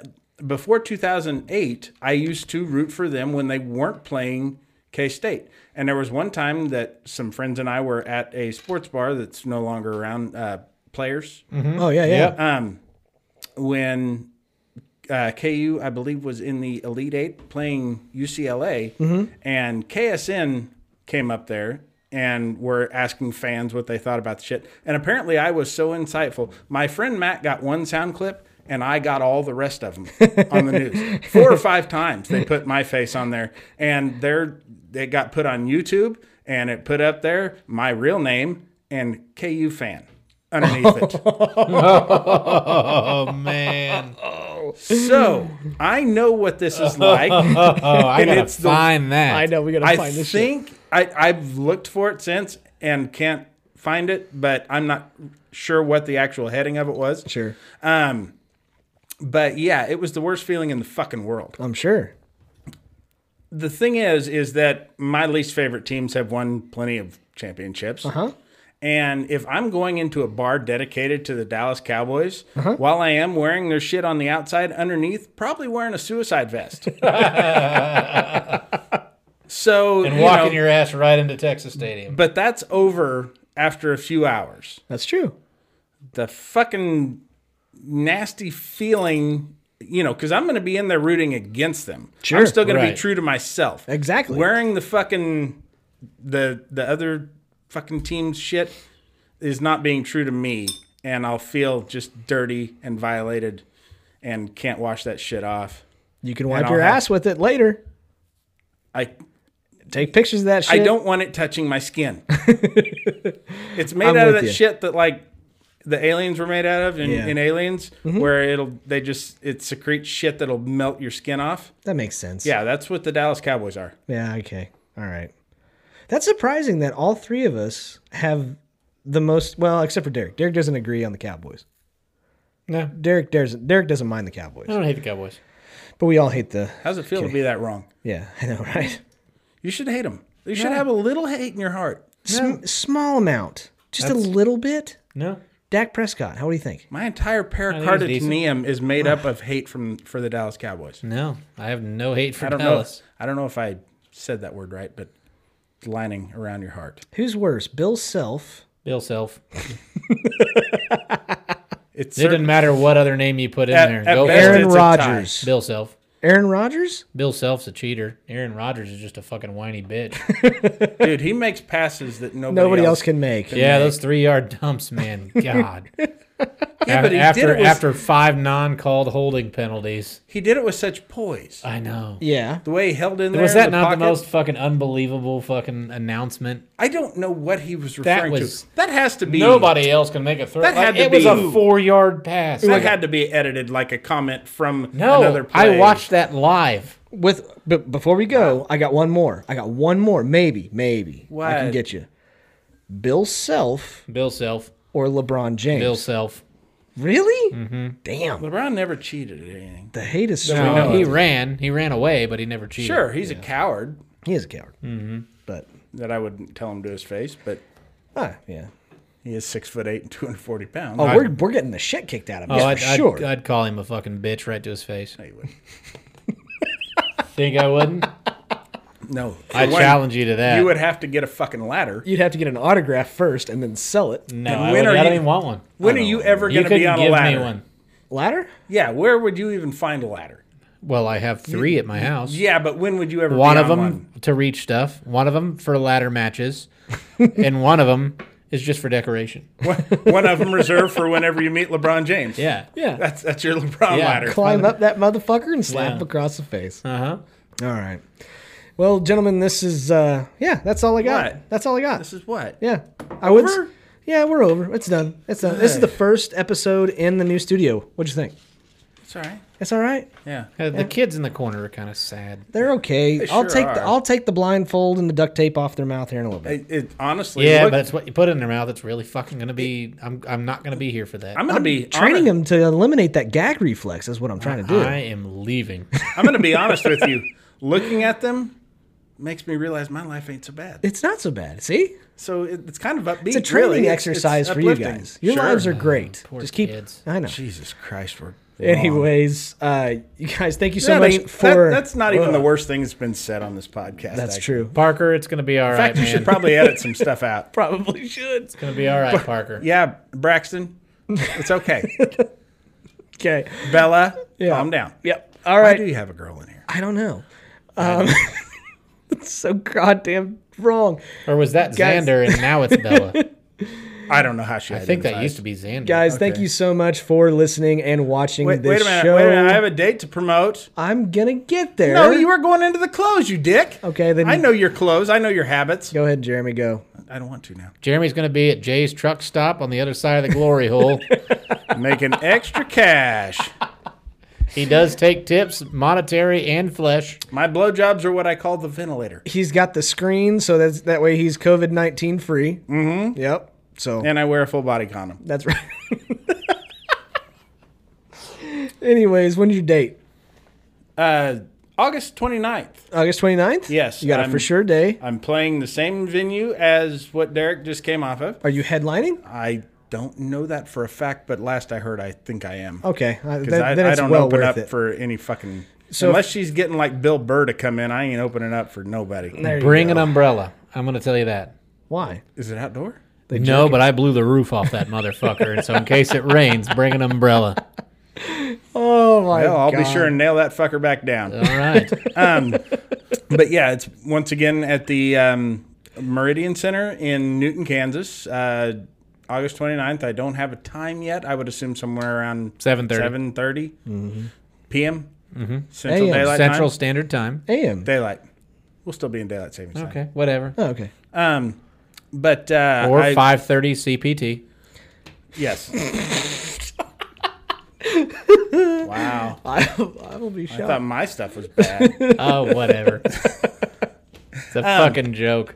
B: Uh, before 2008, I used to root for them when they weren't playing K State. And there was one time that some friends and I were at a sports bar that's no longer around, uh, Players,
A: oh yeah. Yeah.
B: when uh, KU, I believe, was in the Elite Eight playing UCLA, and KSN came up there and were asking fans what they thought about the shit. And apparently, I was so insightful. My friend Matt got one sound clip. And I got all the rest of them on the news. Four or five times they put my face on there, and they're, they got put on YouTube, and it put up there my real name and KU fan underneath it.
C: Oh man.
B: So I know what this is like.
C: Oh, I
B: And
C: gotta
B: it's the-
C: find that.
A: I know we gotta
B: I
A: find this. shit.
B: think I, I've looked for it since and can't find it, but I'm not sure what the actual heading of it was.
A: Sure.
B: Um, but yeah, it was the worst feeling in the fucking world.
A: I'm sure.
B: The thing is, is that my least favorite teams have won plenty of championships. Uh-huh. And if I'm going into a bar dedicated to the Dallas Cowboys,
C: Uh-huh.
B: while I am wearing their shit on the outside underneath, probably wearing a suicide vest. so
C: And
B: you
C: walking
B: know,
C: your ass right into Texas Stadium.
B: but that's over after a few hours.
A: That's true.
B: The fucking nasty feeling, you know, because I'm going to be in there rooting against them.
A: Sure,
B: I'm still going to be
C: right.
B: true to myself.
A: Exactly.
B: Wearing the fucking the the other fucking team's shit is not being true to me, and I'll feel just dirty and violated, and can't wash that shit off.
A: You can wipe
B: I'll
A: your
B: have-
A: ass with it later.
B: I
A: Take pictures of that shit.
B: I don't want it touching my skin. it's made
A: I'm
B: out of
A: with
B: that
A: you.
B: shit that like the aliens were made out of in,
A: Yeah. Mm-hmm.
B: in Aliens, where it'll they just it secretes shit that'll melt your skin off.
A: That makes sense.
B: Yeah, that's what the Dallas Cowboys are.
A: Yeah, okay. All right. That's surprising that all three of us have the most well, except for Derek. Derek doesn't agree on the Cowboys.
C: No.
A: Derek doesn't Derek doesn't mind the Cowboys.
C: I don't hate the Cowboys.
A: But we all hate the
B: How's it feel to be that wrong?
A: Yeah, I know, right?
B: You should hate them. You should have a little hate in your heart.
A: Sm- small amount. Just a little bit.
C: No.
A: Dak Prescott, how do you think?
B: My entire
C: think it's decent.
B: pericardium is made up of hate from for the Dallas Cowboys.
C: No. I have no hate for
B: I don't
C: Dallas.
B: know. I don't know if I said that word right, but lining around your heart.
A: Who's worse, Bill Self
C: Bill Self.
B: It's
C: It doesn't matter what other name you put in
B: At-
C: there.
B: at
C: Go for
B: best,
C: it.
A: Aaron
B: It's a tie.
A: Rodgers.
C: Bill Self.
A: Aaron Rodgers?
C: Bill Self's a cheater. Aaron Rodgers is just a fucking whiny bitch.
B: dude. He makes passes that nobody,
A: Nobody else can make.
C: yeah, those three yard dumps, man. God. yeah,
B: but he did
C: after
B: it with-
C: after five non called holding penalties.
B: He did it with such poise.
C: I know.
A: Yeah.
B: The way he held in there.
C: was that
B: in
C: not
B: pocket,
C: the most fucking unbelievable fucking announcement?
B: I don't know what he was
C: That
B: referring
C: was-
B: to. That has to be
C: Nobody else can make a throw.
B: That
C: Like,
B: had to
C: it was
B: be-
C: a four yard pass.
B: That
C: Like,
B: had to be edited like a comment from another
C: no,
B: play.
C: I watched that live.
A: With but before we go, I got one more. I got one more. Maybe, maybe I can
B: What?
A: get you. Bill Self
C: Bill Self.
A: or LeBron James?
C: Bill Self.
A: Really? Damn,
B: LeBron never cheated at anything.
A: the hate is
C: No,
A: strong.
C: he ran. He ran away, but he never cheated.
B: Sure, he's a coward
A: He is a coward. Mm-hmm. But
B: that I wouldn't tell him to his face, but
A: ah, yeah.
B: he is six foot eight and two hundred forty pounds.
A: Oh, we're, we're getting the shit kicked out of us
C: Oh,
A: for
C: I'd, I'd-
A: sure.
C: I'd, call him a fucking bitch right to his face.
B: No, you wouldn't.
C: Think I wouldn't?
B: No,
C: I
B: For one,
C: challenge you to that.
B: You would have to get a fucking ladder.
A: You'd have to get an autograph first and then sell it.
C: no,
B: And
C: I,
B: when
C: would,
B: are
C: I don't
B: you-
C: even want one.
B: When are you ever
C: You
B: going to
C: couldn't
B: be on a
C: give
B: ladder?
C: me one.
A: Ladder?
B: Yeah, where would you even find a ladder?
C: Well, I have three at my house.
B: Yeah, but when would you ever
C: one
B: be
C: of
B: on
C: them
B: One?
C: to reach stuff. One of them for ladder matches, and one of them is just for decoration.
B: One, one of them reserved for whenever you meet LeBron James.
C: Yeah.
A: Yeah.
B: that's that's your LeBron
C: Yeah.
B: ladder.
A: Climb up that motherfucker and slap
C: Yeah.
A: him across the face.
C: Uh huh.
A: All right. Well, gentlemen, this is uh yeah, that's all I got.
B: What?
A: That's all I got.
B: This is what.
A: yeah. I would
B: Over?
A: Yeah, we're over. It's done. It's done. This is the first episode in the new studio. What'd you think?
B: It's all right.
A: It's all right.
B: Yeah.
C: Uh, The kids in the corner are kind of sad.
A: They're okay. I'll
B: sure
A: take the,
B: are.
A: I'll take the blindfold and the duct tape off their mouth here in a little bit.
B: It, it- honestly.
C: Yeah,
B: look-
C: but it's what you put in their mouth. It's really fucking gonna be. I'm. I'm not gonna be here for that.
B: I'm gonna be
A: Training
B: honest,
A: them to eliminate that gag reflex is what I'm trying to do.
C: I am leaving.
B: I'm gonna be honest with you. Looking at them makes me realize my life ain't so bad.
A: It's not so bad. See?
B: So it, it's kind of upbeat.
A: It's a training
B: really. It's-
A: exercise
B: it's
A: for you
B: uplifting.
A: guys. Your
B: Sure.
A: lives are great.
C: poor
A: Just keep.
C: kids.
A: I know.
B: Jesus Christ, we're
A: Anyways, uh, you guys, thank you so
B: That
A: much
B: ain't-
A: for.
B: that- that's not even
A: Ugh.
B: the worst thing that's been said on this podcast.
A: That's
B: actually.
A: true.
C: Parker, it's gonna be
B: In
C: all right,
B: fact, you
C: man.
B: should probably edit some stuff out.
A: Probably should.
C: It's gonna be all right, Parker.
B: Yeah, Braxton, it's okay.
A: Okay.
B: Bella,
A: Yeah.
B: calm down.
A: Yep. All
B: Why do
A: right.
B: you have a girl in here?
A: I don't know. Um, it's so goddamn wrong,
C: Or was that
A: Guys.
C: Xander and now it's Bella?
B: I don't know how she.
C: I think that used to be Xander.
A: guys. Thank you so much for listening and watching
B: Wait,
A: this
B: wait a minute.
A: show.
B: Wait a minute. I have a date to promote.
A: I'm gonna get there.
B: No, you were going into the clothes, you dick.
A: Okay, then-
B: I know your clothes. I know your habits.
A: Go ahead, Jeremy. Go.
B: I don't want to now.
C: Jeremy's gonna be at Jay's truck stop on the other side of the glory hole.
B: Making extra cash.
C: He does take tips, monetary and flesh.
B: My blowjobs are what I call the ventilator,
A: He's got the screen, so that's that way he's COVID nineteen free. Mm-hmm. Yep. So
B: and I wear a full body condom.
A: that's right. Anyways, when's your date?
B: Uh, August 29th.
A: August 29th?
B: Yes,
A: You got a
B: I'm-
A: for sure day.
B: I'm playing the same venue as what Derek just came off of.
A: Are you headlining?
B: I don't know that for a fact, but last I heard, I think I am.
A: Okay. I, then,
B: Because I,
A: then
B: I
A: it's
B: don't
A: well
B: open
A: worth
B: up
A: it.
B: for any fucking.
A: So-
B: unless she's getting like Bill Burr to come in, I ain't opening up for nobody.
A: There you
C: Bring
A: go.
C: an umbrella. I'm gonna tell you that.
A: Why?
B: Is it outdoor?
C: No, but I blew the roof off that motherfucker, and so in case it rains, bring an umbrella.
A: Oh my
B: Hell, I'll
A: god.
B: be sure and nail that fucker back down.
C: All right.
B: But yeah, it's once again at the um, Meridian Center in Newton, Kansas. Uh, August 29th. I don't have a time yet. I would assume somewhere around
C: 7:30.
B: 7:30
A: Mm-hmm.
B: p.m. Central
A: A.M.
B: Daylight
C: Mm-hmm. Central
B: Time.
C: Standard Time.
A: AM.
B: Daylight. We'll still be in daylight savings time.
C: Okay, whatever.
A: Oh, okay.
B: Um, but uh,
C: Or
B: I-
C: 5:30 CPT.
B: Yes. wow. I
A: I will be shocked.
B: thought my stuff was bad.
C: Oh, whatever. It's
B: Um,
C: a fucking joke.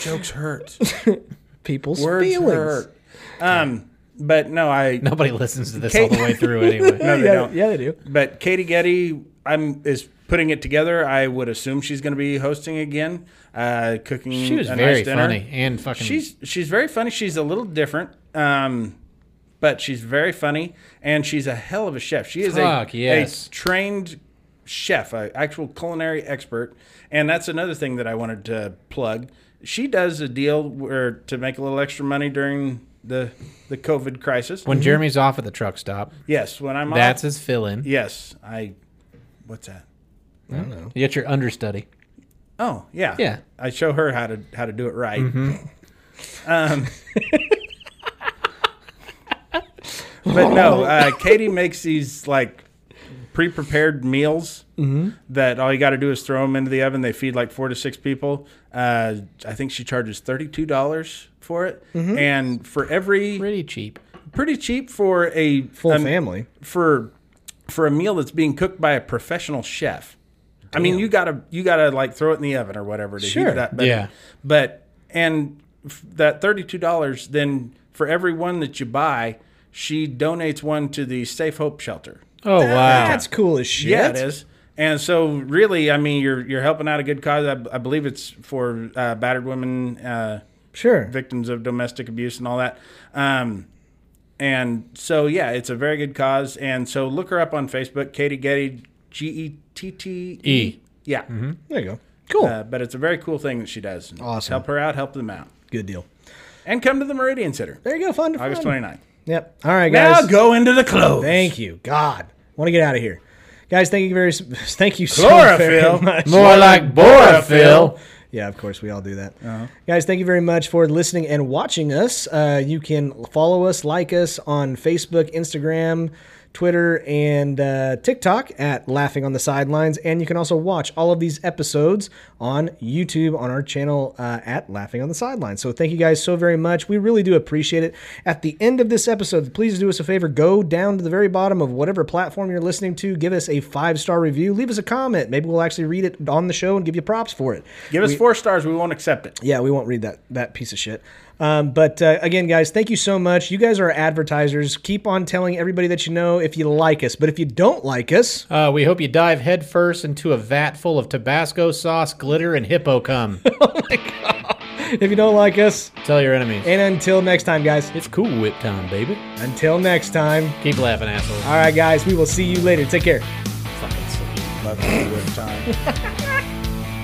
B: Jokes hurt.
A: People's
B: Words
A: feelings.
B: hurt. Um, but no, I.
C: Nobody listens to this all the way through anyway.
B: No, they
A: yeah,
B: don't.
A: yeah, they do.
B: But Katie Getty, I'm is putting it together. I would assume she's going to be hosting again. Uh, cooking.
C: She was
B: a
C: very
B: nice dinner.
C: funny and fucking.
B: She's she's very funny. She's a little different. Um, but she's very funny and she's a hell of a chef. She is
C: Fuck,
B: a,
C: yes.
B: a trained chef, an actual culinary expert. And that's another thing that I wanted to plug she does a deal where to make a little extra money during the the COVID crisis.
C: When Jeremy's off at the truck stop,
B: yes, when I'm
C: that's
B: off,
C: his fill in.
B: yes, I. What's that?
C: You get your understudy.
B: Oh yeah,
C: Yeah.
B: I show her how to how to do it right. Um, but no, uh, Katie makes these like pre-prepared meals that all you got to do is throw them into the oven. They feed like four to six people. Uh, I think she charges thirty-two dollars for it, and for every
C: Pretty cheap.
B: pretty cheap for a
A: Full
B: um,
A: family.
B: for for a meal that's being cooked by a professional chef. I mean, you gotta you gotta like throw it in the oven or whatever to heat
A: Sure.
B: it up. But,
C: Yeah.
B: But and f- that thirty two dollars, then for every one that you buy, she donates one to the Safe Hope Shelter.
C: Oh wow.
A: That's cool as shit.
B: Yeah, it is. And so, really, I mean, you're you're helping out a good cause. I, I believe it's for uh, battered women. Uh,
A: Sure.
B: victims of domestic abuse and all that. Um, and so, yeah, it's a very good cause. And so, look her up on Facebook, Katie Getty, G E T T
C: E.
B: Yeah.
A: There you go. Cool.
B: Uh, but it's a very cool thing that she does.
A: Awesome.
B: Help her out, help them out.
A: Good deal.
B: And come to the Meridian Center,
A: There you go. Fun. to
B: August
A: fun.
B: 29th.
A: Yep. All right,
B: Now
A: guys.
B: go into the clothes.
A: Thank you. God. Want to get out of here. Guys, thank you very thank you so
B: Chlorophyll.
A: very much.
C: More like Boraphil.
A: Yeah, of course, we all do that. Guys, thank you very much for listening and watching us. Uh, you can follow us, like us on Facebook, Instagram, Twitter, and uh, TikTok at Laughing on the Sidelines. And you can also watch all of these episodes on YouTube on our channel uh, at Laughing on the Sidelines. So thank you guys so very much. We really do appreciate it. At the end of this episode, please do us a favor go down to the very bottom of whatever platform you're listening to, give us a five star review, leave us a comment. Maybe we'll actually read it on the show and give you props for it.
B: Give us four stars. We won't accept it.
A: Yeah, we won't read that that piece of shit. Um, but uh, again, guys, thank you so much. You guys are advertisers. Keep on telling everybody that you know if you like us. But if you don't like us,
C: Uh, we hope you dive headfirst into a vat full of Tabasco sauce, glitter, and hippo cum.
A: if you don't like us,
C: Tell your enemies.
A: and until next time, guys.
C: It's cool whip time, baby.
A: Until next time.
C: Keep laughing, asshole.
A: All right, guys. We will see you later. Take care.
C: Fucking suck.
B: Love you, good time.